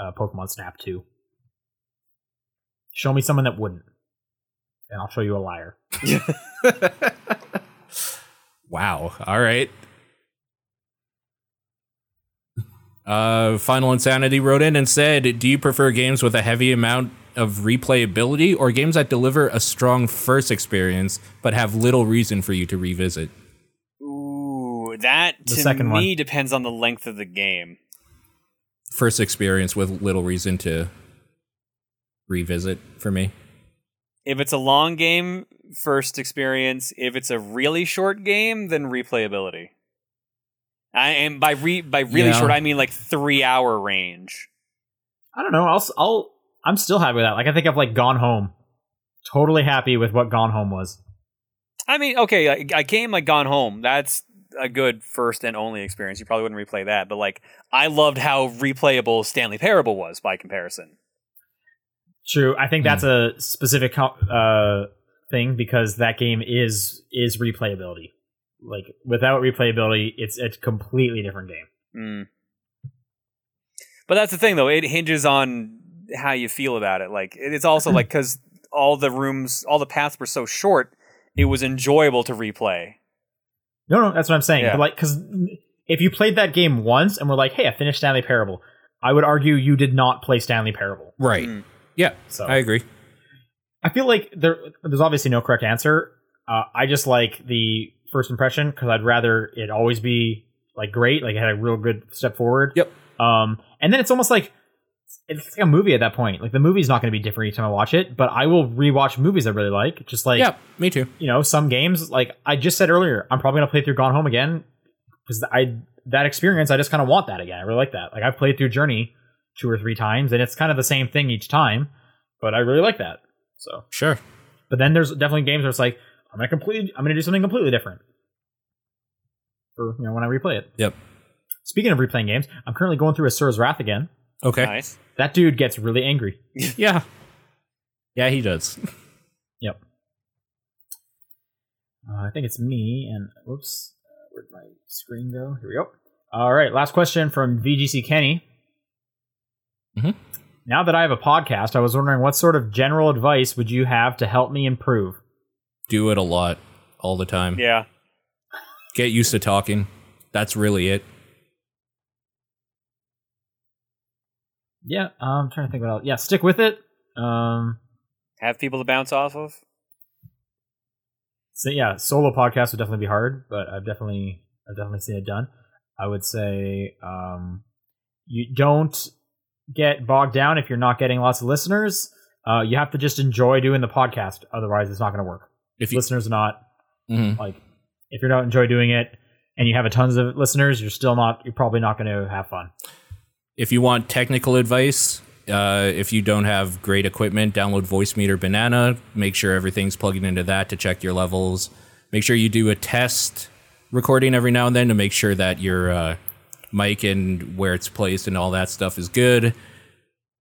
Speaker 3: uh, Pokemon Snap too. Show me someone that wouldn't, and I'll show you a liar.
Speaker 1: wow. All right. Uh, Final Insanity wrote in and said, "Do you prefer games with a heavy amount of replayability, or games that deliver a strong first experience but have little reason for you to revisit?"
Speaker 2: Ooh, that
Speaker 3: The
Speaker 2: to
Speaker 3: second
Speaker 2: me depends on the length of the game.
Speaker 1: First experience with little reason to revisit for me.
Speaker 2: If it's a long game, first experience. If it's a really short game, then replayability. I, and by re, by really
Speaker 1: Yeah.
Speaker 2: short, I mean like three hour range.
Speaker 3: I don't know. I'll, s- I'll I'm still happy with that. Like I think I've like gone home, totally happy with what Gone Home was.
Speaker 2: I mean, okay, I, I came like Gone Home. That's a good first and only experience. You probably wouldn't replay that, but like I loved how replayable Stanley Parable was by comparison.
Speaker 3: True. I think that's a specific co- uh, thing because that game is is replayability. Like without replayability, it's a completely different game.
Speaker 2: Mm. But that's the thing, though. It hinges on how you feel about it. Like it- it's also like because all the rooms, all the paths were so short, it was enjoyable to replay.
Speaker 3: No, no, that's what I'm saying.
Speaker 2: Yeah.
Speaker 3: But like, because if you played that game once and were like, "Hey, I finished Stanley Parable," I would argue you did not play Stanley Parable.
Speaker 1: Right.
Speaker 2: Mm.
Speaker 1: Yeah,
Speaker 3: So
Speaker 1: I agree.
Speaker 3: I feel like there, there's obviously no correct answer. Uh, I just like the first impression because I'd rather it always be like great, like it had a real good step forward.
Speaker 1: Yep.
Speaker 3: Um, and then it's almost like it's like a movie at that point. Like the movie's not going to be different each time I watch it, but I will rewatch movies I really like. Just like
Speaker 1: yeah, me too.
Speaker 3: you know, some games like I just said earlier, I'm probably gonna play through Gone Home again because I that experience I just kind of want that again. I really like that. Like I've played through Journey two or three times, and it's kind of the same thing each time, but I really like that. So,
Speaker 1: Sure.
Speaker 3: but then there's definitely games where it's like I'm gonna complete, I'm gonna do something completely different for you know when I replay it.
Speaker 1: Yep.
Speaker 3: Speaking of replaying games, I'm currently going through Asura's Wrath again.
Speaker 1: Okay.
Speaker 2: Nice.
Speaker 3: That dude gets really angry.
Speaker 1: Yeah. <laughs> Yeah, he does.
Speaker 3: Yep. Uh, I think it's me and whoops, uh, where'd my screen go? Here we go. All right, last question from VGC Kenny.
Speaker 1: Mhm.
Speaker 3: Now that I have a podcast, I was wondering what sort of general advice would you have to help me improve?
Speaker 1: Do it a lot, all the time.
Speaker 2: Yeah.
Speaker 1: Get used to talking. That's really it.
Speaker 3: Yeah, I'm trying to think what else. Yeah, stick with it. Um,
Speaker 2: Have people to bounce off of.
Speaker 3: so yeah, solo podcast would definitely be hard, but I've definitely I've definitely seen it done. I would say um, you don't get bogged down if you're not getting lots of listeners. Uh, you have to just enjoy doing the podcast, otherwise it's not going to work.
Speaker 1: If you
Speaker 3: listeners are not
Speaker 1: Mhm.
Speaker 3: like if you don't enjoy doing it and you have a tons of listeners, you're still not you're probably not going to have fun.
Speaker 1: if you want technical advice, uh, if you don't have great equipment, download Voice Meter Banana. Make sure everything's plugging into that to check your levels. Make sure you do a test recording every now and then to make sure that your uh, mic and where it's placed and all that stuff is good.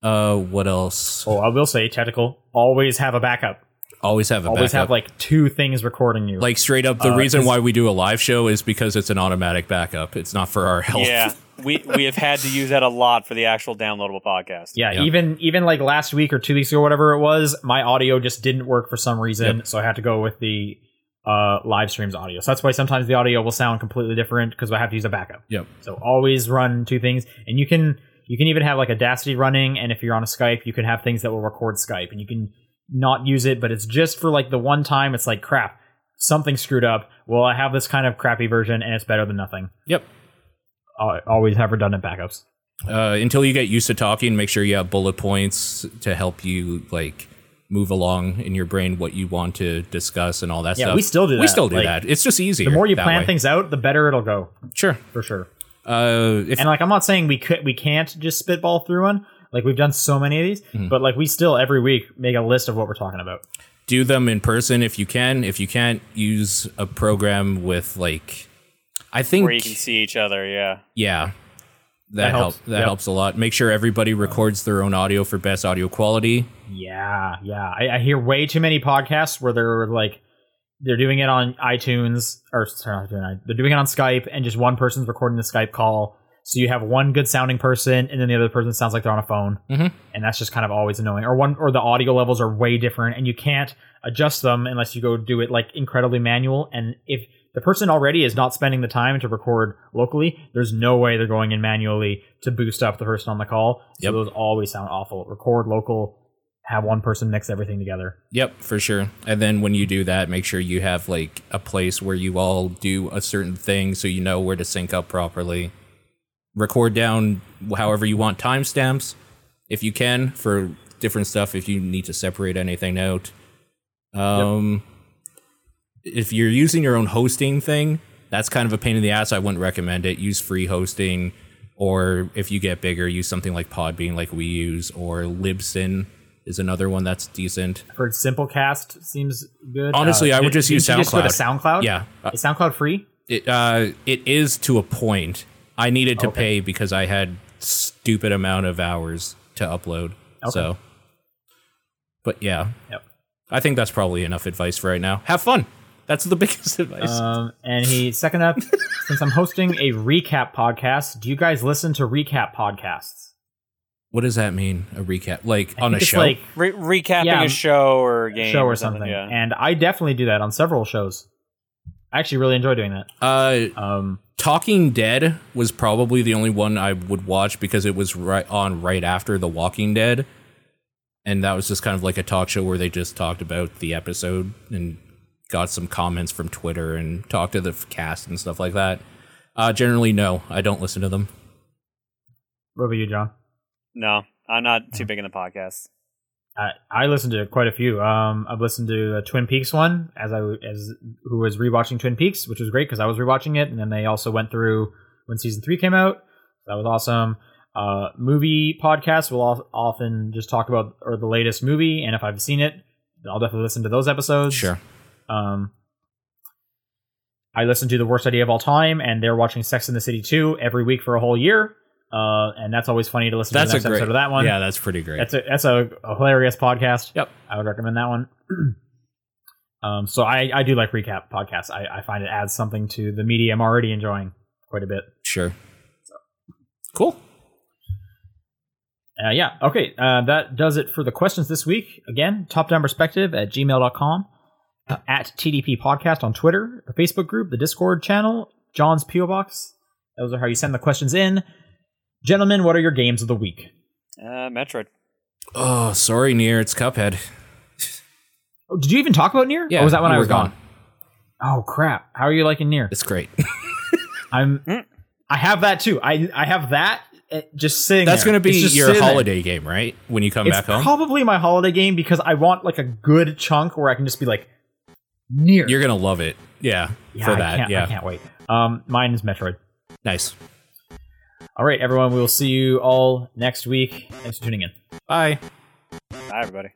Speaker 1: Uh, what else?
Speaker 3: Well, Oh, I will say technical always have a backup.
Speaker 1: Always have a
Speaker 3: Always
Speaker 1: backup.
Speaker 3: have like two things recording you.
Speaker 1: Like straight up, the
Speaker 3: Uh,
Speaker 1: reason
Speaker 3: is-
Speaker 1: why we do a live show is because it's an automatic backup. It's not for our <laughs> health.
Speaker 2: Yeah. we we have had to use that a lot for the actual downloadable podcast.
Speaker 3: Yeah,
Speaker 1: Yeah.
Speaker 3: even even like last week or two weeks ago, whatever it was, my audio just didn't work for some reason, so I had to go with the uh, live streams audio. So that's why sometimes the audio will sound completely different because I have to use a backup.
Speaker 1: Yep.
Speaker 3: So always run two things, and you can you can even have like Audacity running, and if you're on a Skype, you can have things that will record Skype, and you can not use it, but it's just for like the one time. It's like crap, something screwed up. Well, I have this kind of crappy version, and it's better than nothing.
Speaker 1: Yep.
Speaker 3: Al- Always have redundant backups.
Speaker 1: uh, until you get used to talking make sure you have bullet points to help you like move along in your brain what you want to discuss and all that
Speaker 3: Yeah,
Speaker 1: stuff
Speaker 3: we still do
Speaker 1: we
Speaker 3: that.
Speaker 1: still do
Speaker 3: Like,
Speaker 1: that it's just easier
Speaker 3: The more you
Speaker 1: that
Speaker 3: plan
Speaker 1: way.
Speaker 3: things out, the better it'll go.
Speaker 1: sure
Speaker 3: for sure.
Speaker 1: uh if
Speaker 3: And like, I'm not saying we could, we can't just spitball through one. Like we've done so many of these, but like we still every week make a list of what we're talking about.
Speaker 1: do them in person if you can if you can't use a program with like i think
Speaker 2: Where you can see each other. Yeah.
Speaker 1: Yeah. That, helps.
Speaker 3: helps.
Speaker 1: That
Speaker 3: Yep.
Speaker 1: helps a lot. Make sure everybody records their own audio for best audio quality.
Speaker 3: Yeah, yeah. I, I hear way too many podcasts where they're like they're doing it on iTunes or sorry, not doing it, they're doing it on Skype, and just one person's recording the Skype call. So you have one good sounding person, and then the other person sounds like they're on a phone,
Speaker 1: Mhm.
Speaker 3: and that's just kind of always annoying. Or one or the audio levels are way different, and you can't adjust them unless you go do it like incredibly manual. And if the person already is not spending the time to record locally, there's no way they're going in manually to boost up the person on the call. So
Speaker 1: Yep.
Speaker 3: those always sound awful. Record local, have one person mix everything together.
Speaker 1: Yep, for sure. And then when you do that, make sure you have like a place where you all do a certain thing so you know where to sync up properly. Record down however you want timestamps if you can for different stuff if you need to separate anything out. Um if you're using your own hosting thing, that's kind of a pain in the ass. I wouldn't recommend it. Use free hosting or if you get bigger, use something like Podbean like we use or Libsyn is another one that's decent.
Speaker 3: I've heard Simplecast seems good.
Speaker 1: Honestly, I would
Speaker 3: did-
Speaker 1: just
Speaker 3: did
Speaker 1: use
Speaker 3: you Just go to
Speaker 1: SoundCloud.
Speaker 3: SoundCloud.
Speaker 1: Yeah. Uh,
Speaker 3: is SoundCloud free?
Speaker 1: It uh it is to a point. I needed to pay
Speaker 3: Okay.
Speaker 1: because I had stupid amount of hours to upload. So But yeah.
Speaker 3: Yep.
Speaker 1: I think that's probably enough advice for right now. Have fun. That's the <laughs> biggest advice.
Speaker 3: Um, and he
Speaker 1: <laughs>
Speaker 3: second up. since I'm hosting a recap podcast, do you guys listen to recap podcasts?
Speaker 1: what does that mean? A recap like
Speaker 3: I
Speaker 1: on
Speaker 3: think
Speaker 1: a
Speaker 3: it's
Speaker 1: show?
Speaker 3: Like
Speaker 2: Re- recapping
Speaker 3: Yeah,
Speaker 2: a show or a game
Speaker 3: show
Speaker 2: or
Speaker 3: or
Speaker 2: something.
Speaker 3: something.
Speaker 2: Yeah.
Speaker 3: And I definitely do that on several shows. I actually really enjoy doing that.
Speaker 1: uh
Speaker 3: Um,
Speaker 1: Talking Dead was probably the only one I would watch because it was right on right after The Walking Dead. And that was just kind of like a talk show where they just talked about the episode and got some comments from Twitter and talked to the f- cast and stuff like that. Uh, generally, no, I don't listen to them.
Speaker 3: what about you, John?
Speaker 2: No, I'm not too big in the podcast.
Speaker 3: I, I listened to quite a few. Um, I've listened to a Twin Peaks one as I w- as who was rewatching Twin Peaks, which was great because I was rewatching it, and then they also went through when season three came out. That was awesome. Uh, movie podcasts will al- often just talk about or the latest movie, and if I've seen it, I'll definitely listen to those episodes.
Speaker 1: Sure.
Speaker 3: Um, I listened to the worst idea of all time, and they're watching Sex in the City two every week for a whole year, uh, and that's always funny to listen
Speaker 1: That's
Speaker 3: to
Speaker 1: a
Speaker 3: the next
Speaker 1: great
Speaker 3: episode of that one.
Speaker 1: Yeah, that's pretty great.
Speaker 3: That's a that's a, a hilarious podcast.
Speaker 1: Yep.
Speaker 3: I would recommend that one. <clears throat> um, so I I do like recap podcasts. I I find it adds something to the media I'm already enjoying quite a bit.
Speaker 1: sure. Cool.
Speaker 3: Uh, yeah. Okay. Uh, that does it for the questions this week. Again, topdown perspective at gmail.com, uh, at TDP podcast on Twitter, the Facebook group, the Discord channel, John's P.O. box. Those are how you send the questions in. Gentlemen, what are your games of the week?
Speaker 2: Uh, Metroid.
Speaker 1: Oh, sorry, near it's Cuphead.
Speaker 3: Oh, did you even talk about Near?
Speaker 1: Yeah,
Speaker 3: Or was that when
Speaker 1: you
Speaker 3: I
Speaker 1: were
Speaker 3: was gone?
Speaker 1: gone.
Speaker 3: Oh, crap. How are you liking Near?
Speaker 1: It's great.
Speaker 3: I'm.
Speaker 2: Mm.
Speaker 3: I have that too. I I have that uh, just sitting.
Speaker 1: That's
Speaker 3: there.
Speaker 1: going to be
Speaker 3: It's just
Speaker 1: your
Speaker 3: sitting there.
Speaker 1: holiday game, right? When you come
Speaker 3: It's
Speaker 1: back home,
Speaker 3: probably my holiday game because I want like a good chunk where I can just be like near.
Speaker 1: you're going to love it. Yeah,
Speaker 3: yeah,
Speaker 1: for
Speaker 3: I
Speaker 1: that.
Speaker 3: can't, I
Speaker 1: Yeah,
Speaker 3: can't wait. Um, mine is Metroid.
Speaker 1: nice.
Speaker 3: All right, everyone. We will see you all next week. Thanks for tuning in.
Speaker 1: Bye.
Speaker 2: Bye, everybody.